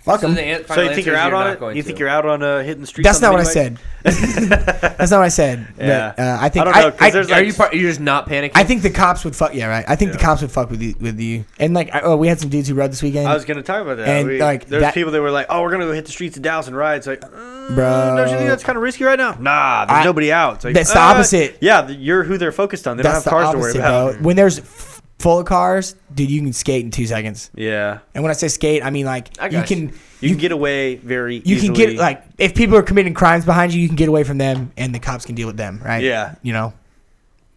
Speaker 2: Fuck
Speaker 4: So
Speaker 2: him.
Speaker 4: the an-
Speaker 1: So
Speaker 4: final
Speaker 1: you
Speaker 4: answer
Speaker 1: think
Speaker 4: is
Speaker 1: you're out
Speaker 4: not
Speaker 1: on it?
Speaker 4: going
Speaker 1: You
Speaker 4: to.
Speaker 1: think you're out on uh, hitting the streets?
Speaker 2: That's
Speaker 1: on the
Speaker 2: not what I
Speaker 1: mini
Speaker 2: said.
Speaker 1: bike?
Speaker 2: That's not what I said.
Speaker 1: Yeah.
Speaker 2: But, uh, I think
Speaker 1: I
Speaker 2: I,
Speaker 1: don't know, 'cause
Speaker 2: I-
Speaker 1: there's,
Speaker 4: Are
Speaker 1: like-
Speaker 4: you part, you're just not panicking?
Speaker 2: I think the cops would fuck. Yeah, right. I think the
Speaker 1: Yeah.
Speaker 2: cops would fuck with you. With you. And like, I, oh, we had some dudes who rode this weekend.
Speaker 1: I was gonna talk about that.
Speaker 2: And,
Speaker 1: we,
Speaker 2: like,
Speaker 1: there's
Speaker 2: that-
Speaker 1: people that were like, "Oh, we're gonna go hit the streets of Dallas and ride." It's like,
Speaker 2: Bro.
Speaker 1: bro, don't you think that's kind of risky right now? Nah, there's
Speaker 2: I-
Speaker 1: nobody out. It's like,
Speaker 2: that's the
Speaker 1: "Uh,
Speaker 2: opposite."
Speaker 1: Yeah, th- you're who they're focused on. They
Speaker 2: That's the
Speaker 1: don't have cars
Speaker 2: opposite,
Speaker 1: to worry about.
Speaker 2: bro. When there's f- full of cars, dude, you can skate in two seconds.
Speaker 1: Yeah,
Speaker 2: And when I say skate, I mean like
Speaker 4: I
Speaker 2: you
Speaker 4: got
Speaker 2: can.
Speaker 4: you.
Speaker 1: you, can get away very.
Speaker 2: You
Speaker 1: easily.
Speaker 2: can get like if people are committing crimes behind you, you can get away from them, and the cops can deal with them, right?
Speaker 1: Yeah.
Speaker 2: you know.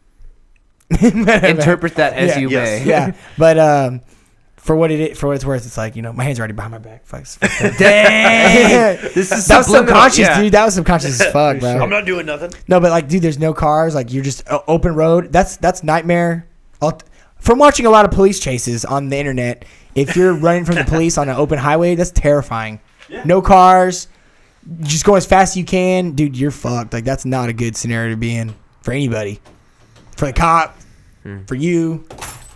Speaker 4: interpret that as
Speaker 2: Yeah.
Speaker 4: you
Speaker 1: Yes.
Speaker 4: may.
Speaker 2: yeah, but um, for what it for what it's worth, it's like you know my hands are already behind my back. Fuck, it's fucked up. Dang,
Speaker 4: This is
Speaker 2: that was
Speaker 4: subliminal,
Speaker 2: subconscious,
Speaker 4: yeah.
Speaker 2: dude. That was subconscious as fuck,
Speaker 1: I'm
Speaker 2: bro.
Speaker 1: not doing nothing.
Speaker 2: No, but like, dude, there's no cars. Like you're just o- open road. That's that's nightmare. I'll, from watching a lot of police chases on the internet, if you're running from the police on an open highway, that's terrifying. No cars. you Just go as fast as you can, dude. You're fucked. Like that's not a good scenario to be in for anybody, for the cop, for you.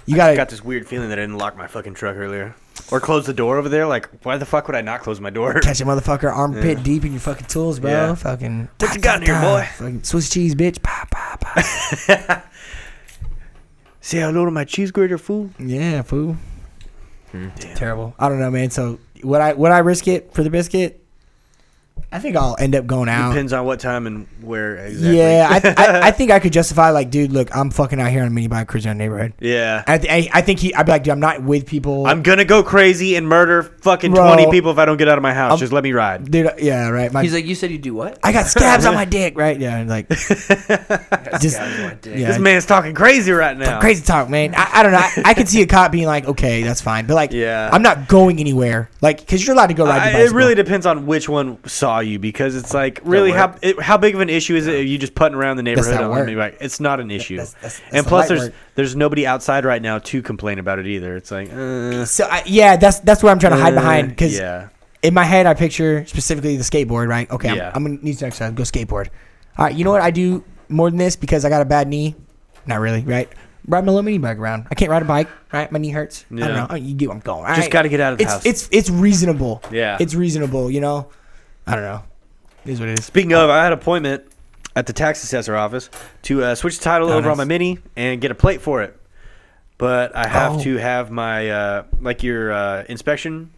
Speaker 2: You gotta
Speaker 1: got this weird feeling that I didn't lock my fucking truck earlier, or close the door over there. Like, why the fuck would I not close my door?
Speaker 2: Catch a motherfucker armpit deep in your fucking tools, bro.
Speaker 1: Yeah.
Speaker 2: Fucking.
Speaker 1: What you got in here, boy?
Speaker 2: Fucking Swiss cheese, bitch. Pa, pa, pa.
Speaker 1: Say hello to my cheese grater, fool.
Speaker 2: yeah, fool.
Speaker 1: Hmm.
Speaker 2: Terrible. I don't know, man. So would I would I risk it for the biscuit? I think I'll end up going out.
Speaker 1: Depends on what time and where exactly.
Speaker 2: Yeah, I, I, I think I could justify like, dude, look, I'm fucking out here on a mini bike cruising in the neighborhood.
Speaker 1: yeah.
Speaker 2: I, th- I, I think he, I'd be like, dude, I'm not with people.
Speaker 1: I'm gonna go crazy and murder fucking
Speaker 2: Bro,
Speaker 1: 20 people if I don't get out of my house.
Speaker 2: I'm-
Speaker 1: Just let me ride.
Speaker 2: dude. uh, Yeah, right. My,
Speaker 4: He's like, you said you do what?
Speaker 2: I got scabs on my dick, right? Yeah, and like just
Speaker 4: yeah.
Speaker 1: This
Speaker 2: I-
Speaker 1: man's talking crazy right now.
Speaker 2: crazy talk, man. I, I don't know. I, I could see a cop being like, okay, that's fine, but like,
Speaker 1: Yeah.
Speaker 2: I'm not going anywhere. Like, because you're allowed to go ride your
Speaker 1: I, it
Speaker 2: bicycle.
Speaker 1: really depends on which one saw you because it's like really how it, how big of an issue is it if you just putting around the neighborhood
Speaker 2: not
Speaker 1: on
Speaker 2: work.
Speaker 1: me like it's not an issue
Speaker 2: that's- that's- that's
Speaker 1: and
Speaker 2: not
Speaker 1: plus
Speaker 2: light
Speaker 1: there's
Speaker 2: work.
Speaker 1: there's nobody outside right now to complain about it either it's like uh,
Speaker 2: So I, yeah, that's that's where I'm trying to hide behind.
Speaker 1: uh,
Speaker 2: Because
Speaker 1: yeah
Speaker 2: in my head, I picture specifically the skateboard. Right? Okay, I'm-
Speaker 1: Yeah.
Speaker 2: I'm, gonna need to exercise. Go skateboard. All right. You know what I do more than this because I got a bad knee. Not really, right? Ride my little mini bike around. I can't ride a bike, right? My knee hurts. I don't
Speaker 1: Yeah.
Speaker 2: know. Oh, you get where I'm going.
Speaker 1: Just gotta get out of the
Speaker 2: it's,
Speaker 1: house.
Speaker 2: It's it's reasonable.
Speaker 1: Yeah.
Speaker 2: It's reasonable. You know. I don't know. It is what it is.
Speaker 1: Speaking of, I had an appointment at the tax assessor office to uh, switch the title over on
Speaker 2: Oh, nice.
Speaker 1: my mini and get a plate for it. But I have
Speaker 2: Oh.
Speaker 1: to have my uh, like your uh, inspection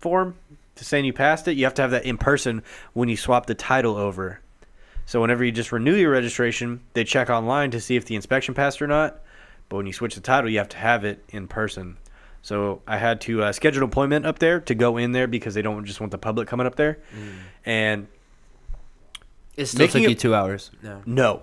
Speaker 1: form to saying you passed it. You have to have that in person when you swap the title over. So whenever you just renew your registration, they check online to see if the inspection passed or not. But when you switch the title, you have to have it in person. So I had to uh, schedule an appointment up there to go in there because they don't just want the public coming up there.
Speaker 2: Mm.
Speaker 1: And
Speaker 4: It still
Speaker 1: Making
Speaker 4: took
Speaker 1: it-
Speaker 4: you two hours. No.
Speaker 1: no.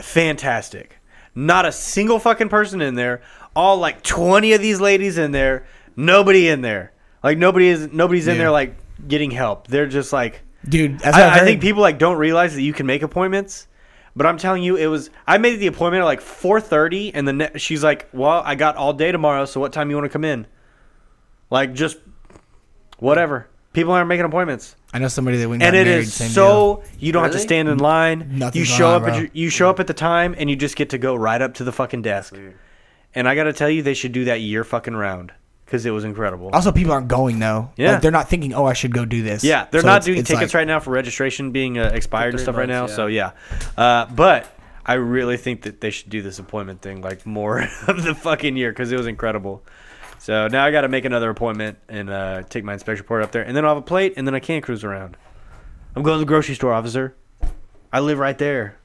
Speaker 1: Fantastic. Not a single fucking person in there. All like 20 of these ladies in there. Nobody in there. Like nobody is nobody's in
Speaker 2: Yeah.
Speaker 1: there like getting help. They're just like
Speaker 2: dude. That's what
Speaker 1: I, I think
Speaker 2: people.
Speaker 1: people like don't realize that you can make appointments. But I'm telling you, it was I made the appointment at like 4:30, and the ne- she's like, "Well, I got all day tomorrow, so what time you want to come in?" Like just whatever. People aren't making appointments,
Speaker 2: I know somebody that went
Speaker 1: and
Speaker 2: got
Speaker 1: it
Speaker 2: married,
Speaker 1: is
Speaker 2: same deal.
Speaker 1: so you don't have to
Speaker 4: Really?
Speaker 1: stand in line. you
Speaker 2: Nothing's going
Speaker 1: show
Speaker 2: on,
Speaker 1: up
Speaker 2: bro.
Speaker 1: at your, you show up at the time, and you just get to go right up to the fucking desk. And I got to tell you, they should do that year fucking round because it was incredible.
Speaker 2: Also, people aren't going though.
Speaker 1: Yeah.
Speaker 2: like, they're not thinking. Oh, I should go do this.
Speaker 1: Yeah, they're
Speaker 2: So
Speaker 1: not
Speaker 2: it's-
Speaker 1: doing
Speaker 2: it's
Speaker 1: tickets
Speaker 2: like-
Speaker 1: right now for registration being uh, expired and
Speaker 4: three
Speaker 1: stuff right now.
Speaker 4: months,
Speaker 1: So yeah, uh, but I really think that they should do this appointment thing like more of the fucking year because it was incredible. So now I got to make another appointment and uh, take my inspection report up there, and then I'll have a plate, and then I can cruise around. I'm going to the grocery store, officer. I live right there.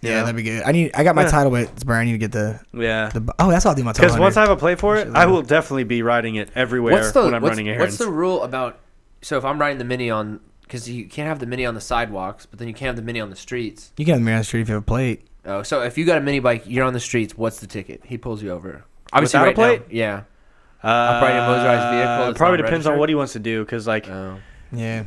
Speaker 2: Yeah, that'd be good. I need. I got my
Speaker 1: Yeah.
Speaker 2: title, but it's- bro, I need to get the.
Speaker 1: Yeah.
Speaker 2: the oh, that's what I'll do my title.
Speaker 1: Because once I have a plate for it, I will definitely be riding it everywhere
Speaker 4: What's the
Speaker 1: when I'm
Speaker 4: what's,
Speaker 1: running
Speaker 4: what's
Speaker 1: errands.
Speaker 4: the rule about? So if I'm riding the mini on, because you can't have the mini on the sidewalks, but then you can have the mini on the streets.
Speaker 2: you can have the mirror on the street if you have a plate.
Speaker 4: Oh, so if you got a mini bike, you're on the streets. What's the ticket? He pulls you over. Obviously,
Speaker 1: Without a
Speaker 4: right now-
Speaker 1: plate?
Speaker 4: yeah.
Speaker 1: uh,
Speaker 4: Operating a motorized vehicle
Speaker 1: It
Speaker 4: that's
Speaker 1: probably
Speaker 4: not
Speaker 1: depends on
Speaker 4: registered?
Speaker 1: what he wants to do. Because like.
Speaker 4: Oh.
Speaker 2: Yeah,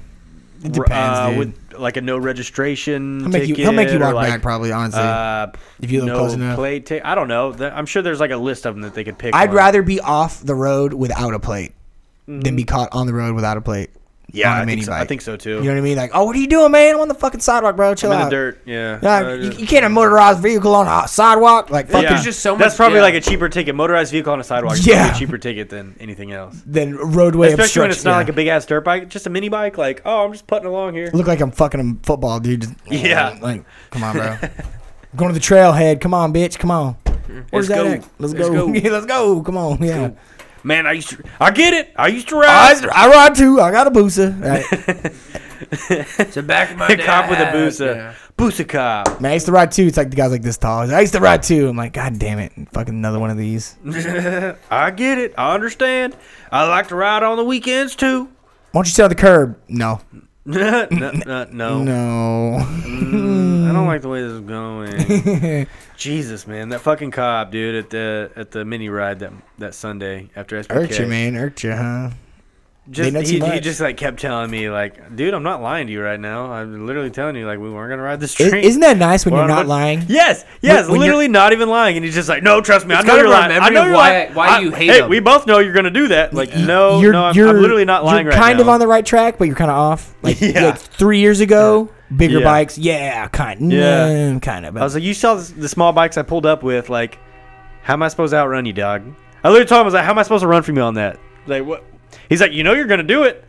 Speaker 2: it
Speaker 1: r-
Speaker 2: depends,
Speaker 1: uh,
Speaker 2: dude.
Speaker 1: With like a no registration
Speaker 2: he'll make you.
Speaker 1: ticket.
Speaker 2: He'll make you
Speaker 1: or,
Speaker 2: walk
Speaker 1: like,
Speaker 2: back probably. Honestly,
Speaker 1: Uh,
Speaker 2: if you live
Speaker 1: no
Speaker 2: close enough.
Speaker 1: plate ta- I don't know. Th- I'm sure there's like a list of them that they could pick.
Speaker 2: I'd
Speaker 1: on.
Speaker 2: rather be off the road without a plate than be caught on the road without a plate.
Speaker 1: Mm-hmm. Yeah,
Speaker 2: on a
Speaker 1: I think,
Speaker 2: mini
Speaker 1: so. I
Speaker 2: bike.
Speaker 1: think so too.
Speaker 2: You know what I mean? Like, oh, what are you doing, man? I'm on the fucking sidewalk, bro. Chill
Speaker 1: I'm in
Speaker 2: out.
Speaker 1: the dirt. Yeah.
Speaker 2: Yeah,
Speaker 1: Uh,
Speaker 2: you, you can't have a motorized vehicle on a sidewalk. Like, fuck
Speaker 1: yeah.
Speaker 4: there's just so
Speaker 1: That's
Speaker 4: much-
Speaker 1: probably
Speaker 4: yeah.
Speaker 1: like a cheaper ticket. Motorized vehicle on a sidewalk. is probably
Speaker 2: Yeah.
Speaker 1: a cheaper ticket than anything else.
Speaker 2: then roadway
Speaker 1: Especially when
Speaker 2: obstruction.
Speaker 1: it's not
Speaker 2: yeah.
Speaker 1: like a big ass dirt bike, just a mini bike. Like, oh, I'm just putting along here.
Speaker 2: Look like I'm fucking in football, dude. Just-
Speaker 1: Yeah.
Speaker 2: Like, come on, bro. Going to the trailhead. Come on, bitch. Come on. Where's
Speaker 1: Mm-hmm. Let's
Speaker 2: that
Speaker 1: go.
Speaker 2: at?
Speaker 1: Let's
Speaker 2: Let's, go.
Speaker 1: go.
Speaker 2: Yeah, let's go. Come on. Yeah.
Speaker 1: Man, I used to. I get it. I used to
Speaker 2: I,
Speaker 1: ride.
Speaker 2: I ride too. I got a booster. Right.
Speaker 4: So back of my
Speaker 1: a cop with a
Speaker 4: dad-
Speaker 1: Busa.
Speaker 4: Yeah.
Speaker 1: Busa cop.
Speaker 2: Man, I used to ride too. It's like the guys like this tall. He's like, I used to ride too. I'm like, God damn it. Fucking another one of these. Why
Speaker 1: I get it. I understand. I like to ride on the weekends too.
Speaker 2: don't you sit on the curb? No.
Speaker 1: no, no, no.
Speaker 2: No.
Speaker 1: Mm, I don't like the way this is going. Jesus, man, that fucking cop, dude, at the at the mini ride that that Sunday after SBK.
Speaker 2: Hurt you, man. Hurt you, huh?
Speaker 1: Just,
Speaker 2: know too
Speaker 1: he, he
Speaker 2: much.
Speaker 1: just like kept telling me, like, dude, I'm not lying to you right now. I'm literally telling you, like, we weren't gonna ride this
Speaker 2: I-
Speaker 1: train.
Speaker 2: Isn't that nice when
Speaker 1: We're
Speaker 2: you're
Speaker 1: on
Speaker 2: not
Speaker 1: a-
Speaker 2: lying?
Speaker 1: Yes, yes,
Speaker 2: When- when you're-
Speaker 1: literally not even lying. And he's just like, no, trust me, I
Speaker 4: It's
Speaker 1: know
Speaker 4: kind
Speaker 1: you're
Speaker 4: of our
Speaker 1: lying. I
Speaker 4: memory
Speaker 1: know
Speaker 4: of
Speaker 1: you're
Speaker 4: why-
Speaker 1: lying.
Speaker 4: why
Speaker 1: I-
Speaker 4: you hate
Speaker 1: Hey,
Speaker 4: him.
Speaker 1: we both know you're gonna do that. Like, no, no, I'm, I'm literally not lying
Speaker 2: you're
Speaker 1: right
Speaker 2: kind
Speaker 1: now.
Speaker 2: of on the right track, but you're kind of off. Like,
Speaker 1: Yeah.
Speaker 2: like three years ago, bigger
Speaker 1: Yeah.
Speaker 2: bikes. Yeah, kind.
Speaker 1: Yeah.
Speaker 2: Yeah, kind of.
Speaker 1: I was like, you saw the, the small bikes I pulled up with. Like, how am I supposed to outrun you, dog? I literally told him, I was like, how am I supposed to run from you on that? Like, what? He's like, you know, you're gonna do it.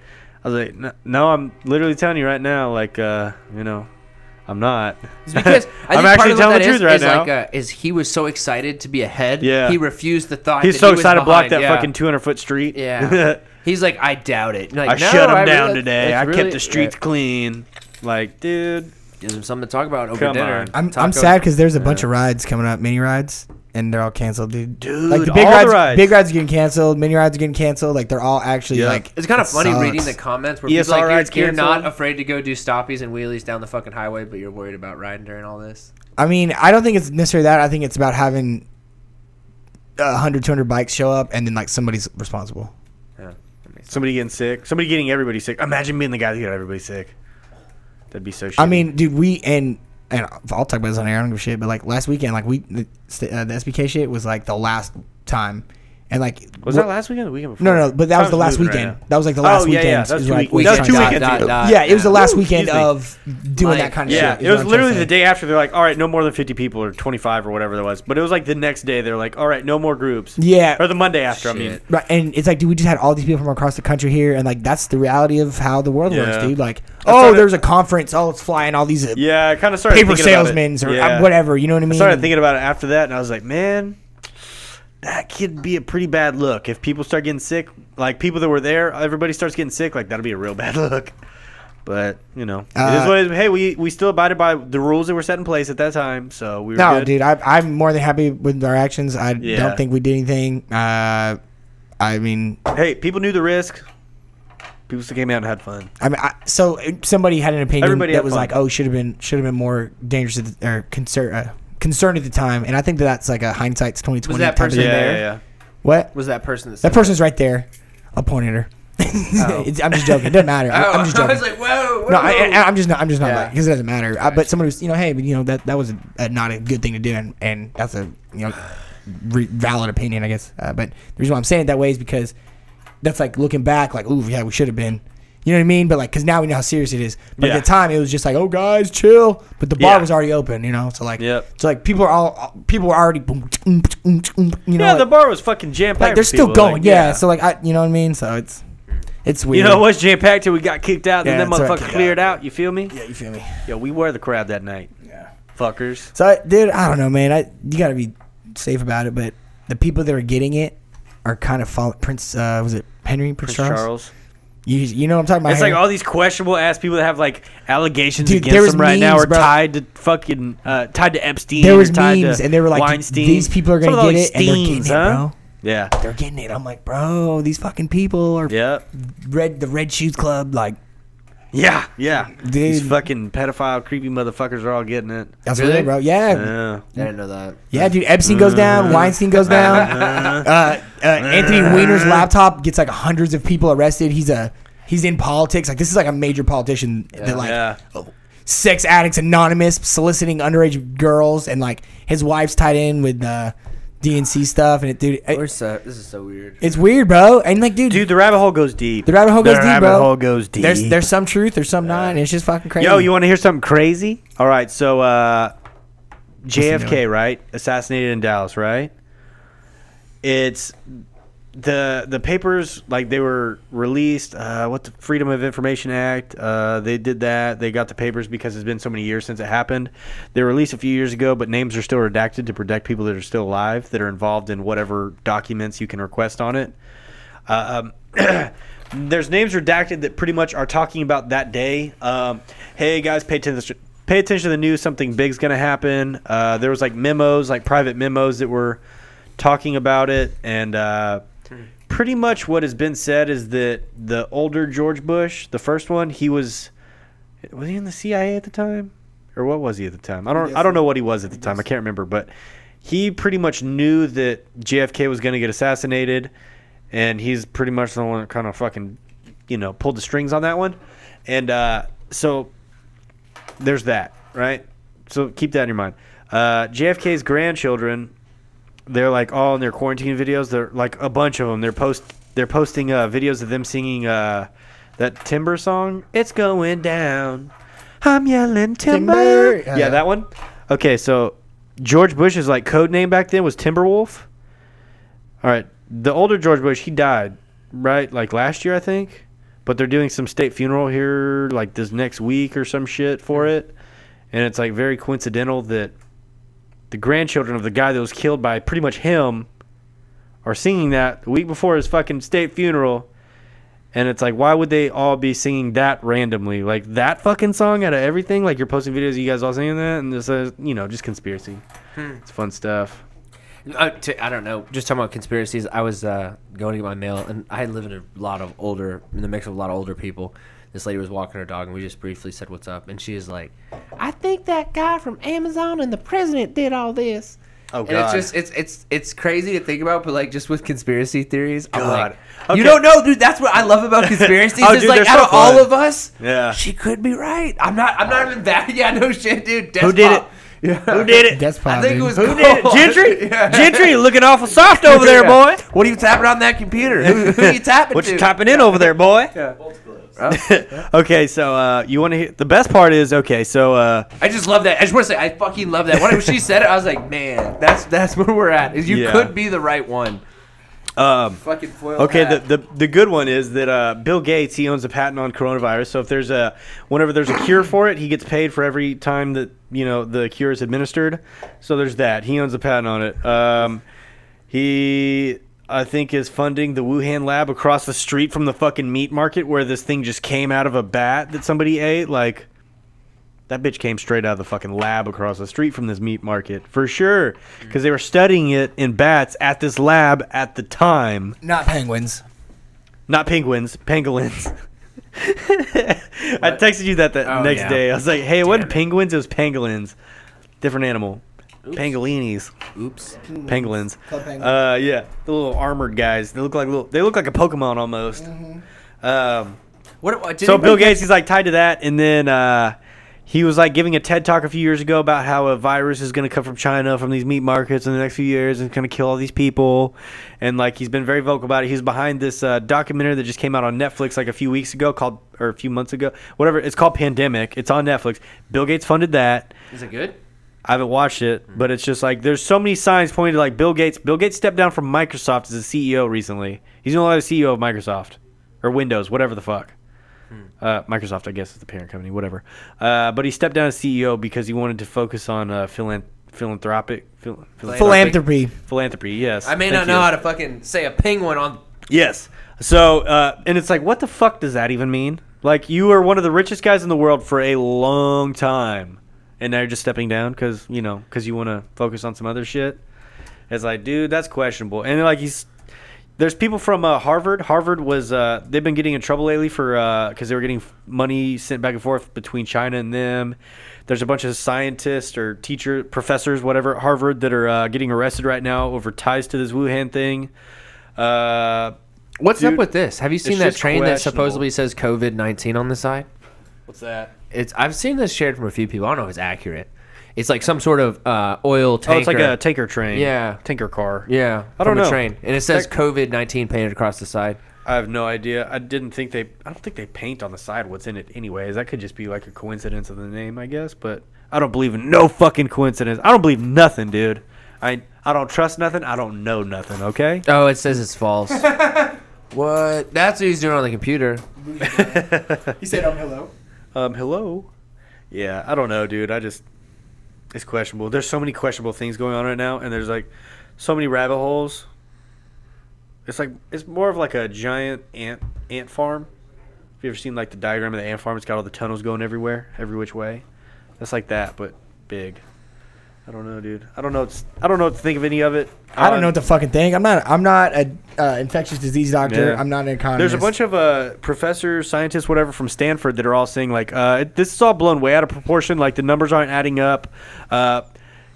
Speaker 1: I was like, "No- no, I'm literally telling you right now. Like, uh, you know, I'm not.
Speaker 4: It's because I
Speaker 1: I'm
Speaker 4: think part
Speaker 1: actually
Speaker 4: of what
Speaker 1: telling
Speaker 4: that
Speaker 1: the
Speaker 4: is
Speaker 1: truth right
Speaker 4: is
Speaker 1: now.
Speaker 4: Like, uh, is he was so excited to be ahead?
Speaker 1: Yeah.
Speaker 4: He refused the thought.
Speaker 1: He's
Speaker 4: that
Speaker 1: so
Speaker 4: he was
Speaker 1: excited to block
Speaker 4: behind,
Speaker 1: that
Speaker 4: yeah.
Speaker 1: fucking 200 foot street.
Speaker 4: Yeah. He's like, I doubt it. Like,
Speaker 1: I
Speaker 4: no,
Speaker 1: shut him
Speaker 4: I
Speaker 1: down
Speaker 4: really-
Speaker 1: today.
Speaker 4: it's
Speaker 1: I
Speaker 4: really-
Speaker 1: kept the streets clean. Like, dude.
Speaker 4: yeah. Gives him something to talk about over
Speaker 1: Come
Speaker 4: dinner.
Speaker 1: on.
Speaker 2: I'm, I'm
Speaker 4: Tacos.
Speaker 2: sad because there's a bunch of rides coming up, mini rides, and they're all canceled, dude.
Speaker 1: Dude,
Speaker 2: like the big
Speaker 1: all the
Speaker 2: rides,
Speaker 1: rides.
Speaker 2: big rides are getting canceled, mini rides are getting canceled. Like they're all actually
Speaker 1: Yeah.
Speaker 2: like.
Speaker 4: It's kind of
Speaker 2: it
Speaker 4: funny
Speaker 2: sucks.
Speaker 4: reading the comments where
Speaker 1: ESL
Speaker 4: people are
Speaker 1: rides
Speaker 4: like, you're, you're not
Speaker 1: canceled.
Speaker 4: afraid to go do stoppies and wheelies down the fucking highway, but you're worried about riding during all this.
Speaker 2: I mean, I don't think it's necessarily that. I think it's about having. uh, 100 200 bikes show up and then like somebody's responsible
Speaker 4: Yeah.
Speaker 1: Somebody getting sick. Somebody getting everybody sick. Imagine being the guy that got everybody sick. That'd be so shitty.
Speaker 2: I mean, dude, we and and I'll talk about this on air. I don't give a shit. But like last weekend, like we the, st- uh, the SBK shit was like the last time, and like
Speaker 1: Was
Speaker 2: we're-
Speaker 1: that last weekend? or The weekend before?
Speaker 2: No, no, but that was
Speaker 1: Time's
Speaker 2: the last
Speaker 1: moving right
Speaker 2: weekend.
Speaker 1: now.
Speaker 2: that was like the
Speaker 1: Oh,
Speaker 2: last
Speaker 1: yeah, yeah,
Speaker 2: weekend.
Speaker 1: that was
Speaker 2: is
Speaker 1: two
Speaker 2: what I-
Speaker 1: weekends. That was two
Speaker 2: Yeah,
Speaker 1: weekends ago.
Speaker 2: Yeah, it was the last
Speaker 1: Woo,
Speaker 2: weekend
Speaker 1: excuse me.
Speaker 2: of doing
Speaker 4: Like,
Speaker 2: that kind of
Speaker 1: Yeah,
Speaker 2: shit. is
Speaker 1: it was
Speaker 2: what I'm trying to
Speaker 1: literally the
Speaker 2: say.
Speaker 1: day after. They're like, all right, no more than 50 people or 25 or whatever that was. But it was like the next day. They're like, all right, no more groups.
Speaker 2: Yeah.
Speaker 1: Or the Monday after, I mean.
Speaker 4: Shit.
Speaker 2: Right, and it's like, dude, we just had all these people from across the country here, and like that's the reality of how the world works,
Speaker 1: Yeah.
Speaker 2: dude. Like,
Speaker 1: what
Speaker 2: oh,
Speaker 1: it-
Speaker 2: there's a conference. Oh, it's flying all these uh,
Speaker 1: Yeah, I kind of started
Speaker 2: paper
Speaker 1: thinking about it.
Speaker 2: salesmen or uh,
Speaker 1: Yeah.
Speaker 2: whatever. You know what I
Speaker 1: I
Speaker 2: mean?
Speaker 1: started thinking about it after that, and I was like, man, that could be a pretty bad look. If people start getting sick, like people that were there, everybody starts getting sick, like that'll be a real bad look. But, you know, it
Speaker 2: Uh,
Speaker 1: is what it is. Hey, we, we still abided by the rules that were set in place at that time, so we were
Speaker 2: No,
Speaker 1: good.
Speaker 2: dude, I, I'm more than happy with our actions. I
Speaker 1: Yeah.
Speaker 2: don't think we did anything. Uh, I mean,
Speaker 1: Hey, people knew the risk. People still came out and had fun.
Speaker 2: I mean, I, so uh, somebody had an opinion
Speaker 1: Everybody
Speaker 2: that
Speaker 1: had
Speaker 2: was
Speaker 1: fun.
Speaker 2: like, "Oh, should have been should have been more dangerous at the, or concern uh, concerned at the time," and I think that that's like a hindsight's twenty twenty.
Speaker 4: Was that person there?
Speaker 2: What?
Speaker 4: Was that person that,
Speaker 2: That person's right there. I'll point at her. It's- I'm just joking. It doesn't matter.
Speaker 4: Oh,
Speaker 2: I'm just
Speaker 4: I
Speaker 2: joking.
Speaker 4: was like, whoa.
Speaker 2: no, I,
Speaker 4: whoa.
Speaker 2: I, I'm just not. I'm just not
Speaker 4: Yeah.
Speaker 2: because it doesn't matter. I, but someone who's you know, hey, but, you know that that was a, a, not a good thing to do, and, and that's a you know re- valid opinion, I guess. Uh, but the reason why I'm saying it that way is because that's like looking back, like, ooh, yeah, we should have been. You know what I mean? But like, because now we know how serious it is. But
Speaker 1: Yeah.
Speaker 2: at the time, it was just like, oh, guys, chill. But the bar
Speaker 1: Yeah.
Speaker 2: was already open, you know. So like,
Speaker 1: Yep.
Speaker 2: so like people are all people were already, boom, you know,
Speaker 1: Yeah, the
Speaker 2: like,
Speaker 1: bar was fucking jam packed.
Speaker 2: like, they're still going, yeah, So like, I, you know what I mean? So it's it's weird.
Speaker 1: you know what's jam packed till we got kicked out, and
Speaker 2: Yeah,
Speaker 1: then that
Speaker 2: that's right,
Speaker 1: motherfucker
Speaker 2: kicked
Speaker 1: cleared out. You feel me?
Speaker 2: Yeah, you feel me?
Speaker 1: Yo, we were the crowd that night.
Speaker 2: Yeah.
Speaker 1: Fuckers.
Speaker 2: So, I- dude, I don't know, man. I you gotta be safe about it, but the people that are getting it are kind of following Prince. Uh, was it Henry Prince,
Speaker 1: Prince
Speaker 2: Charles?
Speaker 1: Charles.
Speaker 2: You you know what I'm talking about?
Speaker 1: It's
Speaker 2: Henry?
Speaker 1: like all these questionable ass people that have like allegations
Speaker 2: Dude, there
Speaker 1: against
Speaker 2: was
Speaker 1: them right now
Speaker 2: memes,
Speaker 1: are
Speaker 2: bro.
Speaker 1: tied to fucking uh, tied to Epstein.
Speaker 2: there
Speaker 1: or
Speaker 2: was
Speaker 1: tied
Speaker 2: memes,
Speaker 1: to
Speaker 2: and they were like,
Speaker 1: Weinstein.
Speaker 2: "These people are
Speaker 1: Some
Speaker 2: gonna
Speaker 1: of
Speaker 2: get
Speaker 1: those
Speaker 2: it, and they're getting
Speaker 1: Steins,
Speaker 2: it,
Speaker 1: huh?
Speaker 2: bro.
Speaker 1: Yeah.
Speaker 2: They're getting it." I'm like, bro, these fucking people are
Speaker 1: Yeah.
Speaker 2: red. The Red Shoes Club, like,
Speaker 1: Yeah. Yeah. These
Speaker 2: Dude.
Speaker 1: fucking pedophile, creepy motherfuckers are all getting it.
Speaker 2: that's
Speaker 4: Really?
Speaker 2: real, bro. Yeah,
Speaker 1: Yeah.
Speaker 4: I didn't know that.
Speaker 2: Yeah, dude. Epstein goes down. Weinstein goes down. Uh, uh, Anthony Weiner's laptop gets like hundreds of people arrested. He's a he's in politics. Like this is like a major politician that like
Speaker 1: Yeah.
Speaker 2: oh, sex addicts anonymous soliciting underage girls and like his wife's tied in with uh, DNC stuff. And it, dude, it-
Speaker 4: We're so, this is so weird.
Speaker 2: it's weird, bro. And like, dude,
Speaker 1: Dude, the rabbit hole goes deep.
Speaker 2: the rabbit hole
Speaker 1: The
Speaker 2: goes deep,
Speaker 1: rabbit
Speaker 2: bro.
Speaker 1: hole goes deep.
Speaker 2: There's there's some truth, there's some not, and it's just fucking crazy.
Speaker 1: Yo, you want to hear something crazy? All right, so uh, JFK, right, assassinated in Dallas, right? It's the the papers like they were released. Uh, what the Freedom of Information Act? Uh, they did that. They got the papers because it's been so many years since it happened. They were released a few years ago, but names are still redacted to protect people that are still alive that are involved in whatever documents you can request on it. Uh, um, there's names redacted that pretty much are talking about that day. Um, hey guys, pay attention. Pay attention to the news. Something big's gonna happen. Uh, there was like memos, like private memos that were talking about it, and uh, pretty much what has been said is that the older George Bush, the first one, he was was he in the CIA at the time, or what was he at the time? I don't I don't know what he was at the time. I can't remember, but he pretty much knew that JFK was going to get assassinated, and he's pretty much the one that kind of fucking, you know, pulled the strings on that one. And uh, so there's that, right? So keep that in your mind. Uh, JFK's grandchildren, they're like all in their quarantine videos. They're like a bunch of them. They're post they're posting uh, videos of them singing uh, that Timber song. It's going down. I'm yelling Timber.
Speaker 2: Timber.
Speaker 1: Yeah, that one. Okay, so George Bush's like code name back then was Timberwolf. All right, the older George Bush, he died right like last year, I think. But they're doing some state funeral here like this next week or some shit for
Speaker 4: Hmm.
Speaker 1: it, and it's like very coincidental that the grandchildren of the guy that was killed by pretty much him are singing that the week before his fucking state funeral. And it's like, why would they all be singing that randomly? Like that fucking song out of everything? Like you're posting videos, you guys all singing that? And this is, you know, just conspiracy.
Speaker 4: Hmm.
Speaker 1: It's fun stuff.
Speaker 4: Uh, to, I don't know. Just talking about conspiracies. I was uh, going to get my mail, and I live in a lot of older, in the mix of a lot of older people. This lady was walking her dog, and we just briefly said what's up, and she is like, "I think that guy from Amazon and the president did all this."
Speaker 1: Oh,
Speaker 4: And it's just it's it's it's crazy to think about, but like just with conspiracy theories, I'm like,
Speaker 1: God.
Speaker 4: you
Speaker 1: Okay.
Speaker 4: don't know, dude. That's what I love about conspiracies.
Speaker 1: Oh,
Speaker 4: is
Speaker 1: dude,
Speaker 4: like
Speaker 1: they're
Speaker 4: out
Speaker 1: so
Speaker 4: of all
Speaker 1: fun.
Speaker 4: of us,
Speaker 1: Yeah.
Speaker 4: she could be right. I'm not. I'm not even that. Yeah, no shit, dude.
Speaker 1: Who did it?
Speaker 4: Despot. Yeah.
Speaker 1: Who did it?
Speaker 2: that's
Speaker 4: I
Speaker 2: probably.
Speaker 4: think it was
Speaker 1: Who did it?
Speaker 4: Cole.
Speaker 1: Gentry?
Speaker 4: Yeah.
Speaker 1: Gentry looking awful soft over there, boy.
Speaker 4: Yeah. What are you tapping on that computer? Who, who are you tapping
Speaker 1: What
Speaker 4: to?
Speaker 1: you typing in over there, boy? okay, so uh, you want to hear? The best part is okay. So uh,
Speaker 4: I just love that. I just want to say I fucking love that. When she said it, I was like, man, that's that's where we're at. Is you
Speaker 1: Yeah.
Speaker 4: could be the right one.
Speaker 1: um,
Speaker 4: Fucking foil.
Speaker 1: Okay,
Speaker 4: hat.
Speaker 1: the, the the good one is that uh, Bill Gates he owns a patent on coronavirus. So if there's a whenever there's a cure for it, he gets paid for every time that you know the cure is administered. So there's that. He owns a patent on it. Um, he I think is funding the Wuhan lab across the street from the fucking meat market where this thing just came out of a bat that somebody ate. Like That bitch came straight out of the fucking lab across the street from this meat market for sure, because they were studying it in bats at this lab at the time.
Speaker 2: Not penguins.
Speaker 1: Not penguins, pangolins. I texted you that the
Speaker 4: Oh,
Speaker 1: next
Speaker 4: yeah.
Speaker 1: day. I was like, "Hey, it wasn't
Speaker 4: Damn it.
Speaker 1: penguins, it was pangolins, different animal, pangolinis."
Speaker 4: Oops.
Speaker 1: penguins.
Speaker 2: Club penguins.
Speaker 1: Uh, yeah, the little armored guys. They look like little. They look like a Pokemon almost. Um,
Speaker 4: What? what did
Speaker 1: so Bill
Speaker 4: anybody-
Speaker 1: Gates, he's like tied to that, and then uh, he was like giving a TED talk a few years ago about how a virus is going to come from China from these meat markets in the next few years and it's going to kill all these people, and like he's been very vocal about it. He's behind this uh, documentary that just came out on Netflix like a few weeks ago called or a few months ago, whatever. It's called Pandemic. It's on Netflix. Bill Gates funded that.
Speaker 4: Is it good?
Speaker 1: I haven't watched it,
Speaker 4: Mm-hmm.
Speaker 1: but it's just like there's so many signs pointing to like Bill Gates. Bill Gates stepped down from Microsoft as a CEO recently. He's no longer the CEO of Microsoft or Windows, whatever the fuck.
Speaker 4: Hmm.
Speaker 1: Uh, Microsoft, I guess, is the parent company, whatever. Uh, but he stepped down as CEO because he wanted to focus on uh, philan- philanthropic phil- phil-
Speaker 2: Philanthropy.
Speaker 1: philanthropy. Yes,
Speaker 4: I may
Speaker 1: Thank
Speaker 4: not know
Speaker 1: you.
Speaker 4: how to fucking say a penguin on.
Speaker 1: Yes. So, uh, and it's like, what the fuck does that even mean? Like, you are one of the richest guys in the world for a long time, and now you're just stepping down because you know because you want to focus on some other shit. It's like, dude, that's questionable. And like, he's there's people from uh, Harvard. Harvard was uh, they've been getting in trouble lately for because they were getting money sent back and forth between China and them. There's a bunch of scientists or teacher professors, whatever, at Harvard that are uh, getting arrested right now over ties to this Wuhan thing. Uh,
Speaker 4: What's
Speaker 1: Dude,
Speaker 4: up with this? Have you seen
Speaker 1: it's
Speaker 4: that
Speaker 1: just
Speaker 4: train that
Speaker 1: questionable.
Speaker 4: supposedly says COVID nineteen on the side?
Speaker 1: What's that?
Speaker 4: It's I've seen this shared from a few people. I don't know if it's accurate. It's like some sort of uh, oil tanker.
Speaker 1: Oh, it's like a tanker train.
Speaker 4: Yeah.
Speaker 1: Tanker car.
Speaker 4: yeah.
Speaker 1: I don't
Speaker 4: from
Speaker 1: know.
Speaker 4: a train, and it says
Speaker 1: Tec-
Speaker 4: COVID nineteen painted across the side.
Speaker 1: I have no idea. I didn't think they. I don't think they paint on the side what's in it, anyways. That could just be like a coincidence of the name, I guess. But I don't believe in no fucking coincidence. I don't believe nothing, dude. I I don't trust nothing. I don't know nothing. Okay.
Speaker 4: Oh, it says it's false. what? That's what he's doing on the computer.
Speaker 2: He said, "Um, hello."
Speaker 1: Um. Hello. Yeah. I don't know, dude. I just it's questionable. There's so many questionable things going on right now, and there's like so many rabbit holes. It's like it's more of like a giant ant ant farm. Have you ever seen like the diagram of the ant farm? It's got all the tunnels going everywhere, every which way. That's like that, but big. I don't know, dude. I don't know. It's, I don't know what to think of any of it.
Speaker 2: I don't
Speaker 1: Um,
Speaker 2: know what to fucking think. I'm not. I'm not a uh, infectious disease doctor.
Speaker 1: Yeah.
Speaker 2: I'm not an economist.
Speaker 1: There's a bunch of uh, professors, scientists, whatever from Stanford that are all saying like, uh, it- this is all blown way out of proportion. Like the numbers aren't adding up. Uh,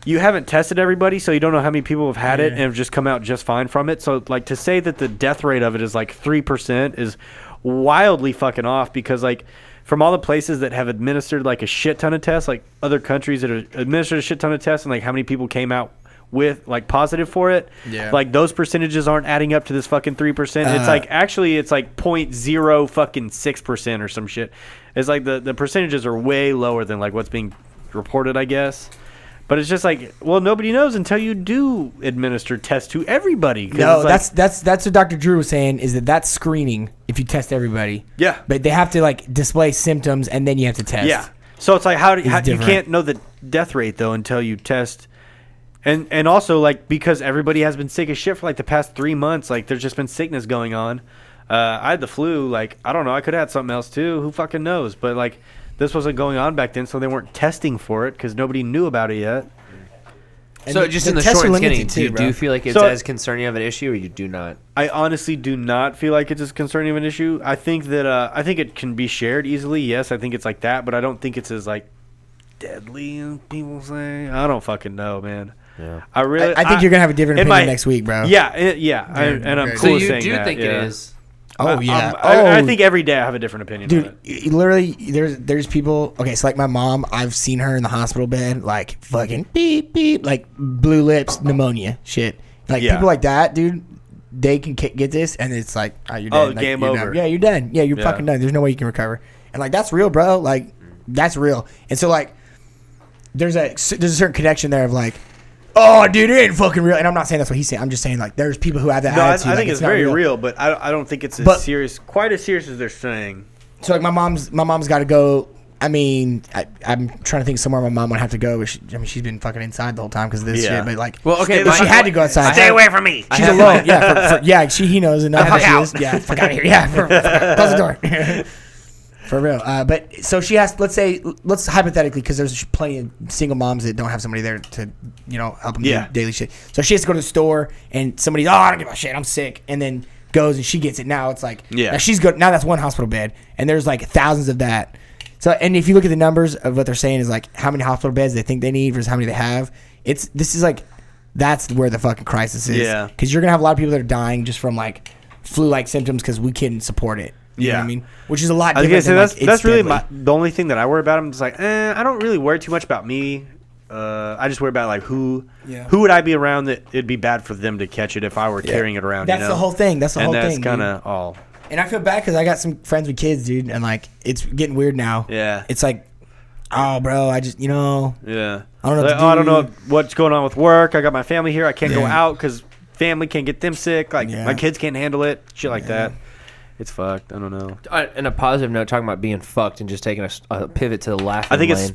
Speaker 1: you haven't tested everybody, so you don't know how many people have had it and have just come out just fine from it. So like to say that the death rate of it is like three percent is wildly fucking off because like from all the places that have administered like a shit ton of tests, like other countries that are administered a shit ton of tests, and like how many people came out with like positive for it,
Speaker 2: Yeah. Uh-huh.
Speaker 1: like those percentages aren't adding up to this fucking three percent. It's like actually it's like point zero fucking six percent or some shit. It's like the the percentages are way lower than like what's being reported, I guess. But it's just like, well, nobody knows until you do administer tests to everybody. 'cause
Speaker 2: No,
Speaker 1: it's like-
Speaker 2: that's that's that's what Dr. Drew was saying is that that's screening if you test everybody.
Speaker 1: Yeah.
Speaker 2: But they have to like display symptoms and then you have to test.
Speaker 1: yeah. So it's like how, do, how you
Speaker 2: different.
Speaker 1: can't know the death rate though until you test, and and also like because everybody has been sick as shit for like the past three months. Like there's just been sickness going on. Uh, I had the flu. Like I don't know. I could have had something else too. Who fucking knows? But like this wasn't going on back then, so they weren't testing for it because nobody knew about it yet.
Speaker 2: And
Speaker 4: So just in the
Speaker 2: tests are
Speaker 4: short and
Speaker 2: limited
Speaker 4: skinny, do you, do
Speaker 2: bro.
Speaker 4: you feel like it's
Speaker 1: So-
Speaker 4: as concerning of an issue, or you do not?
Speaker 1: I honestly do not feel like it's as concerning of an issue. I think that uh, I think it can be shared easily. Yes, I think it's like that, but I don't think it's as like deadly as people say. I don't fucking know, man. Yeah. I
Speaker 2: I,
Speaker 1: really.
Speaker 2: I think you're gonna have a different
Speaker 1: in
Speaker 2: opinion
Speaker 1: my-
Speaker 2: next week, bro.
Speaker 1: Yeah, it, yeah, I,
Speaker 2: Dude,
Speaker 1: and I'm
Speaker 2: okay.
Speaker 1: cool
Speaker 2: So
Speaker 1: with saying that, yeah.
Speaker 2: Oh yeah.
Speaker 1: Um, I, I
Speaker 2: Oh,
Speaker 1: think every day I have a different opinion. on
Speaker 2: dude
Speaker 1: it.
Speaker 2: y- literally there's there's people okay so like my mom i've seen her in the hospital bed like fucking beep beep like blue lips pneumonia shit like
Speaker 1: Yeah.
Speaker 2: people like that dude they can ki- get this and it's like oh, you're
Speaker 1: Oh,
Speaker 2: done. Like,
Speaker 1: game
Speaker 2: you're done.
Speaker 1: over.
Speaker 2: yeah you're done yeah you're
Speaker 1: Yeah.
Speaker 2: fucking done there's no way you can recover and like that's real bro like that's real and so like there's a there's a certain connection there of like oh dude it ain't fucking real and i'm not saying that's what he's saying i'm just saying like there's people who have that
Speaker 1: No, I, I
Speaker 2: attitude
Speaker 1: think
Speaker 2: like,
Speaker 1: it's,
Speaker 2: not
Speaker 1: very real. but I, I don't think it's as
Speaker 2: But-
Speaker 1: serious, quite as serious as they're saying.
Speaker 2: so like my mom's my mom's got to go. I mean, I, I'm trying to think somewhere my mom would have to go. But she, I mean, she's been fucking inside the whole time because of this
Speaker 1: Yeah.
Speaker 2: shit. But like,
Speaker 4: Well, okay,
Speaker 2: she, but
Speaker 4: my-
Speaker 2: she had to go outside.
Speaker 4: Stay away
Speaker 1: from me.
Speaker 2: She's
Speaker 4: have-
Speaker 2: alone. yeah, for, for, yeah. She he knows and knows how she is. Yeah, fuck out of here. Yeah, for, fuck out. close the door. for real. Uh, but so she has. Let's say, let's hypothetically, because there's plenty of single moms that don't have somebody there to, you know, help them
Speaker 1: Yeah.
Speaker 2: do daily shit. So she has to go to the store, and somebody's, oh, I don't give a shit, I'm sick, and then goes and she gets it. Now it's like,
Speaker 1: Yeah.
Speaker 2: now she's good. Now that's one hospital bed, and there's like thousands of that. So, and if you look at the numbers of what they're saying is like how many hospital beds they think they need versus how many they have. It's this is like, that's where the fucking crisis is.
Speaker 1: Yeah.
Speaker 2: because you're gonna have a lot of people that are dying just from like flu-like symptoms because we couldn't support it. You know what
Speaker 1: Yeah.
Speaker 2: I mean, which is a lot.
Speaker 1: I was gonna
Speaker 2: different
Speaker 1: say
Speaker 2: than,
Speaker 1: that's
Speaker 2: like, it's
Speaker 1: that's really my,
Speaker 2: deadly.
Speaker 1: the only thing that I worry about. I'm just like, eh, I don't really worry too much about me. Uh, I just worry about like who
Speaker 2: Yeah.
Speaker 1: who would I be around that it'd be bad for them to catch it if I were carrying it around. you
Speaker 2: That's the
Speaker 1: know?
Speaker 2: whole thing. That's the
Speaker 1: and
Speaker 2: whole
Speaker 1: that's
Speaker 2: thing. dude.
Speaker 1: kind of all.
Speaker 2: And I feel bad because I got some friends with kids, dude, and like it's getting weird now.
Speaker 1: Yeah.
Speaker 2: It's like, oh, bro, I just you know,
Speaker 1: Yeah.
Speaker 2: I don't know what
Speaker 1: Like,
Speaker 2: to
Speaker 1: oh, I don't know
Speaker 2: do.
Speaker 1: what's going on with work. I got my family here. I can't go
Speaker 2: Yeah.
Speaker 1: out because family can't get them sick. Like
Speaker 2: Yeah.
Speaker 1: my kids can't handle it. Shit like that. It's fucked. I don't know.
Speaker 4: Uh, and a positive note, talking about being fucked and just taking a, s- a pivot to the laugh.
Speaker 1: I think it's-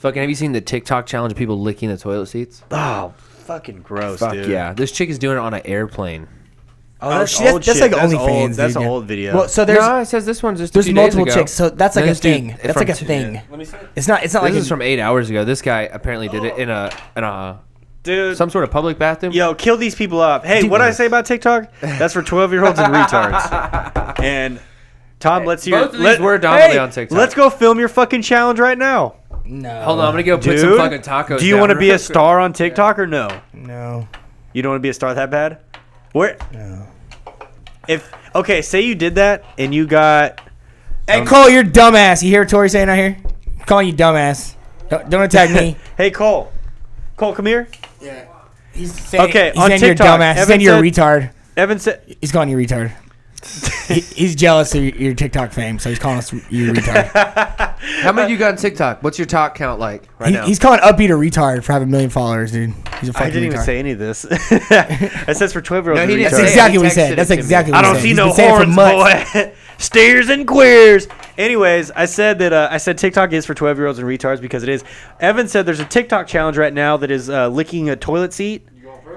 Speaker 4: fucking. Have you seen the TikTok challenge of people licking the toilet seats?
Speaker 1: Oh, fucking gross,
Speaker 4: Fuck
Speaker 1: dude.
Speaker 4: yeah, this chick is doing it on an airplane.
Speaker 1: Oh,
Speaker 2: that's, that's, that's like
Speaker 1: That's
Speaker 2: OnlyFans.
Speaker 1: old- That's
Speaker 2: dude,
Speaker 1: an
Speaker 2: yeah.
Speaker 1: old video.
Speaker 2: Well, so there's
Speaker 4: no, it says this one's just. a
Speaker 2: there's
Speaker 4: few days
Speaker 2: multiple
Speaker 4: ago.
Speaker 2: chicks, so that's like
Speaker 4: No,
Speaker 2: a
Speaker 4: this dude-
Speaker 2: thing. That's
Speaker 4: from
Speaker 2: like a
Speaker 4: two-
Speaker 2: thing.
Speaker 1: Let me see. it.
Speaker 2: It's not. It's not like
Speaker 4: This is
Speaker 2: a-
Speaker 4: from eight hours ago. This guy apparently did it in a in a
Speaker 1: Dude.
Speaker 4: some sort of public bathroom.
Speaker 1: Yo, kill these people up. Hey, what did I say about TikTok? That's for 12 year olds and retards. And Tom, let's hear.
Speaker 4: both of these
Speaker 1: let-
Speaker 4: were dominantly on TikTok.
Speaker 1: Let's go film your fucking challenge right now,
Speaker 2: no.
Speaker 4: Hold on, I'm gonna go put
Speaker 1: dude.
Speaker 4: some fucking tacos.
Speaker 1: do you
Speaker 4: down
Speaker 1: want to
Speaker 4: real
Speaker 1: be a
Speaker 4: quick.
Speaker 1: star on TikTok or no?
Speaker 2: No.
Speaker 1: You don't want to be a star that bad? Where?
Speaker 2: No.
Speaker 1: If okay, say you did that and you got
Speaker 2: Hey Cole, you're dumbass. You hear what Tori saying out here? I'm calling you dumbass. Don't, don't attack me.
Speaker 1: Hey Cole, Cole, come here.
Speaker 2: yeah. He's saying,
Speaker 1: Okay,
Speaker 2: he's
Speaker 1: on
Speaker 2: saying
Speaker 1: TikTok,
Speaker 2: you're dumbass. He's saying
Speaker 1: Evan
Speaker 2: you're a
Speaker 1: said-
Speaker 2: retard.
Speaker 1: Evan said,
Speaker 2: He's calling you retard. he, he's jealous of your, your TikTok fame, so he's calling us you retard.
Speaker 4: How many you got on TikTok? What's your talk count like right
Speaker 2: he,
Speaker 4: now?
Speaker 2: he's calling Upbeat a retard for having a million followers, dude. He's a fucking
Speaker 1: I didn't
Speaker 2: retard.
Speaker 1: even say any of this. it says for 12 year olds.
Speaker 4: No, he didn't
Speaker 2: That's
Speaker 4: say it.
Speaker 2: exactly
Speaker 4: He
Speaker 2: what he
Speaker 4: texted
Speaker 2: said.
Speaker 4: it
Speaker 2: That's
Speaker 4: to me.
Speaker 2: exactly
Speaker 1: I
Speaker 2: what he
Speaker 1: don't
Speaker 2: said.
Speaker 1: see
Speaker 2: He's
Speaker 1: no
Speaker 2: been saying it for
Speaker 1: horns,
Speaker 2: months.
Speaker 1: boy. Steers and queers. Anyways, I said that uh, I said TikTok is for twelve year olds and retards because it is. Evan said there's a TikTok challenge right now that is uh, licking a toilet seat,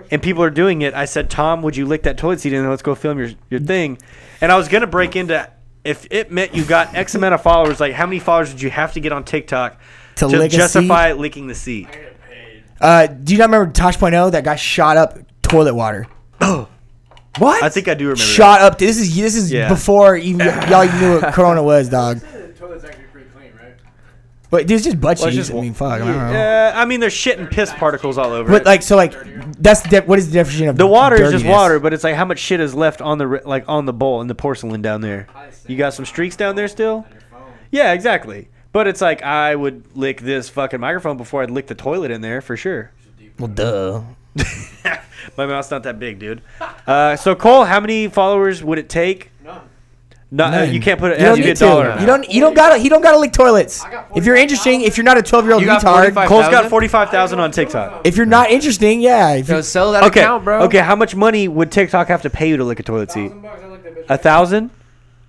Speaker 1: and people are doing it. I said, Tom, would you lick that toilet seat and then let's go film your your thing? And I was gonna break into if it meant you got X amount of followers, like how many followers would you have to get on TikTok
Speaker 2: To lick a
Speaker 1: justify licking the seat?
Speaker 2: Uh, do you not remember Tosh.0? That guy shot up toilet water. what?
Speaker 1: I think I do remember. that.
Speaker 2: shot up. This is this is
Speaker 1: Yeah.
Speaker 2: before even y'all even knew what Corona was, dog.
Speaker 5: toilet's actually pretty clean, right?
Speaker 2: But dude, it's just butt
Speaker 1: Well, it's
Speaker 2: cheeks.
Speaker 1: just
Speaker 2: I
Speaker 1: wa-
Speaker 2: mean, fuck. I don't know.
Speaker 1: Yeah, I mean, there's shit and piss particles all over.
Speaker 2: But
Speaker 1: it.
Speaker 2: like, so like, that's the de- what is the definition of
Speaker 1: The water is just
Speaker 2: dirtiness?
Speaker 1: water, but it's like how much shit is left on the re- like on the bowl and the porcelain down there. You got some streaks down there still. Yeah, exactly. But it's like I would lick this fucking microphone before I'd lick the toilet in there for sure.
Speaker 2: Well, duh.
Speaker 1: My mouth's not that big, dude. Uh, so Cole, how many followers would it take?
Speaker 5: None.
Speaker 1: No, uh,
Speaker 2: None.
Speaker 1: you can't put it.
Speaker 2: You don't
Speaker 1: you
Speaker 2: need
Speaker 1: get
Speaker 2: to.
Speaker 1: dollar.
Speaker 2: You don't. You don't gotta. He don't gotta lick toilets.
Speaker 5: I got
Speaker 2: If you're interesting, if you're not a 12 year old
Speaker 4: You got
Speaker 2: retard,
Speaker 4: 45
Speaker 1: Cole's got
Speaker 4: 5,000?
Speaker 1: forty-five thousand on TikTok.
Speaker 2: if you're not interesting, yeah. If
Speaker 4: Yo,
Speaker 2: you,
Speaker 4: sell that
Speaker 1: Okay,
Speaker 4: account, bro.
Speaker 1: okay. How much money would TikTok have to pay you to lick a toilet seat?
Speaker 5: Thousand bucks, I looked at that bitch.
Speaker 1: A thousand?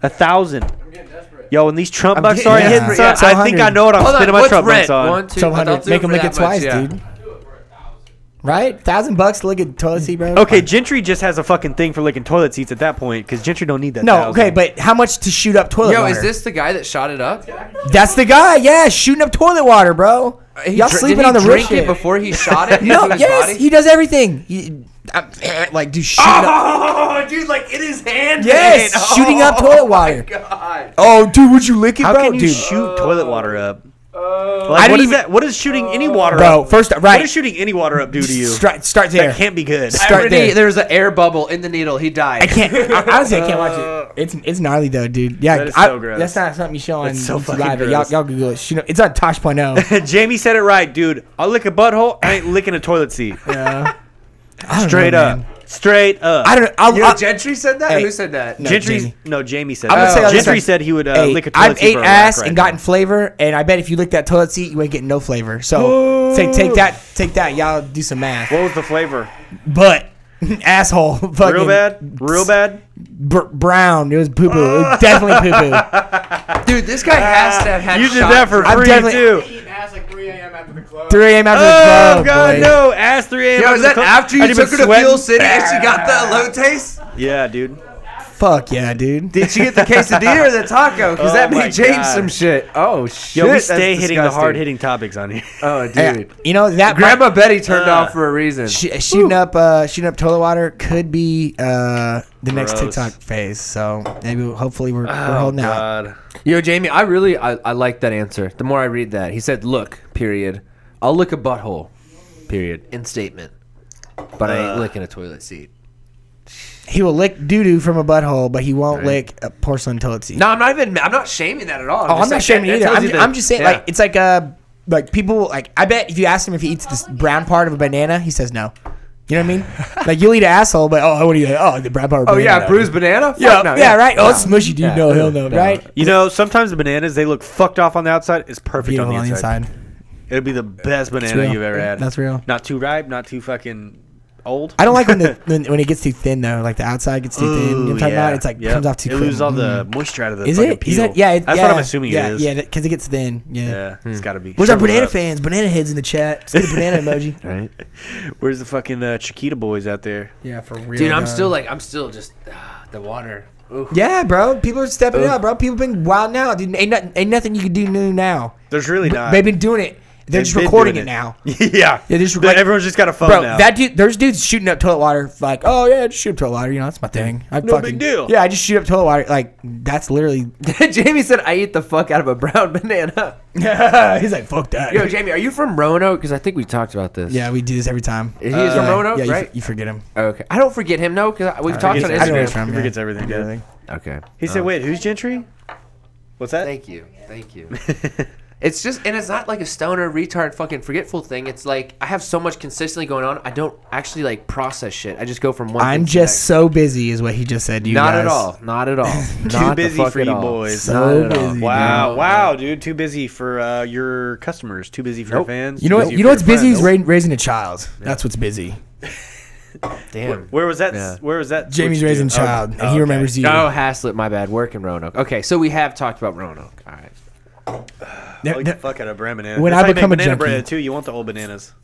Speaker 1: A thousand.
Speaker 5: I'm getting desperate.
Speaker 1: Yo, when these Trump
Speaker 4: I'm
Speaker 1: bucks
Speaker 4: getting-
Speaker 1: are
Speaker 4: yeah.
Speaker 1: hitting,
Speaker 4: Yeah.
Speaker 1: son, I think I know what I'm
Speaker 4: Hold
Speaker 1: spending
Speaker 4: on,
Speaker 1: my
Speaker 4: what's
Speaker 1: Trump bucks
Speaker 4: rent?
Speaker 1: on.
Speaker 4: One, two,
Speaker 2: so
Speaker 4: I'll do
Speaker 2: 100,
Speaker 4: it
Speaker 2: make
Speaker 4: for
Speaker 2: him lick
Speaker 4: that
Speaker 2: it
Speaker 4: much,
Speaker 2: twice,
Speaker 4: yeah.
Speaker 2: dude. Right? Thousand bucks to lick a toilet seat, bro.
Speaker 1: Okay, Gentry just has a fucking thing for licking toilet seats at that point because Gentry don't need that.
Speaker 2: No,
Speaker 1: thousand.
Speaker 2: okay, but how much to shoot up toilet
Speaker 4: Yo,
Speaker 2: water?
Speaker 4: is this the guy that shot it up?
Speaker 2: That's the guy, yeah, shooting up toilet water, bro.
Speaker 1: Uh,
Speaker 4: He
Speaker 2: Y'all
Speaker 4: dr-
Speaker 2: sleeping
Speaker 4: did he
Speaker 2: on the roof
Speaker 4: drink
Speaker 2: shit.
Speaker 4: it before he shot it?
Speaker 2: No,
Speaker 4: into his
Speaker 2: yes,
Speaker 4: body? Oh
Speaker 2: he does everything. He, I'm, like, dude, shooting up.
Speaker 1: Oh, dude, like in his hand.
Speaker 2: Yes,
Speaker 4: Oh.
Speaker 2: shooting up toilet water. Oh, dude, would you lick it,
Speaker 1: How
Speaker 2: bro?
Speaker 1: can you
Speaker 2: dude,
Speaker 1: shoot toilet water up?
Speaker 4: Uh,
Speaker 2: I
Speaker 1: Like,
Speaker 2: didn't
Speaker 1: what is
Speaker 2: even-
Speaker 1: that? What is shooting any water
Speaker 2: bro?
Speaker 1: up?
Speaker 2: First,
Speaker 1: What
Speaker 2: right?
Speaker 1: is shooting any water up do to you?
Speaker 2: Start, start there.
Speaker 1: That can't be good.
Speaker 2: Start
Speaker 4: Already,
Speaker 2: there.
Speaker 4: There's an air bubble in the needle. He died.
Speaker 2: I can't. I, honestly, I can't watch it. It's it's gnarly though, dude. Yeah,
Speaker 1: That is
Speaker 2: I-
Speaker 1: so gross.
Speaker 2: That's not something you show on
Speaker 1: That's so
Speaker 2: YouTube
Speaker 1: fucking
Speaker 2: Live, but
Speaker 1: gross.
Speaker 2: Y'all, y'all Google it. You know, it's on oh. Tosh.0.
Speaker 1: Jamie said it right, dude. I'll lick a butthole. I ain't licking a toilet seat.
Speaker 2: I don't
Speaker 1: Straight
Speaker 2: know,
Speaker 1: up.
Speaker 2: man.
Speaker 1: Straight up.
Speaker 2: I don't know. I'll,
Speaker 4: Yo,
Speaker 2: I'll,
Speaker 4: Gentry said that.
Speaker 2: uh, Hey.
Speaker 4: Who said that?
Speaker 2: No,
Speaker 1: Gentry's
Speaker 2: Jamie.
Speaker 1: no, Jamie said.
Speaker 2: I'm gonna
Speaker 1: that.
Speaker 2: say all this
Speaker 1: Gentry
Speaker 2: time.
Speaker 1: said he would uh,
Speaker 2: Hey,
Speaker 1: lick a toilet
Speaker 2: I've
Speaker 1: seat
Speaker 2: ate
Speaker 1: for a
Speaker 2: ass
Speaker 1: rack right
Speaker 2: and gotten
Speaker 1: now.
Speaker 2: flavor, and I bet if you lick that toilet seat, you ain't getting no flavor. So take take that, take that, y'all do some math.
Speaker 1: What was the flavor?
Speaker 2: But asshole, fucking
Speaker 1: Real bad? Real bad?
Speaker 2: br- brown. It was poo poo. It was definitely poo poo.
Speaker 4: Dude, this guy has to have had.
Speaker 1: You did
Speaker 4: shots.
Speaker 1: that for
Speaker 2: I'm
Speaker 1: free
Speaker 2: definitely-
Speaker 1: too.
Speaker 5: Eating ass like 3 a.m. after the club.
Speaker 2: 3 a.m. after
Speaker 1: Oh
Speaker 2: the club.
Speaker 1: god,
Speaker 2: boy.
Speaker 1: no! Ass 3 a.m.
Speaker 4: Yo, is
Speaker 1: the
Speaker 4: that
Speaker 1: club.
Speaker 4: after you
Speaker 1: I'd even
Speaker 4: took her to
Speaker 1: sweating.
Speaker 4: Fuel City and she got the low taste?
Speaker 1: Yeah, dude.
Speaker 2: Fuck yeah, dude.
Speaker 4: Did you get the quesadilla or the taco? Because
Speaker 1: Oh
Speaker 4: that may
Speaker 1: my
Speaker 4: change
Speaker 1: God.
Speaker 4: some shit. Oh shit!
Speaker 1: Yo, we
Speaker 4: that's
Speaker 1: stay hitting the
Speaker 4: disgusting.
Speaker 1: hard hitting topics on here.
Speaker 4: Oh dude,
Speaker 2: Yeah, Uh, you know that
Speaker 4: Grandma Betty turned
Speaker 1: Uh,
Speaker 4: off for a reason.
Speaker 2: sh- shooting up uh, shooting up toilet water could be uh, the next
Speaker 1: Gross. Oh,
Speaker 2: TikTok phase. So maybe we'll- hopefully we're, we're holding out.
Speaker 4: Yo, Jamie, I really I, I like that answer. The more I read that, he said, "Look, period. I'll lick a butthole, period. End statement. Uh, But I ain't licking a toilet seat.
Speaker 2: He will lick doo doo from a butthole, but he won't
Speaker 4: Right.
Speaker 2: lick a porcelain toilet seat.
Speaker 4: No, I'm not even. I'm not shaming that at all.
Speaker 2: Oh, I'm
Speaker 4: just
Speaker 2: not
Speaker 4: like,
Speaker 2: shaming
Speaker 4: that-
Speaker 2: either.
Speaker 4: that tells
Speaker 2: I'm,
Speaker 4: you that-
Speaker 2: I'm just saying,
Speaker 4: yeah.
Speaker 2: like, it's like uh like people like I bet if you ask him if he eats this brown part of a banana, he says no. You know what I mean? like you'll eat an asshole, but oh, what do you? Oh, the brown part. Of a
Speaker 4: oh yeah,
Speaker 2: banana.
Speaker 4: bruised banana. Fuck
Speaker 2: Yeah,
Speaker 4: no,
Speaker 2: yeah, right. Oh, it's
Speaker 4: No.
Speaker 2: mushy, dude.
Speaker 4: Yeah.
Speaker 2: No, hell no,
Speaker 4: No.
Speaker 2: right?
Speaker 1: You know, sometimes the bananas they look fucked off on the outside. It's perfect
Speaker 2: Beautiful
Speaker 1: on the inside. It'd be the best banana
Speaker 2: real.
Speaker 1: you've ever had.
Speaker 2: That's real.
Speaker 1: Not too ripe, not too fucking old.
Speaker 2: I don't like when the when, when it gets too thin though. Like the outside gets too thin. You know what I'm talking about? It's like
Speaker 1: Yep.
Speaker 2: comes off too.
Speaker 1: It loses
Speaker 2: quick. Mm.
Speaker 1: all the moisture out of the
Speaker 2: Is
Speaker 1: fucking
Speaker 2: it?
Speaker 1: peel.
Speaker 2: Is that? Yeah, it,
Speaker 1: that's
Speaker 2: yeah.
Speaker 1: what I'm assuming
Speaker 2: yeah,
Speaker 1: it is.
Speaker 2: Yeah, because it gets thin. Yeah.
Speaker 1: Yeah, it's got to be.
Speaker 2: Where's our
Speaker 1: Shrivel
Speaker 2: banana
Speaker 1: up.
Speaker 2: fans? Banana heads in the chat. Let's get a banana emoji.
Speaker 4: Right.
Speaker 1: Where's the fucking uh, Chiquita boys out there?
Speaker 2: Yeah, for real.
Speaker 4: Dude, I'm still like, I'm still just ah, the water. Ooh.
Speaker 2: Yeah, bro. People are stepping
Speaker 4: Ugh.
Speaker 2: up, bro. People been wild now. Dude, ain't nothing, ain't nothing you can do new now.
Speaker 1: There's really not.
Speaker 2: They've been doing it. They're
Speaker 1: They've
Speaker 2: just
Speaker 1: been
Speaker 2: recording it,
Speaker 1: doing Oh,
Speaker 2: now.
Speaker 1: yeah.
Speaker 2: Yeah, just
Speaker 1: But
Speaker 2: like-
Speaker 1: everyone's just got a phone
Speaker 2: Bro,
Speaker 1: now.
Speaker 2: that dude, there's dudes shooting up toilet water. Like, oh yeah, just shoot up toilet water. You know, that's my thing. I
Speaker 1: No
Speaker 2: fucking,
Speaker 1: big deal.
Speaker 2: Yeah, I just shoot up toilet water. Like, that's literally.
Speaker 4: Jamie said, I eat the fuck out of a brown banana.
Speaker 2: He's like, fuck that.
Speaker 4: Yo, Jamie, are you from Roanoke? Because I think we talked about this.
Speaker 2: yeah, we do this every time. Uh,
Speaker 4: He's from Roanoke,
Speaker 2: yeah, you,
Speaker 4: right?
Speaker 2: you forget him.
Speaker 4: Okay. I don't forget him, no, because we've talked on
Speaker 1: forget him.
Speaker 2: I know where
Speaker 4: Instagram.
Speaker 2: he's from.
Speaker 1: He
Speaker 2: yeah.
Speaker 1: forgets everything, yeah.
Speaker 2: everything.
Speaker 4: Okay.
Speaker 1: he said, "Wait, who's Gentry? What's that?"
Speaker 4: Thank you. Thank you. it's just, and it's not like a stoner, retard, fucking forgetful thing. It's like, I have so much consistently going on, I don't actually like process shit. I just go from one
Speaker 2: I'm
Speaker 4: thing to
Speaker 2: just
Speaker 4: the
Speaker 2: so busy, is what he just said. To you
Speaker 4: next. Not
Speaker 2: guys.
Speaker 4: at all. Not at all.
Speaker 1: Too
Speaker 4: Not the
Speaker 1: busy
Speaker 4: fuck
Speaker 1: for
Speaker 4: at
Speaker 1: you
Speaker 4: all.
Speaker 1: boys.
Speaker 4: Not
Speaker 2: So
Speaker 4: at all.
Speaker 2: busy, dude.
Speaker 1: Wow, wow, dude, too busy for uh, your customers, too busy for
Speaker 4: Nope.
Speaker 1: your fans.
Speaker 2: You know
Speaker 1: too
Speaker 2: what?
Speaker 1: busy for
Speaker 2: You know what's
Speaker 1: your
Speaker 2: busy is
Speaker 1: friends.
Speaker 2: ra- raising a child. That's what's busy.
Speaker 4: Damn.
Speaker 1: Where was that?
Speaker 4: Yeah.
Speaker 1: Where was that?
Speaker 2: Jamie's
Speaker 1: which dude?
Speaker 2: raising a
Speaker 1: Oh,
Speaker 2: child, and
Speaker 1: oh,
Speaker 2: he
Speaker 1: okay.
Speaker 2: remembers you.
Speaker 4: Oh, Haslett, my bad. Work in Roanoke. Okay, so we have talked about Roanoke. All right.
Speaker 1: I
Speaker 2: They're-
Speaker 1: like the
Speaker 2: they're-
Speaker 1: fuck out of bread banana.
Speaker 2: When
Speaker 1: That's
Speaker 2: I
Speaker 1: how you make
Speaker 2: become a
Speaker 1: banana
Speaker 2: junkie.
Speaker 1: bread too, you want the old bananas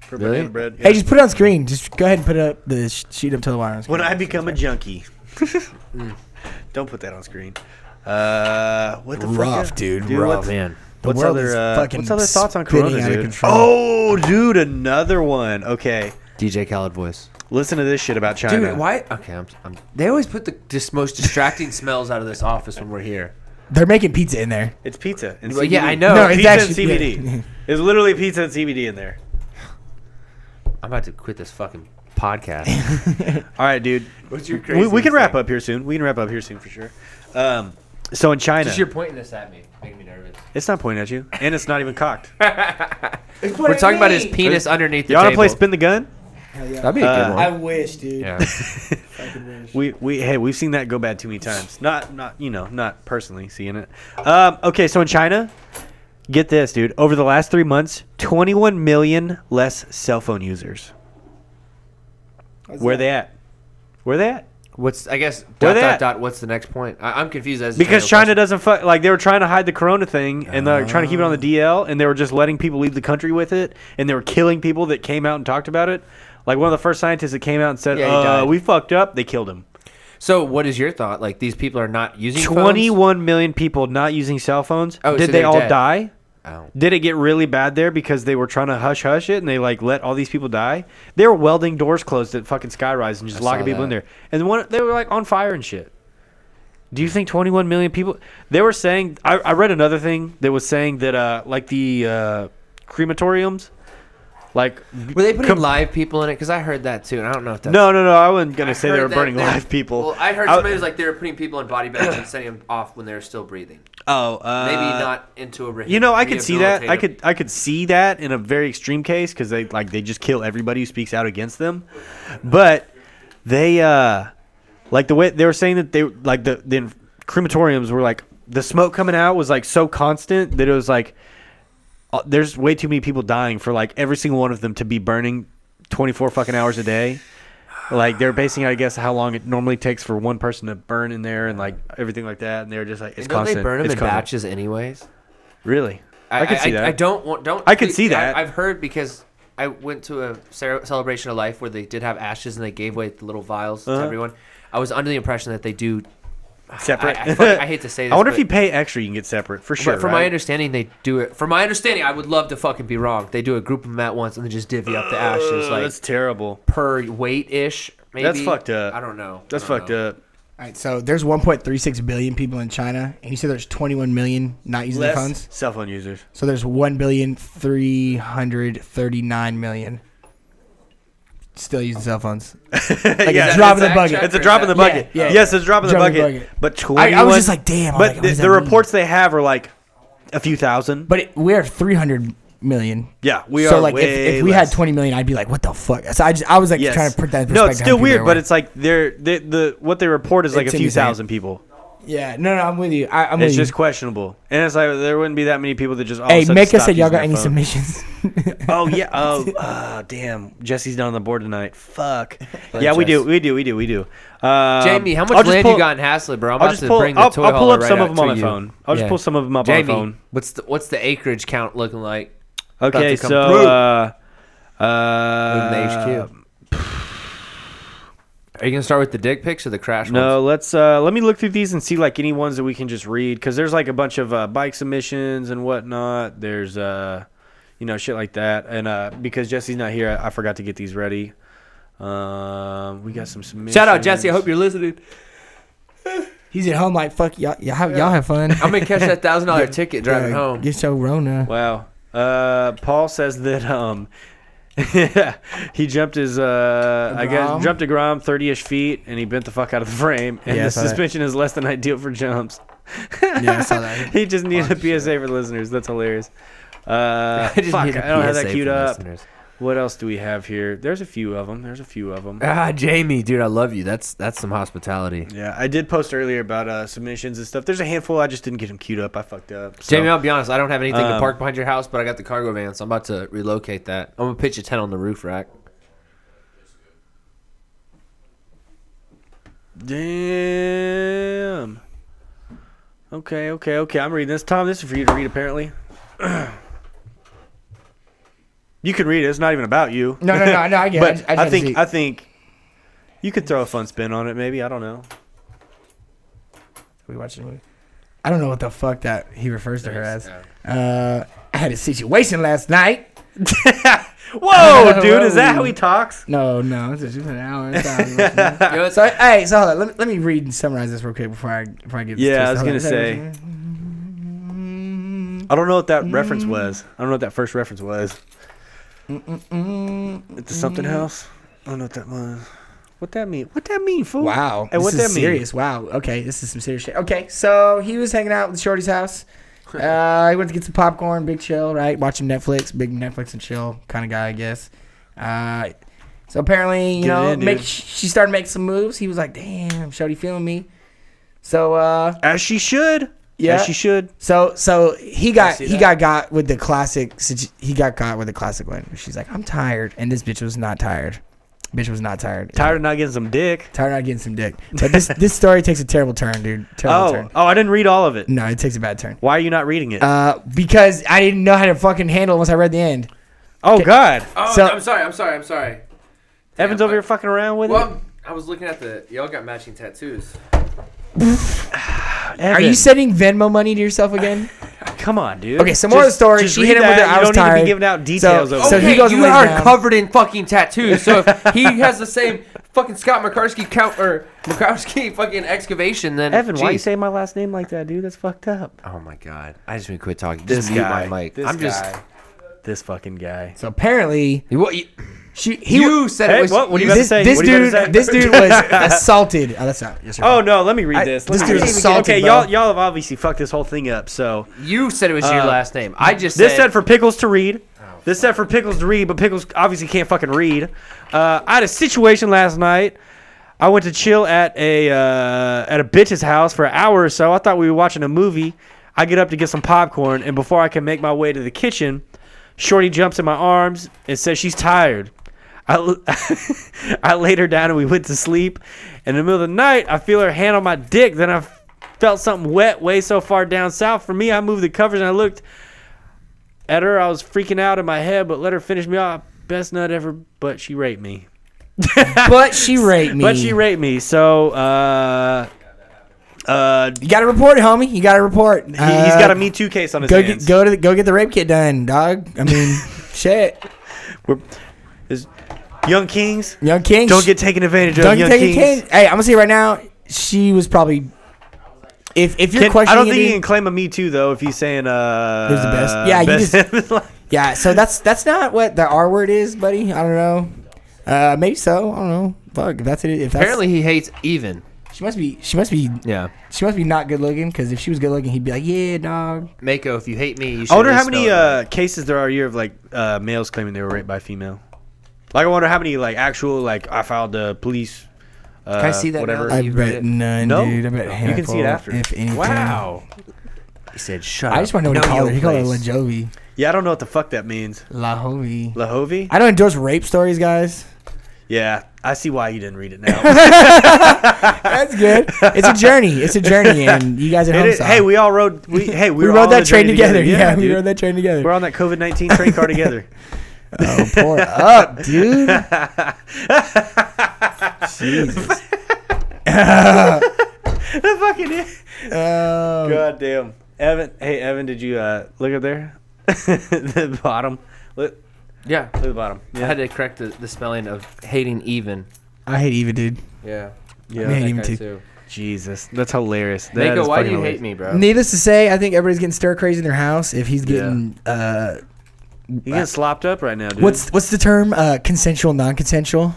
Speaker 1: for
Speaker 4: Really?
Speaker 1: banana bread.
Speaker 2: Hey,
Speaker 1: yeah.
Speaker 2: just put it on screen. Just go ahead and put up the sh- sheet up to the wire. On screen.
Speaker 1: when I become a junkie,
Speaker 2: Hmm.
Speaker 1: don't put that on screen. Uh, what the
Speaker 2: Rough,
Speaker 1: fuck?
Speaker 2: dude,
Speaker 1: what's-
Speaker 2: rough.
Speaker 4: Man.
Speaker 2: The
Speaker 1: What's
Speaker 2: world is
Speaker 1: other uh,
Speaker 2: fucking
Speaker 1: what's other thoughts on
Speaker 2: spinning
Speaker 1: Corona,
Speaker 2: out of
Speaker 1: dude?
Speaker 2: control.
Speaker 1: Oh, dude, another one. Okay,
Speaker 4: DJ Khaled voice.
Speaker 1: listen to this shit about China.
Speaker 4: Dude, why? Okay, I'm, I'm. They always put the dis- most distracting smells out of this office when we're here.
Speaker 2: They're making pizza in there.
Speaker 1: It's pizza. And
Speaker 4: Well, yeah,
Speaker 1: CBD.
Speaker 4: I know. No, it's
Speaker 1: pizza
Speaker 2: actually-
Speaker 1: and CBD.
Speaker 2: yeah.
Speaker 1: There's literally pizza and CBD in there.
Speaker 4: I'm about to quit this fucking podcast.
Speaker 1: All right, dude.
Speaker 4: What's your
Speaker 1: We, we can wrap up here soon. We can wrap up here soon for sure. Um, so in China,
Speaker 4: Just you're pointing this at me, making me nervous.
Speaker 1: it's not pointing at you, and it's not even cocked.
Speaker 4: We're talking about his penis underneath the
Speaker 1: Y'all want to
Speaker 4: table.
Speaker 1: play spin the gun?
Speaker 4: That'd be a
Speaker 1: Uh,
Speaker 4: good
Speaker 2: I
Speaker 4: one.
Speaker 2: wish, dude.
Speaker 4: yeah.
Speaker 1: We we hey, we've seen that go bad too many times. Not not you know not personally seeing it. Um, okay, so in China, get this, dude. Over the last three months, 21 million less cell phone users. Where they at? Where they at?
Speaker 4: What's I guess
Speaker 1: Where
Speaker 4: dot
Speaker 1: they
Speaker 4: dot
Speaker 1: at?
Speaker 4: dot. What's the next point? I, I'm confused as to
Speaker 1: Because
Speaker 4: your
Speaker 1: China
Speaker 4: question.
Speaker 1: doesn't fuck like they were trying to hide the corona thing and they're trying to keep it
Speaker 4: Ah.
Speaker 1: on the DL and they were just letting people leave the country with it and they were killing people that came out and talked about it. Like one of the first scientists that came out and said,
Speaker 4: Yeah, he
Speaker 1: uh,
Speaker 4: died.
Speaker 1: "We fucked up." They killed him.
Speaker 4: So what is your thought? Like these people are not using phones?
Speaker 1: Twenty-one million people not using cell phones.
Speaker 4: Oh,
Speaker 1: Did
Speaker 4: so
Speaker 1: they
Speaker 4: they're
Speaker 1: all
Speaker 4: dead.
Speaker 1: die?
Speaker 4: Oh.
Speaker 1: Did it get really bad there because they were trying to hush hush it and they like let all these people die? They were welding doors closed at fucking skyrise and just
Speaker 4: I
Speaker 1: locking
Speaker 4: saw
Speaker 1: people in
Speaker 4: that.
Speaker 1: there. And one, they were like on fire and shit. Do you think 21 million people? They were saying. I, I read another thing that was saying that uh like the uh, crematoriums, like
Speaker 4: Were they putting
Speaker 1: com-
Speaker 4: live people in it? Because I heard that too, and I don't know if that's
Speaker 1: No, no, no. I wasn't gonna
Speaker 4: I
Speaker 1: say they
Speaker 4: heard
Speaker 1: were
Speaker 4: that
Speaker 1: burning
Speaker 4: they're-
Speaker 1: live people.
Speaker 4: Well, I heard
Speaker 1: I-
Speaker 4: somebody was like they were putting people in body bags and sending them off when they were still breathing.
Speaker 1: oh, uh,
Speaker 4: Maybe not into a. Re-
Speaker 1: You know, I could see that. I
Speaker 4: rehabilitative-
Speaker 1: could I could see that in a very extreme case because they like they just kill everybody who speaks out against them. But they uh like the way they were saying that they like the the crematoriums were like the smoke coming out was like so constant that it was like uh, there's way too many people dying for like every single one of them to be burning 24 fucking hours a day. Like they're basing, I guess, how long it normally takes for one person to burn in there and like everything like that, and they're just like it's
Speaker 4: And don't
Speaker 1: constant.
Speaker 4: they burn them
Speaker 1: it's
Speaker 4: in
Speaker 1: constant.
Speaker 4: batches anyways?
Speaker 1: Really, I, could see that.
Speaker 4: I don't want. Don't.
Speaker 1: I could see that.
Speaker 4: I, have heard because I went to a cere- celebration of life where they did have ashes and they gave away the little vials
Speaker 1: Uh-huh.
Speaker 4: to everyone. I was under the impression that they do.
Speaker 1: Separate.
Speaker 4: I, I, fuck- I hate to say this.
Speaker 1: I wonder if
Speaker 4: but-
Speaker 1: you pay extra, you can get separate for sure.
Speaker 4: But from my
Speaker 1: right?
Speaker 4: understanding, they do it. From my understanding, I would love to fucking be wrong. They do a group of them at once and then just divvy up the ashes
Speaker 1: Ugh,
Speaker 4: like
Speaker 1: Uh, that's terrible.
Speaker 4: per weight ish. Maybe
Speaker 1: That's fucked up.
Speaker 4: I don't know.
Speaker 1: That's
Speaker 4: I don't
Speaker 1: fucked
Speaker 4: know.
Speaker 1: up.
Speaker 2: All right, so there's 1.36 billion people in China, and you said there's 21 million not using their phones.
Speaker 1: Cell phone users.
Speaker 2: So there's 1 billion 339 million still using cell phones. Like
Speaker 1: Yeah,
Speaker 2: it's a drop in the
Speaker 4: fact
Speaker 2: bucket.
Speaker 4: check?
Speaker 1: It's a drop in the
Speaker 4: Yeah,
Speaker 1: bucket.
Speaker 2: yeah.
Speaker 1: Yes, it's a drop in the
Speaker 2: Drop in the
Speaker 1: bucket.
Speaker 2: bucket.
Speaker 1: But 21,
Speaker 2: I- I was just like, damn, I'm
Speaker 1: But
Speaker 2: like, what
Speaker 1: the,
Speaker 2: does that
Speaker 1: the
Speaker 2: mean?
Speaker 1: reports they have are like a few thousand.
Speaker 2: But it, we're 300 million.
Speaker 1: yeah, we
Speaker 2: so
Speaker 1: are
Speaker 2: like if, if we had 20 million, I'd be like, what the fuck? So I just I was like
Speaker 1: Yes.
Speaker 2: trying to put that in perspective.
Speaker 1: no, it's
Speaker 2: how
Speaker 1: still
Speaker 2: people
Speaker 1: weird,
Speaker 2: are
Speaker 1: but
Speaker 2: aware.
Speaker 1: it's like they're, they the what they report is like
Speaker 2: It's
Speaker 1: a few
Speaker 2: insane.
Speaker 1: thousand people.
Speaker 2: yeah, no, no, I'm with you. I, I'm
Speaker 1: It's
Speaker 2: with you.
Speaker 1: just questionable, and it's like there wouldn't be that many people that just. All
Speaker 2: Hey,
Speaker 1: of a sudden
Speaker 2: Mecca
Speaker 1: stop
Speaker 2: said y'all
Speaker 1: using
Speaker 2: got
Speaker 1: their
Speaker 2: any
Speaker 1: phone.
Speaker 2: submissions?
Speaker 1: Oh yeah. Oh, ah, damn. Jesse's not on the board tonight. Fuck.
Speaker 4: Play
Speaker 1: yeah, we do.
Speaker 4: chess.
Speaker 1: We do. We do. We do. Um,
Speaker 4: Jamie, how much
Speaker 1: I'll just
Speaker 4: land
Speaker 1: pull-
Speaker 4: you got in Haslett, bro? I'm
Speaker 1: I'll
Speaker 4: about
Speaker 1: just
Speaker 4: to
Speaker 1: pull-
Speaker 4: bring the
Speaker 1: I'll-
Speaker 4: toy
Speaker 1: I'll pull
Speaker 4: hauler
Speaker 1: up some
Speaker 4: right
Speaker 1: of
Speaker 4: out
Speaker 1: them on
Speaker 4: to
Speaker 1: my
Speaker 4: you.
Speaker 1: phone. I'll just pull some of them up on my
Speaker 4: Jamie,
Speaker 1: phone.
Speaker 4: What's the what's the acreage count looking like? About
Speaker 1: Okay,
Speaker 4: to come
Speaker 1: so uh,
Speaker 4: through.
Speaker 1: uh,
Speaker 4: Moving to HQ. Um, Are you gonna start with the dick pics or the crash
Speaker 1: No,
Speaker 4: ones?
Speaker 1: let's uh, let me look through these and see like any ones that we can just read because there's like a bunch of uh, bike submissions and whatnot. There's uh, you know, shit like that. And uh, because Jesse's not here, I, I forgot to get these ready. Um, we got some submissions.
Speaker 4: Shout out Jesse. I hope you're listening.
Speaker 2: He's at home like fuck y'all. Y'all have, y'all have fun.
Speaker 4: I'm gonna catch that thousand dollar ticket driving
Speaker 2: Yeah,
Speaker 4: home.
Speaker 2: Get your Rona.
Speaker 1: Wow. Uh, Paul says that um, he jumped his uh, I
Speaker 2: Grom?
Speaker 1: guess jumped a Grom thirty-ish feet and he bent the fuck out of the frame. And
Speaker 2: Yeah, I
Speaker 1: the
Speaker 2: saw that.
Speaker 1: suspension is less than ideal for jumps.
Speaker 2: Yeah, I saw that.
Speaker 1: He just needed a PSA for listeners. That's hilarious. Uh,
Speaker 4: I just
Speaker 1: fuck,
Speaker 4: need a
Speaker 1: I don't have that
Speaker 4: PSA
Speaker 1: queued
Speaker 4: for
Speaker 1: up.
Speaker 4: listeners.
Speaker 1: What else do we have here? There's a few of them. There's a few of them.
Speaker 4: Ah, Jamie, dude, I love you. That's that's some hospitality.
Speaker 1: Yeah, I did post earlier about uh, submissions and stuff. There's a handful. I just didn't get them queued up. I fucked up. So.
Speaker 4: Jamie, I'll be honest. I don't have anything to
Speaker 1: Um,
Speaker 4: park behind your house, but I got the cargo van, so I'm about to relocate that. I'm gonna pitch a tent on the roof rack.
Speaker 1: Damn. Okay, okay, okay. I'm reading this. Tom, this is for you to read, apparently. you can read it. It's not even about you.
Speaker 2: No, no, no, no. I get.
Speaker 1: but
Speaker 2: it.
Speaker 1: I,
Speaker 2: I, just- I,
Speaker 1: think I think you could throw a fun spin on it. Maybe I don't know.
Speaker 2: we watched the movie. I don't know what the fuck that he refers to her as. Uh, I had a situation last night.
Speaker 1: Whoa, dude! Is that how he talks?
Speaker 2: No, no, it's just it's an hour. It's an hour.
Speaker 4: You know, it's-
Speaker 2: so hey, so hold on. Let me, let me read and summarize this real quick before I before I get. this
Speaker 1: Yeah, I was
Speaker 2: twisted.
Speaker 1: gonna
Speaker 2: Hold
Speaker 1: say. I don't know what that reference
Speaker 2: Mm.
Speaker 1: was. I don't know what that first reference was. Oh.
Speaker 2: on. Mm, mm, mm.
Speaker 1: It's something else. I don't know what that was. What that mean? What that mean, fool?
Speaker 2: Wow,
Speaker 1: And
Speaker 2: this
Speaker 1: what
Speaker 2: is
Speaker 1: that mean?
Speaker 2: serious. Wow, okay, this is some serious shit. Okay, so he was hanging out with Shorty's house. Uh, he went to get some popcorn, big chill, right? Watching Netflix, big Netflix and chill kind of guy, I guess. Uh, so apparently, you
Speaker 1: Get it
Speaker 2: know,
Speaker 1: in, dude.
Speaker 2: make, she started making some moves. He was like, "Damn, Shorty feeling me." So, uh,
Speaker 1: As she should.
Speaker 2: Yeah.
Speaker 1: As she should.
Speaker 2: so, so he got
Speaker 1: see
Speaker 2: he
Speaker 1: that.
Speaker 2: got got with the classic. situ- He got got with the classic one. She's like, "I'm tired," and this bitch was not tired. Bitch was not tired.
Speaker 1: Tired of not getting some dick.
Speaker 2: Tired of not getting some dick. But this this story takes a terrible turn, dude. Terrible
Speaker 1: Oh,
Speaker 2: turn.
Speaker 1: oh, I didn't read all of it.
Speaker 2: No, it takes a bad turn.
Speaker 1: Why are you not reading it?
Speaker 2: Uh, because I didn't know how to fucking handle it once I read the end.
Speaker 1: oh God,
Speaker 4: oh,
Speaker 2: So-
Speaker 4: I'm sorry. I'm sorry. I'm sorry.
Speaker 1: Evan's
Speaker 4: yeah,
Speaker 1: over
Speaker 4: but-
Speaker 1: here fucking around with
Speaker 4: Well, I'm- I was looking at the y'all got matching tattoos.
Speaker 1: it.
Speaker 2: Are
Speaker 1: Evan,
Speaker 2: you sending Venmo money to yourself again?
Speaker 1: Come on, dude.
Speaker 2: Okay, some more of the story. She
Speaker 1: read
Speaker 2: hit him with
Speaker 1: that.
Speaker 2: it. I
Speaker 1: You don't
Speaker 2: was
Speaker 1: need to
Speaker 2: tired.
Speaker 1: be giving out details. over
Speaker 2: So
Speaker 1: it.
Speaker 2: he goes and
Speaker 4: you
Speaker 2: lays
Speaker 4: are
Speaker 2: down.
Speaker 4: covered in fucking tattoos. So if he has the same fucking Scott McCarsky count or McCarsky fucking excavation, then
Speaker 1: Evan, why you
Speaker 4: jeez.
Speaker 1: say my last name like that, dude? That's fucked up.
Speaker 4: Oh my god! I just need to quit talking.
Speaker 1: This
Speaker 4: Just mute
Speaker 1: guy.
Speaker 4: my mic.
Speaker 1: This
Speaker 4: I'm just.
Speaker 1: guy. This fucking guy.
Speaker 2: So apparently,
Speaker 4: You, what, you,
Speaker 2: she he
Speaker 4: you said
Speaker 1: Hey,
Speaker 4: it was.
Speaker 1: what- what do you
Speaker 4: you-
Speaker 1: about to
Speaker 2: this,
Speaker 1: say?
Speaker 2: this
Speaker 1: What are you
Speaker 2: dude
Speaker 1: about to say?
Speaker 2: this dude was assaulted. Oh, that's not. Yes, sir.
Speaker 1: Oh no, let me read
Speaker 2: I-
Speaker 1: this.
Speaker 2: this
Speaker 1: Let me
Speaker 2: dude's
Speaker 1: read it.
Speaker 2: assaulted,
Speaker 1: Okay,
Speaker 2: bro.
Speaker 1: y'all, y'all have obviously fucked this whole thing up. So
Speaker 4: you said it was your
Speaker 1: Uh,
Speaker 4: last name. I just
Speaker 1: This
Speaker 4: said Oh,
Speaker 1: said for Pickles to read. this said for Pickles to read, but Pickles obviously can't fucking read. Uh, I had a situation last night. I went to chill at a uh, at a bitch's house for an hour or so. I thought we were watching a movie. I get up to get some popcorn, and before I can make my way to the kitchen, Shorty jumps in my arms and says she's tired. I, l- I laid her down and we went to sleep. In the middle of the night, I feel her hand on my dick. Then I f- felt something wet way so far down south. For me, I moved the covers and I looked at her. I was freaking out in my head, but let her finish me off. Best nut ever, but she raped me.
Speaker 2: but she raped me.
Speaker 1: But she raped me, so uh, uh,
Speaker 2: You got to report, it, homie. You got to report. Uh,
Speaker 1: he, he's got a Me Too case on his
Speaker 2: Go
Speaker 1: hands.
Speaker 2: get go to the, go get the rape kit done, dog. I mean, shit.
Speaker 1: We're- is- young Kings,
Speaker 2: Young King.
Speaker 1: don't get taken advantage of.
Speaker 2: don't
Speaker 1: young
Speaker 2: get taken.
Speaker 1: Kings.
Speaker 2: King. Hey, I'm gonna say right now, she was probably. If if you're
Speaker 1: Can-
Speaker 2: questioning,
Speaker 1: I don't think
Speaker 2: it,
Speaker 1: he can claim a Me Too though if he's saying uh,
Speaker 2: Who's the best? Yeah, you
Speaker 1: just,
Speaker 2: Yeah, so that's that's not what the R word is, buddy. I don't know. Uh, maybe so. I don't know. Fuck, if that's it. If that's,
Speaker 4: Apparently, he hates even.
Speaker 2: she must be she must be
Speaker 4: Yeah.
Speaker 2: she must be not good looking because if she was good looking, he'd be like, yeah, dog.
Speaker 4: Mako, if you hate me, you should.
Speaker 1: I wonder
Speaker 4: at
Speaker 1: how
Speaker 4: least
Speaker 1: many
Speaker 4: spell it right.
Speaker 1: uh, cases there are a year of like uh, males claiming they were raped by a female. Like I wonder how many like actual like I filed the police. Uh,
Speaker 4: Can I see that now
Speaker 1: Whatever.
Speaker 4: that
Speaker 2: I
Speaker 4: You've read
Speaker 2: bet
Speaker 4: it?
Speaker 2: none,
Speaker 1: No.
Speaker 2: dude. I bet
Speaker 1: You
Speaker 2: handful,
Speaker 1: can see it after.
Speaker 2: If anything.
Speaker 1: Wow.
Speaker 4: He said, "Shut
Speaker 2: I just want to know what he called her. He called her La Jovi.
Speaker 1: Yeah, I don't know what the fuck that means.
Speaker 2: La Jovi.
Speaker 1: Lahovi?
Speaker 2: I don't endorse rape stories, guys.
Speaker 1: Yeah, I see why you didn't read it now.
Speaker 2: That's good. it's a journey. It's a journey, and you guys at
Speaker 1: It
Speaker 2: home.
Speaker 1: is-
Speaker 2: saw.
Speaker 1: hey, we all rode. We, hey, we, were
Speaker 2: we
Speaker 1: all
Speaker 2: rode
Speaker 1: on
Speaker 2: that
Speaker 1: the
Speaker 2: train
Speaker 1: journey
Speaker 2: together. Yeah, we
Speaker 1: dude.
Speaker 2: rode that train
Speaker 1: We're
Speaker 2: together.
Speaker 1: on that COVID nineteen train car together.
Speaker 2: Oh, pour up, dude. Jesus.
Speaker 1: that fucking is.
Speaker 2: Um,
Speaker 1: God damn, Evan. Hey, Evan, did you uh, look up there? the bottom. Look, look
Speaker 4: Yeah,
Speaker 1: at the bottom.
Speaker 4: I had to correct the, the spelling of hating even.
Speaker 2: I hate Eva, dude.
Speaker 4: Yeah,
Speaker 1: Yeah.
Speaker 2: Man,
Speaker 4: that
Speaker 2: even
Speaker 4: guy
Speaker 2: too.
Speaker 1: Jesus, that's hilarious. That
Speaker 4: Mako,
Speaker 1: is
Speaker 4: why do
Speaker 1: fucking
Speaker 4: you hate
Speaker 1: hilarious.
Speaker 4: me, bro?
Speaker 2: Needless to say, I think everybody's getting stir crazy in their house if he's getting uh,
Speaker 1: He's getting slopped up right now, dude.
Speaker 2: what's what's the term? Uh, consensual, non-consensual.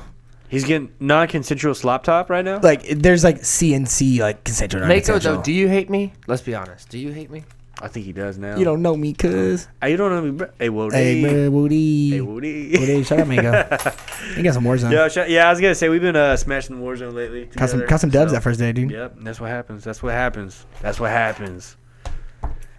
Speaker 1: he's getting non-consensual slop top right now?
Speaker 2: Like there's like CNC, like consensual,
Speaker 4: Mako,
Speaker 2: non-consensual.
Speaker 4: though, do you hate me? Let's be honest. Do you hate me?
Speaker 1: I think he does now.
Speaker 2: you don't know me, cuz.
Speaker 1: Hey, you don't know me, bro. Hey, Woody.
Speaker 2: Hey, man, Woody.
Speaker 1: Hey,
Speaker 2: Woody.
Speaker 1: Woody.
Speaker 2: Shout out, Mako. you got some Warzone.
Speaker 1: Yo, sh- yeah, I was gonna say we've been uh, smashing Warzone lately.
Speaker 2: Caught some,
Speaker 1: together,
Speaker 2: caught some dubs
Speaker 1: so-
Speaker 2: that first day, dude.
Speaker 1: Yep, that's what happens. That's what happens. That's what happens.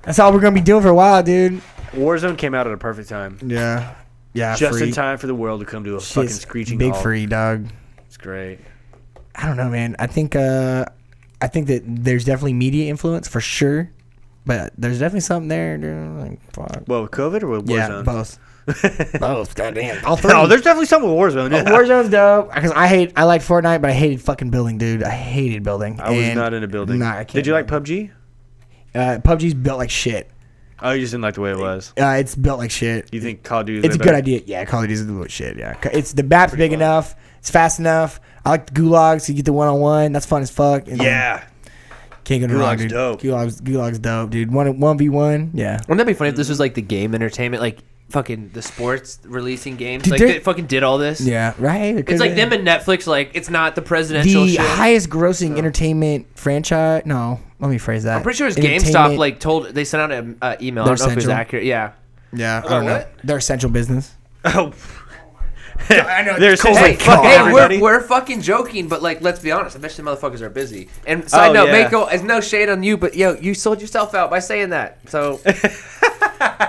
Speaker 2: That's all we're gonna be doing for a while, dude.
Speaker 1: Warzone came out at a perfect time,
Speaker 2: Yeah, yeah.
Speaker 1: just
Speaker 2: free.
Speaker 1: in time for the world to come to a
Speaker 2: Shit's
Speaker 1: fucking screeching
Speaker 2: Big
Speaker 1: halt.
Speaker 2: free dog.
Speaker 1: It's great.
Speaker 2: I don't know, man. I think uh, I think that there's definitely media influence for sure, but there's definitely something there. Dude. Like, fuck.
Speaker 1: Well, with COVID or with
Speaker 2: Yeah,
Speaker 1: Warzone?
Speaker 2: both. both. Goddamn. All three.
Speaker 1: Oh, there's definitely something with Warzone. Yeah.
Speaker 2: Warzone's dope because I hate. I like Fortnite, but I hated fucking building, dude. I hated building.
Speaker 1: I was
Speaker 2: And-
Speaker 1: not in a building.
Speaker 2: Nah, I can't
Speaker 1: Did you like
Speaker 2: build.
Speaker 1: PUBG?
Speaker 2: Uh, PUBG's built like shit.
Speaker 1: Oh, you just didn't like the way it was.
Speaker 2: Uh, it's built like shit.
Speaker 1: You think Call of Duty? Is
Speaker 2: It's a
Speaker 1: way
Speaker 2: good
Speaker 1: better?
Speaker 2: idea. Yeah, Call of Duty is the little shit. Yeah, C- it's the map's big enough. It's fast enough. I like the gulags. You get the one on one. That's fun as fuck. And
Speaker 1: Yeah,
Speaker 2: can't go to wrong,
Speaker 1: Gulag's
Speaker 2: dude.
Speaker 1: dope.
Speaker 2: Gulags, gulags, dope, dude. One one v one. Yeah.
Speaker 4: Wouldn't that be funny if this was like the game entertainment, like fucking the sports releasing games,
Speaker 2: Dude,
Speaker 4: like
Speaker 2: they're-
Speaker 4: they fucking did all this?
Speaker 2: Yeah. Right.
Speaker 4: It's like them and Netflix. Like it's not the presidential
Speaker 2: the
Speaker 4: shit.
Speaker 2: highest grossing entertainment franchise. No, let me phrase that.
Speaker 4: I'm pretty sure it's GameStop.
Speaker 2: Entertainment-
Speaker 4: Like told they sent out an uh, email. I
Speaker 2: They're
Speaker 4: don't know if it's
Speaker 2: central.
Speaker 4: accurate. Yeah.
Speaker 2: yeah, I don't know.
Speaker 4: what? Mm-hmm.
Speaker 2: They're essential business.
Speaker 1: Oh. I know. There's
Speaker 2: cold.
Speaker 4: Hey,
Speaker 2: Like, come
Speaker 4: fuck,
Speaker 2: on,
Speaker 4: hey,
Speaker 1: everybody.
Speaker 4: we're, we're fucking joking, but like, let's be honest. I bet you the motherfuckers are busy. And side
Speaker 1: Oh,
Speaker 4: note,
Speaker 1: yeah.
Speaker 4: Mako, it's no shade on you, but yo, you sold yourself out by saying that. So,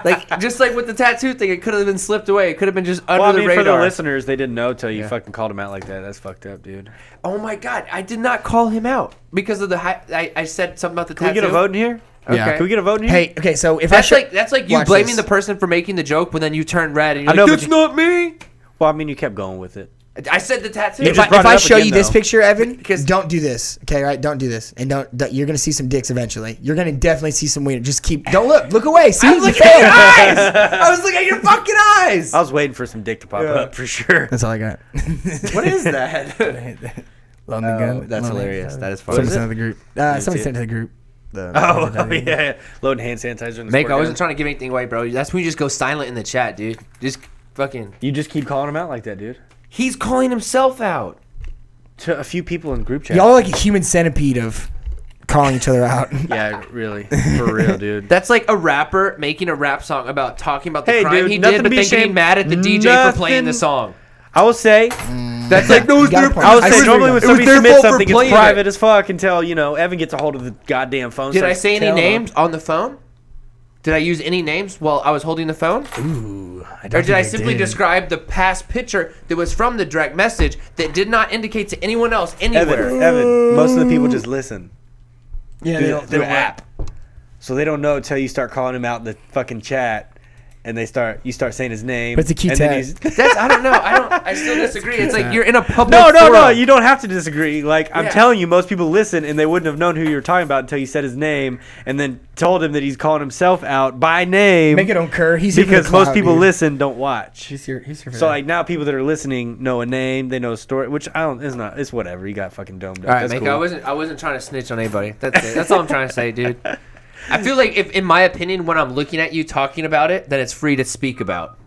Speaker 4: like, just like with the tattoo thing, it could have been slipped away. It could have been just under
Speaker 1: Well, I
Speaker 4: the
Speaker 1: mean, for
Speaker 4: radar.
Speaker 1: the listeners, they didn't know till you fucking called them out like that. That's fucked up, dude.
Speaker 4: oh my god, I did not call him out because of the. Hi- I, I said something about the
Speaker 1: Can we
Speaker 4: tattoo.
Speaker 1: get a vote in here?
Speaker 4: Yeah.
Speaker 1: Can we get a vote in here?
Speaker 2: Hey, okay, so if I
Speaker 4: That's
Speaker 2: show-
Speaker 4: like that's like you
Speaker 2: Watch
Speaker 4: blaming
Speaker 2: this.
Speaker 4: the person for making the joke, but then you turn red and you're
Speaker 1: I know,
Speaker 4: like,
Speaker 1: but
Speaker 4: "That's
Speaker 1: you-
Speaker 4: not me."
Speaker 1: Well, I mean, you kept going with it.
Speaker 4: I said the tattoo.
Speaker 1: You
Speaker 2: if I,
Speaker 1: just brought
Speaker 2: if
Speaker 1: it
Speaker 2: I
Speaker 1: up
Speaker 2: show
Speaker 1: again,
Speaker 2: you this
Speaker 1: though.
Speaker 2: picture, Evan,
Speaker 4: 'Cause-
Speaker 2: don't do this. Okay, right? Don't do this, and don't, don't- You're gonna see some dicks eventually. You're gonna definitely see some weird. Just keep. Don't look. Look away. See.
Speaker 4: I
Speaker 2: You
Speaker 4: was looking at your
Speaker 2: failed.
Speaker 4: eyes. I was looking at your fucking eyes.
Speaker 1: I was waiting for some dick to pop up for sure.
Speaker 2: That's all I got.
Speaker 4: What is that?
Speaker 2: London gun.
Speaker 4: That's
Speaker 2: London
Speaker 4: hilarious.
Speaker 2: gun.
Speaker 4: That is funny.
Speaker 2: Somebody sent it to the group. Uh, somebody
Speaker 1: see
Speaker 2: sent it to the group. The-
Speaker 1: Oh,
Speaker 2: the- the-
Speaker 1: yeah, yeah. Loading hand sanitizer. In the
Speaker 4: Make,
Speaker 1: squirt
Speaker 4: I wasn't
Speaker 1: gun.
Speaker 4: trying to give anything away, bro. That's when you just go silent in the chat, dude. Just fucking.
Speaker 1: You just keep calling them out like that, dude.
Speaker 4: He's calling himself out.
Speaker 1: To a few people in group chat.
Speaker 2: Y'all are like a human centipede of calling each other out.
Speaker 1: yeah, really, for real, dude.
Speaker 4: That's like a rapper making a rap song about talking about the
Speaker 1: Hey,
Speaker 4: crime
Speaker 1: dude,
Speaker 4: he
Speaker 1: nothing
Speaker 4: did,
Speaker 1: to
Speaker 4: but
Speaker 1: be
Speaker 4: then
Speaker 1: ashamed-
Speaker 4: getting mad at the DJ for playing the
Speaker 1: nothing-
Speaker 4: song.
Speaker 1: I will say,
Speaker 4: That's like no,
Speaker 2: You got a point.
Speaker 1: I will say,
Speaker 2: see
Speaker 1: normally
Speaker 2: where
Speaker 1: when
Speaker 2: you're
Speaker 1: somebody
Speaker 4: their
Speaker 1: submits
Speaker 4: fault for
Speaker 1: something, it's
Speaker 4: playing
Speaker 1: private
Speaker 4: it.
Speaker 1: as fuck until you know Evan gets a hold of the goddamn phone.
Speaker 4: Did I
Speaker 1: starts
Speaker 4: say any
Speaker 1: telling
Speaker 4: names on the phone? Did I use any names while I was holding the phone?
Speaker 2: I don't
Speaker 4: Or did
Speaker 2: think
Speaker 4: I simply
Speaker 2: did.
Speaker 4: describe the past picture that was from the direct message that did not indicate to anyone else
Speaker 1: them.
Speaker 4: anywhere?
Speaker 1: Evan, Evan. Most of the people just listen.
Speaker 2: Yeah,
Speaker 1: through,
Speaker 2: they
Speaker 1: the-
Speaker 2: don't- they
Speaker 1: through
Speaker 2: don't-
Speaker 1: app. So they don't know until you start calling them out in the fucking chat. and they start you start saying his name.
Speaker 2: But it's a key
Speaker 1: and then
Speaker 2: tag.
Speaker 1: he's-
Speaker 4: That's I don't know. I don't. I still disagree. It's like you're in a public.
Speaker 1: No, no, no!
Speaker 4: forum.
Speaker 1: You don't have to disagree. Like I'm
Speaker 4: Yeah.
Speaker 1: telling you, most people listen and they wouldn't have known who you were talking about until you said his name and then told him that he's calling himself out by name.
Speaker 2: Make it on Kerr. He's here for the
Speaker 1: because most
Speaker 2: clout,
Speaker 1: people
Speaker 2: dude.
Speaker 1: listen don't watch.
Speaker 2: He's here. He's here for
Speaker 1: So
Speaker 2: that.
Speaker 1: like now, people that are listening know a name, they know a story, which I don't. It's not. It's whatever. You got fucking domed up.
Speaker 4: All right,
Speaker 1: That's
Speaker 4: Mika,
Speaker 1: cool.
Speaker 4: I wasn't I wasn't trying to snitch on anybody. That's it. That's all I'm trying to say, dude. I feel like if in my opinion when I'm looking at you talking about it, that it's free to speak about.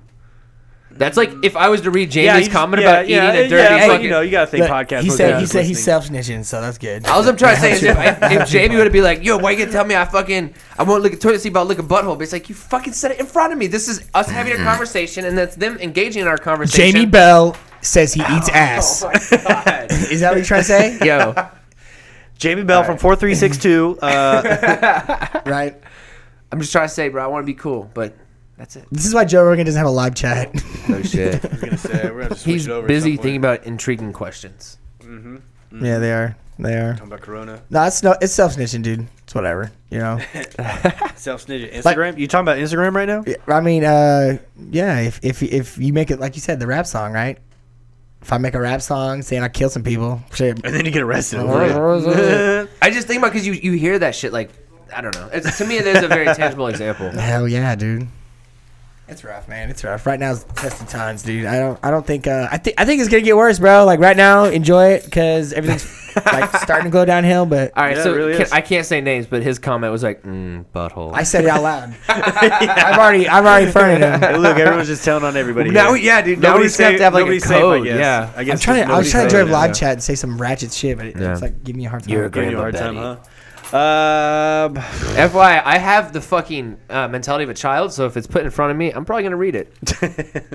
Speaker 4: That's like if I was to read
Speaker 1: yeah,
Speaker 4: Jamie's
Speaker 1: you-
Speaker 4: comment
Speaker 1: yeah,
Speaker 4: about
Speaker 1: yeah,
Speaker 4: eating a dirty
Speaker 1: yeah, but,
Speaker 4: fucking.
Speaker 1: you know, you gotta think
Speaker 2: Look,
Speaker 1: podcast.
Speaker 2: He
Speaker 1: was
Speaker 2: said
Speaker 1: guys
Speaker 2: he said he's
Speaker 1: listening.
Speaker 2: self snitching, so that's good.
Speaker 4: All I'm trying to say is if, if,
Speaker 2: That
Speaker 4: if
Speaker 2: helps you.
Speaker 4: Jamie would have been like, "Yo, why you gonna tell me I fucking I won't look at toilet seat, but I'll look at butthole," but it's like you fucking said it in front of me. This is us having a conversation, and that's them engaging in our conversation. Oh
Speaker 2: Jamie Bell says he
Speaker 1: Oh,
Speaker 2: eats ass. Is that what you're trying to say?
Speaker 4: Yo,
Speaker 1: Jamie Bell from four three six two. Uh,
Speaker 2: Right.
Speaker 4: I'm just trying to say, bro, I want to be cool, but that's it.
Speaker 2: This is why Joe Rogan doesn't have a live chat.
Speaker 1: Mm.
Speaker 4: No shit.
Speaker 5: gonna say, we're gonna have to switch
Speaker 4: He's
Speaker 5: it over at
Speaker 4: busy
Speaker 5: some point.
Speaker 4: thinking about intriguing questions.
Speaker 2: yeah, they are. They are.
Speaker 5: Talking about Corona.
Speaker 2: No, it's no, it's self snitching, dude. It's whatever. You know.
Speaker 1: Self snitching. Instagram.
Speaker 2: Like-
Speaker 1: you talking about Instagram right now?
Speaker 2: I mean, uh, yeah. If if if you make it like you said, the rap song, right? If I make a rap song saying I kill some people, shit.
Speaker 1: And then you get arrested.
Speaker 4: I just think about because you you hear that shit like I don't know. It's, to me, there's a very tangible example.
Speaker 2: Hell yeah, dude. It's rough, man. It's rough. Right now is testing times, dude. I don't. I don't think. Uh, I think. I think it's gonna get worse, bro. Like right now, enjoy it because everything's like starting to go downhill. But
Speaker 4: All right,
Speaker 1: Yeah,
Speaker 4: so
Speaker 1: it really
Speaker 4: can,
Speaker 1: is.
Speaker 4: I can't say names, but his comment was like, mm, "Butthole."
Speaker 2: I said it out loud. I've already. I've already fronted him.
Speaker 1: Hey, look, everyone's just telling on everybody.
Speaker 4: Now-
Speaker 1: here.
Speaker 4: yeah, dude, now we
Speaker 1: Nobody's
Speaker 4: just have
Speaker 1: safe-
Speaker 4: to have, like, a
Speaker 1: nobody's
Speaker 4: code,
Speaker 1: I guess.
Speaker 4: yeah.
Speaker 1: I guess
Speaker 2: I'm trying to. I was
Speaker 1: nobody's
Speaker 2: trying to
Speaker 1: safe.
Speaker 2: drive live
Speaker 1: Yeah.
Speaker 2: chat and say some ratchet shit, but it,
Speaker 4: Yeah.
Speaker 2: it's like giving me a hard time.
Speaker 4: You're a
Speaker 1: Giving you a hard
Speaker 4: Grandma
Speaker 1: time, huh? Um,
Speaker 4: FYI, I have the fucking uh, mentality of a child, so if it's put in front of me, I'm probably gonna read it.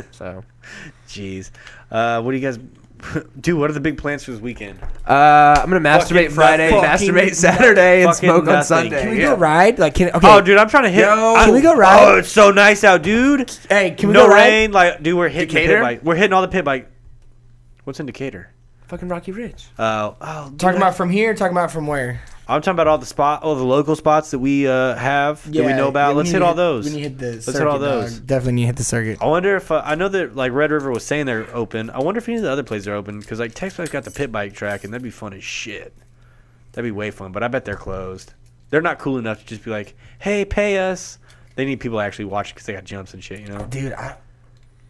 Speaker 4: so,
Speaker 1: jeez. Uh, what do you guys? Dude, what are the big plans for this weekend?
Speaker 4: uh, I'm gonna
Speaker 1: Fucking
Speaker 4: masturbate Friday,
Speaker 1: nothing.
Speaker 4: masturbate
Speaker 1: Fucking
Speaker 4: Saturday, and
Speaker 1: nothing.
Speaker 4: smoke on
Speaker 1: Fucking
Speaker 4: Sunday.
Speaker 1: nothing.
Speaker 2: Can we
Speaker 4: Yeah.
Speaker 2: do a ride? Like, can okay?
Speaker 1: Oh, dude, I'm trying to hit.
Speaker 4: Yo.
Speaker 1: I-
Speaker 2: Can we go
Speaker 1: Oh,
Speaker 2: ride?
Speaker 1: it's so nice out, dude.
Speaker 2: Hey, can we
Speaker 1: no
Speaker 2: go ride?
Speaker 1: rain, like, dude, we're hitting the
Speaker 4: Decatur?
Speaker 1: pit bike. We're hitting all the pit bike. What's in Decatur?
Speaker 4: Fucking Rocky Ridge.
Speaker 1: Uh, oh, dude,
Speaker 2: Talking
Speaker 1: I-
Speaker 2: about from here. Talking about from where?
Speaker 1: I'm talking about all the spot, all the local spots that we uh, have that we know about.
Speaker 2: yeah,
Speaker 1: Let's
Speaker 2: need
Speaker 1: hit
Speaker 2: to
Speaker 1: all those.
Speaker 2: We need to hit the
Speaker 1: Let's
Speaker 2: circuit,
Speaker 1: hit all those.
Speaker 2: dog. Definitely need to hit the circuit.
Speaker 1: I wonder if uh, I know that like Red River was saying they're open. I wonder if any of the other places are open because like Texas got the pit bike track and that'd be fun as shit. That'd be way fun, but I bet they're closed. They're not cool enough to just be like, "Hey, pay us." They need people to actually watch because they got jumps and shit, you know.
Speaker 2: dude I,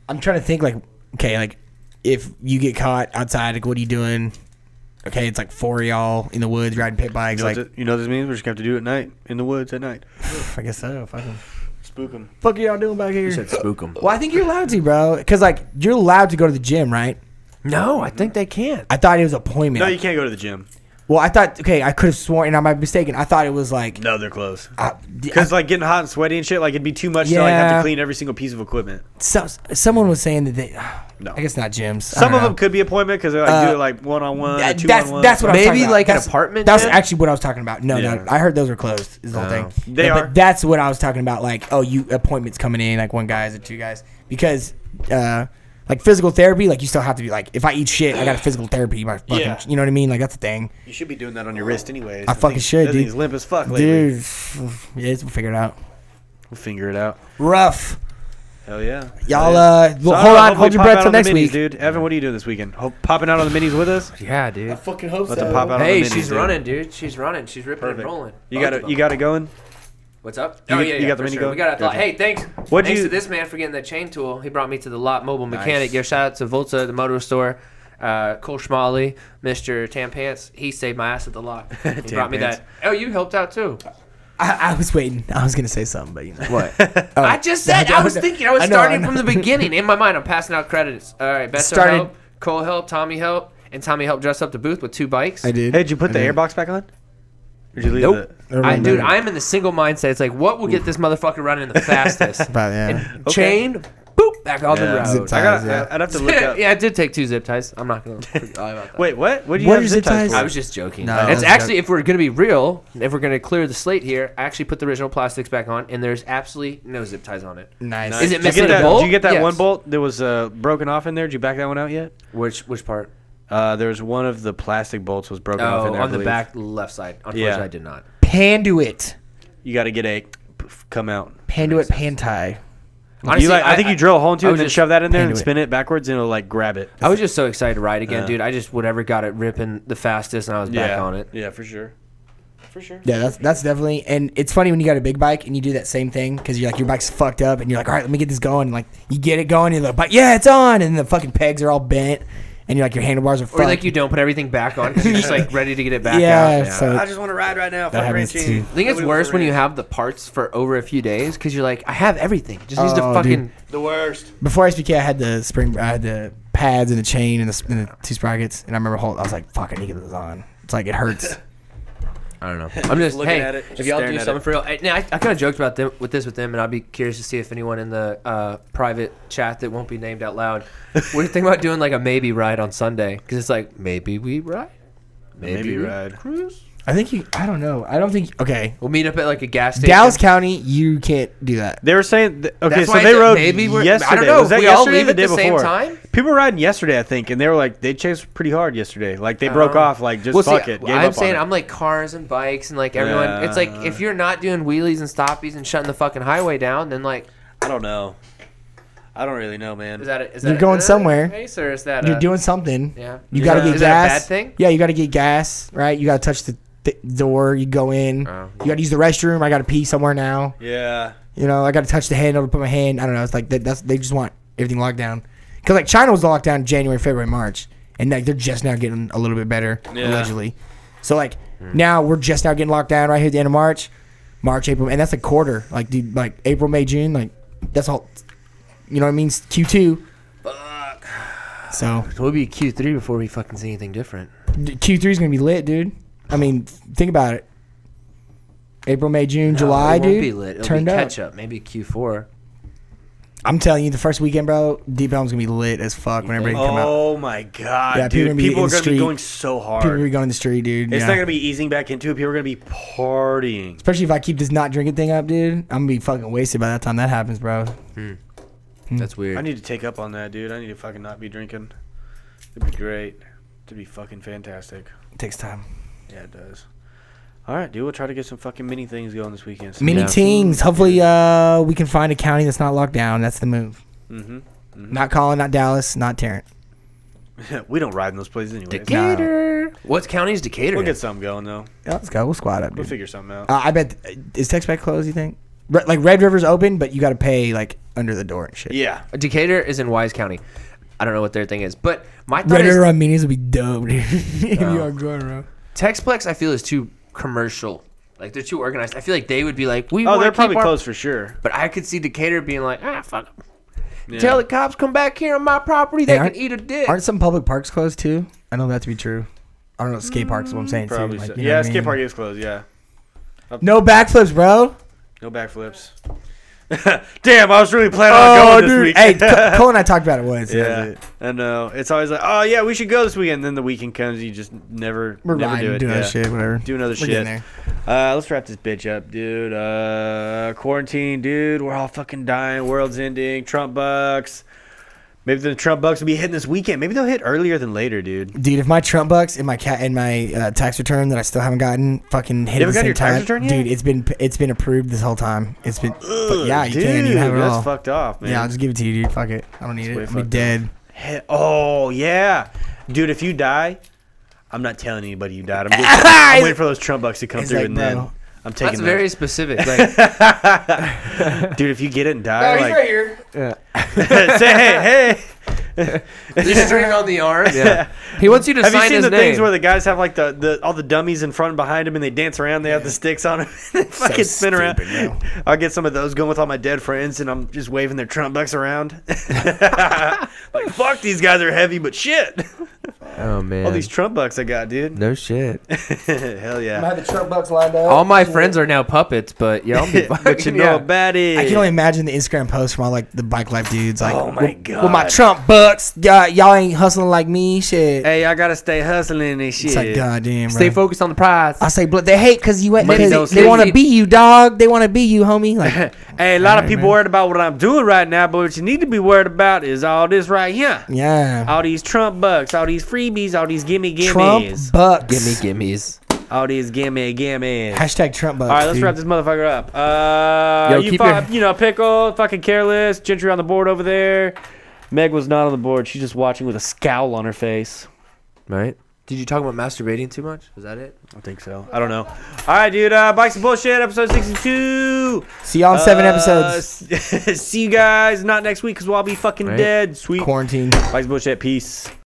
Speaker 2: i'm trying to think like okay like if you get caught outside like what are you doing okay it's like four of y'all in the woods riding pit bikes
Speaker 1: You know,
Speaker 2: like
Speaker 1: what th- you know what this means? We're just gonna have to do it at night in the woods at night.
Speaker 2: i guess so fucking
Speaker 1: Spook them.
Speaker 2: fuck are y'all doing back here
Speaker 4: spook him.
Speaker 2: well i think you're allowed to bro because like you're allowed to go to the gym right
Speaker 4: No, I think they can.
Speaker 2: i thought it was appointment
Speaker 1: No, you can't go to the gym.
Speaker 2: well i thought okay i could have sworn and i might be mistaken i thought it was like
Speaker 1: No, they're closed.
Speaker 2: I-
Speaker 1: Because like getting hot and sweaty and shit, like it'd be too much to like have to
Speaker 2: Yeah.
Speaker 1: clean every single piece of equipment.
Speaker 2: so, someone was saying that they
Speaker 1: No.
Speaker 2: i guess not gyms
Speaker 1: Some of them could be appointment because they like
Speaker 2: Uh,
Speaker 1: do it like one on one,
Speaker 2: That-
Speaker 1: two
Speaker 2: that's
Speaker 1: on one.
Speaker 2: that's what
Speaker 4: Maybe
Speaker 2: I'm talking about.
Speaker 4: like an
Speaker 2: That's-
Speaker 4: apartment
Speaker 2: That's
Speaker 4: gym?
Speaker 2: actually what I was talking about. No,
Speaker 1: Yeah.
Speaker 2: no, I heard those are closed. Is the whole
Speaker 4: Oh.
Speaker 2: thing.
Speaker 1: They
Speaker 2: No,
Speaker 1: are.
Speaker 2: But that's what I was talking about. Like, oh, you appointments coming in, like one guys or two guys, because uh, like physical therapy, like you still have to be like, if I eat shit, I got a physical therapy. My fucking,
Speaker 1: Yeah.
Speaker 2: you know what I mean? Like that's a thing,
Speaker 1: You should be doing that on your wrist anyways.
Speaker 2: I
Speaker 1: That
Speaker 2: fucking
Speaker 1: thing's-
Speaker 2: should,
Speaker 1: that
Speaker 2: dude.
Speaker 1: thing's limp as fuck lately.
Speaker 2: dude. Yeah, it's, we'll figure it out.
Speaker 1: We'll figure it out.
Speaker 2: Rough,
Speaker 1: Hell yeah.
Speaker 2: y'all.
Speaker 1: Yeah. So I
Speaker 2: Uh, well, hold
Speaker 1: don't know,
Speaker 2: on,
Speaker 1: hopefully
Speaker 2: hold your
Speaker 1: pop out
Speaker 2: breath till
Speaker 1: on the
Speaker 2: next
Speaker 1: minis,
Speaker 2: week.
Speaker 1: dude. Evan, what are you doing this weekend? Hope, popping out on the minis with us.
Speaker 4: Yeah, dude.
Speaker 2: Fucking hope
Speaker 1: Let's pop out. on
Speaker 4: Hey,
Speaker 1: the minis,
Speaker 4: she's
Speaker 1: dude.
Speaker 4: running, dude. She's running. She's ripping
Speaker 1: Perfect.
Speaker 4: and rolling.
Speaker 1: You
Speaker 4: Both
Speaker 1: got
Speaker 4: of
Speaker 1: it. You
Speaker 4: 'em.
Speaker 1: got it going.
Speaker 4: What's up?
Speaker 1: You
Speaker 4: oh,
Speaker 1: get-
Speaker 4: yeah,
Speaker 1: you
Speaker 4: yeah,
Speaker 1: got the
Speaker 4: for
Speaker 1: mini
Speaker 4: sure.
Speaker 1: going?
Speaker 4: We got a thought.
Speaker 1: Gotcha.
Speaker 4: Hey, thanks.
Speaker 1: What'd
Speaker 4: thanks
Speaker 1: you-
Speaker 4: to this man for getting that chain tool. He brought me to the lot mobile mechanic.
Speaker 1: Nice.
Speaker 4: Yo, shout out to Volta, the motor store. Uh, Cole Schmalley, Mr. Tam Pants, he saved my ass at the lot. He brought
Speaker 1: Tam
Speaker 4: me
Speaker 1: Pants.
Speaker 4: that. Oh, you helped out too.
Speaker 2: I, I was waiting. I was gonna say something, but you know. Oh,
Speaker 4: What?
Speaker 1: Oh.
Speaker 4: I just said.
Speaker 2: I
Speaker 4: I was
Speaker 2: know.
Speaker 4: thinking. I was
Speaker 2: I know, I
Speaker 4: starting
Speaker 2: know.
Speaker 4: from the beginning. In my mind, I'm passing out credits. All right, Beto
Speaker 2: Started-
Speaker 4: helped, Cole helped, Tommy helped, and Tommy helped dress up the booth with two bikes.
Speaker 2: I did.
Speaker 1: Hey, did you put
Speaker 2: I
Speaker 1: the
Speaker 2: did.
Speaker 1: airbox back on? Or Did you leave
Speaker 4: Nope.
Speaker 1: it?
Speaker 2: Never
Speaker 4: I,
Speaker 2: mind
Speaker 4: dude,
Speaker 2: that.
Speaker 4: I'm in the single mindset. It's like, what will get this motherfucker running the fastest?
Speaker 2: But, yeah.
Speaker 4: And
Speaker 1: Okay.
Speaker 4: chain, boop, back on
Speaker 1: Yeah.
Speaker 4: the
Speaker 2: Zip
Speaker 4: road.
Speaker 1: I
Speaker 2: tie.
Speaker 1: got.
Speaker 2: Yeah.
Speaker 1: I'd have to look up.
Speaker 4: yeah, I did take two zip ties. I'm not gonna lie about that.
Speaker 1: Wait, what? What do you
Speaker 2: What
Speaker 1: have
Speaker 2: are
Speaker 1: zip
Speaker 2: zip
Speaker 1: ties?
Speaker 2: ties?
Speaker 1: for?
Speaker 4: I was just joking.
Speaker 2: No,
Speaker 4: it's
Speaker 2: that was
Speaker 4: actually, if we're gonna be real, if we're gonna clear the slate here, I actually put the original plastics back on, and there's absolutely no zip ties on it.
Speaker 2: Nice.
Speaker 4: Is it
Speaker 1: Did you
Speaker 4: missing
Speaker 1: get
Speaker 4: a
Speaker 1: that,
Speaker 4: bolt?
Speaker 1: Did you get that
Speaker 4: Yes.
Speaker 1: one bolt that was uh, broken off in there? Did you back that one out yet?
Speaker 4: Which which part?
Speaker 1: Uh, there was one of the plastic bolts was broken off in
Speaker 4: Oh,
Speaker 1: there. I
Speaker 4: on the
Speaker 1: believe.
Speaker 4: back left side. Unfortunately, I did not.
Speaker 2: Panduit.
Speaker 1: You got to get a poof, come out.
Speaker 2: Panduit Pantai.
Speaker 1: you like, I, think you drill a hole into
Speaker 4: I
Speaker 1: it
Speaker 4: was
Speaker 1: and then
Speaker 4: just
Speaker 1: shove that in there and
Speaker 2: into it.
Speaker 1: spin it backwards and it'll like grab it.
Speaker 4: I was just so excited to ride again, dude. I just whatever got it ripping the fastest, and I was back on it.
Speaker 1: Yeah, for sure. For sure.
Speaker 2: Yeah, that's that's definitely. And it's funny when you got a big bike and you do that same thing because you're like your bike's fucked up and you're like, all right, let me get this going. And like you get it going, and you're like, but yeah, it's on, and the fucking pegs are all bent, and you're like your handlebars are fucked.
Speaker 4: Or like you don't put everything back on because you're just like ready to get it back
Speaker 2: yeah,
Speaker 4: out.
Speaker 2: so
Speaker 1: I just want to ride right now.
Speaker 2: that happens too.
Speaker 4: I think it's worse when you have the parts for over a few days because you're like, I have everything. Just needs to
Speaker 2: Oh,
Speaker 4: fucking.
Speaker 2: dude.
Speaker 5: The worst.
Speaker 2: Before SBK, I had the spring, I had the pads and the chain and the, sp- and the two sprockets, and I remember whole, I was like, fuck, I need to get those on. It's like it hurts.
Speaker 4: I don't know. I'm just
Speaker 1: looking
Speaker 4: hey,
Speaker 1: at it,
Speaker 4: if
Speaker 1: just
Speaker 4: y'all
Speaker 1: staring
Speaker 4: do
Speaker 1: at
Speaker 4: something
Speaker 1: it.
Speaker 4: for real, I, now, I, I kind of joked about them with this with them, and I'd be curious to see if anyone in the uh, private chat that won't be named out loud, we're thinking about doing like a maybe ride on Sunday because it's like maybe we ride, maybe,
Speaker 1: Maybe
Speaker 4: we
Speaker 1: ride.
Speaker 4: cruise.
Speaker 2: I think you, I don't know. I don't think, okay.
Speaker 4: We'll meet up at like a gas station.
Speaker 2: Dallas County, you can't do that.
Speaker 1: They were saying th- okay,
Speaker 4: That's
Speaker 1: so
Speaker 4: why I
Speaker 1: they
Speaker 4: said
Speaker 1: rode
Speaker 4: maybe we're- I don't
Speaker 1: yesterday.
Speaker 4: know,
Speaker 1: Was that
Speaker 4: we all
Speaker 1: yesterday
Speaker 4: leave
Speaker 1: or the
Speaker 4: at
Speaker 1: day
Speaker 4: the same
Speaker 1: before?
Speaker 4: time?
Speaker 1: People were riding yesterday, I think, and they were like they chased pretty hard yesterday. Like they broke
Speaker 4: Oh.
Speaker 1: off, like just
Speaker 4: Well,
Speaker 1: fuck
Speaker 4: see,
Speaker 1: it. Gave
Speaker 4: I'm
Speaker 1: up
Speaker 4: saying
Speaker 1: on it.
Speaker 4: I'm like cars and bikes and like everyone. It's like if you're not doing wheelies and stoppies and shutting the fucking highway down, then like
Speaker 1: I don't know. I don't really know, man.
Speaker 4: is that a, is that
Speaker 2: You're
Speaker 4: a-
Speaker 2: going
Speaker 4: uh,
Speaker 2: somewhere.
Speaker 4: Pace or is that
Speaker 2: You're
Speaker 4: a-
Speaker 2: doing something.
Speaker 4: Uh, Yeah.
Speaker 2: You
Speaker 4: Is
Speaker 2: got to
Speaker 4: that-
Speaker 2: get
Speaker 4: is that a
Speaker 2: gas.
Speaker 4: bad thing?
Speaker 2: Yeah, you got to get gas, right? You got to touch the th- door. You go in.
Speaker 4: Oh.
Speaker 2: You got to use the restroom. I got to pee somewhere now.
Speaker 1: yeah.
Speaker 2: You know, I got to touch the handle to put my hand. I don't know. It's like that, that's they just want everything locked down. Cause like China was locked down January, February, March, and like they're just now getting a little bit better
Speaker 1: Yeah.
Speaker 2: allegedly. So like
Speaker 4: Hmm.
Speaker 2: now we're just now getting locked down right here at the end of March, March, April, and that's a quarter. Like dude, like April, May, June, like that's all. You know what I mean? Q two. Fuck. So
Speaker 4: We'll be Q three before we fucking see anything different.
Speaker 2: Q three is gonna be lit, dude. I mean, think about it. April, May, June, July,
Speaker 4: it won't
Speaker 2: dude.
Speaker 4: Be lit. It'll
Speaker 2: turned
Speaker 4: be
Speaker 2: up.
Speaker 4: catch up. Maybe Q four.
Speaker 2: I'm telling you, the first weekend, bro, Deep Elm's gonna be lit as fuck whenever it
Speaker 4: think?
Speaker 2: come out.
Speaker 1: Oh my god,
Speaker 2: Yeah, people are
Speaker 1: dude!
Speaker 2: gonna be
Speaker 1: People
Speaker 2: in
Speaker 1: are going
Speaker 2: the
Speaker 1: to be
Speaker 2: street.
Speaker 1: going so hard.
Speaker 2: People are gonna be going to the street, dude.
Speaker 1: Oh, it's
Speaker 2: yeah.
Speaker 1: not going to be easing back into it. People are going to be partying.
Speaker 2: Especially if I keep this not drinking thing up, dude. I'm gonna be fucking wasted by that time that happens, bro. Hmm.
Speaker 4: That's weird.
Speaker 1: I need to take up on that, dude. I need to fucking not be drinking. It'd be great. It'd be fucking fantastic.
Speaker 2: It takes time.
Speaker 1: Yeah, it does. All right, dude. We'll try to get some fucking mini things going this weekend.
Speaker 2: Mini
Speaker 4: Yeah.
Speaker 2: teams. Hopefully, uh, we can find a county that's not locked down. That's the move.
Speaker 1: hmm
Speaker 4: Mm-hmm.
Speaker 2: Not Colin, not Dallas, not Tarrant.
Speaker 1: we don't ride in those places anyway.
Speaker 4: Decatur. What county is Decatur?
Speaker 1: We'll
Speaker 4: in?
Speaker 1: get something going though.
Speaker 2: Yeah, let's go. We'll squad up,
Speaker 1: We'll
Speaker 2: dude.
Speaker 1: figure something out.
Speaker 2: Uh, I bet is Texas closed? You think? Re- like Red River's open, but you got to pay like under the door and shit.
Speaker 1: yeah. Oh,
Speaker 4: Decatur is in Wise County. I don't know what their thing is, but my thought
Speaker 2: Red
Speaker 4: is
Speaker 2: River on meetings would be dope, dude. If you are going, bro.
Speaker 4: Texplex. I feel is too commercial. Like they're too organized. I feel like they would be like, we.
Speaker 1: Oh,
Speaker 4: wanna
Speaker 1: they're
Speaker 4: keep
Speaker 1: probably
Speaker 4: our-
Speaker 1: closed for sure.
Speaker 4: But I could see Decatur being like, ah, fuck 'em.
Speaker 1: Yeah.
Speaker 4: Tell the cops come back here on my property. They
Speaker 2: Hey,
Speaker 4: can
Speaker 2: aren't-
Speaker 4: eat a dick.
Speaker 2: Aren't some public parks closed too? I know that to be true. I don't know. Skate parks is what I'm saying
Speaker 1: Probably.
Speaker 2: too. Like,
Speaker 1: so.
Speaker 2: you know
Speaker 1: Yeah,
Speaker 2: what I
Speaker 1: skate
Speaker 2: mean?
Speaker 1: park is closed. Yeah.
Speaker 2: No backflips, bro.
Speaker 1: No backflips. Damn, I was really planning on
Speaker 2: Oh,
Speaker 1: Ah, going this
Speaker 2: dude.
Speaker 1: week.
Speaker 2: Hey, Co- Cole and I talked about it once.
Speaker 1: Yeah, I know. It's always like, oh yeah, we should go this weekend. Then the weekend comes, you just never,
Speaker 2: We're
Speaker 1: never
Speaker 2: riding,
Speaker 1: do it.
Speaker 2: doing that
Speaker 1: Yeah.
Speaker 2: shit, whatever.
Speaker 1: Do another
Speaker 2: We're
Speaker 1: shit.
Speaker 2: getting there.
Speaker 1: Uh, let's wrap this bitch up, dude. Uh, quarantine, dude. We're all fucking dying. World's ending. Trump bucks. Maybe the Trump bucks will be hitting this weekend. Maybe they'll hit earlier than later, dude.
Speaker 2: Dude, if my Trump bucks and my cat and my uh, tax return that I still haven't gotten fucking hit
Speaker 1: You haven't
Speaker 2: at the
Speaker 1: got
Speaker 2: same
Speaker 1: your tax
Speaker 2: time,
Speaker 1: return yet?
Speaker 2: dude, it's been it's been approved this whole time. It's been but yeah, you
Speaker 1: dude,
Speaker 2: can you have it
Speaker 1: that's
Speaker 2: all.
Speaker 1: fucked off, man.
Speaker 2: yeah, I'll just give it to you, dude. Fuck it, I don't need
Speaker 1: way
Speaker 2: it. I'm
Speaker 1: fucked
Speaker 2: be
Speaker 1: up.
Speaker 2: dead.
Speaker 1: He- oh yeah, dude. If you die, I'm not telling anybody you died. I'm, just, I'm waiting for those Trump bucks to come
Speaker 2: He's
Speaker 1: through,
Speaker 2: like,
Speaker 1: and then
Speaker 2: "Bro."
Speaker 1: I'm taking
Speaker 4: That's
Speaker 1: those.
Speaker 4: very specific. Like,
Speaker 1: dude. If you get it and die, like,
Speaker 5: here.
Speaker 1: say hey, hey.
Speaker 4: you string on the arm. Yeah. He wants you to
Speaker 1: Have you
Speaker 4: sign
Speaker 1: seen
Speaker 4: his
Speaker 1: the
Speaker 4: name.
Speaker 1: things where the guys have like the, the all the dummies in front and behind them, and they dance around? They have the sticks on them, and they fucking spin around.
Speaker 2: stupid, bro.
Speaker 1: I'll get some of those going with all my dead friends, and I'm just waving their Trump bucks around. like fuck, these guys are heavy, but shit,
Speaker 4: oh man.
Speaker 1: all these Trump bucks I got, dude.
Speaker 4: no shit.
Speaker 1: Hell yeah.
Speaker 2: have the Trump bucks lined up.
Speaker 4: All my friends are now puppets, but y'all be fucking.
Speaker 1: But you know
Speaker 4: yeah.
Speaker 1: about it.
Speaker 2: I can only imagine the Instagram posts from all like the bike life dudes. Like,
Speaker 1: Oh my
Speaker 2: with, With my
Speaker 1: God.
Speaker 2: Trump bucks, y'all, y'all ain't hustling like me. Shit.
Speaker 1: hey, I gotta stay hustling and shit.
Speaker 2: it's like goddamn.
Speaker 4: Stay
Speaker 2: bro.
Speaker 4: focused on the prize.
Speaker 2: I say, but they hate because you ain't.
Speaker 1: Money
Speaker 2: 'cause
Speaker 1: don't
Speaker 2: They
Speaker 1: sleep.
Speaker 2: want to be you, dog. They want to be you, homie. Like,
Speaker 1: Hey, a lot of
Speaker 2: Alright,
Speaker 1: people
Speaker 2: man.
Speaker 1: worried about what I'm doing right now, but what you need to be worried about is all this right here.
Speaker 2: yeah.
Speaker 1: All these Trump bucks, all these freebies, all these gimme
Speaker 2: Trump
Speaker 1: gimmies.
Speaker 2: bucks.
Speaker 4: Gimme gimmies.
Speaker 1: Audis, gimme, gimme.
Speaker 2: Hashtag Trump bucks.
Speaker 1: All right, let's
Speaker 2: dude.
Speaker 1: wrap this motherfucker up. Uh,
Speaker 4: Yo,
Speaker 1: you,
Speaker 4: keep
Speaker 1: fu-
Speaker 4: your-
Speaker 1: you know, pickle, fucking careless, Gentry on the board over there. Meg was not on the board. She's just watching with a scowl on her face.
Speaker 4: Right? Did you talk about masturbating too much? Was that it?
Speaker 1: I think so. I don't know. All right, dude. Uh, Bikes and bullshit, episode sixty-two.
Speaker 2: See y'all in seven
Speaker 1: Uh,
Speaker 2: episodes.
Speaker 1: s- see you guys not next week because we'll all be fucking
Speaker 4: Right.
Speaker 1: dead. Sweet.
Speaker 2: Quarantine.
Speaker 1: Bikes and bullshit. Peace.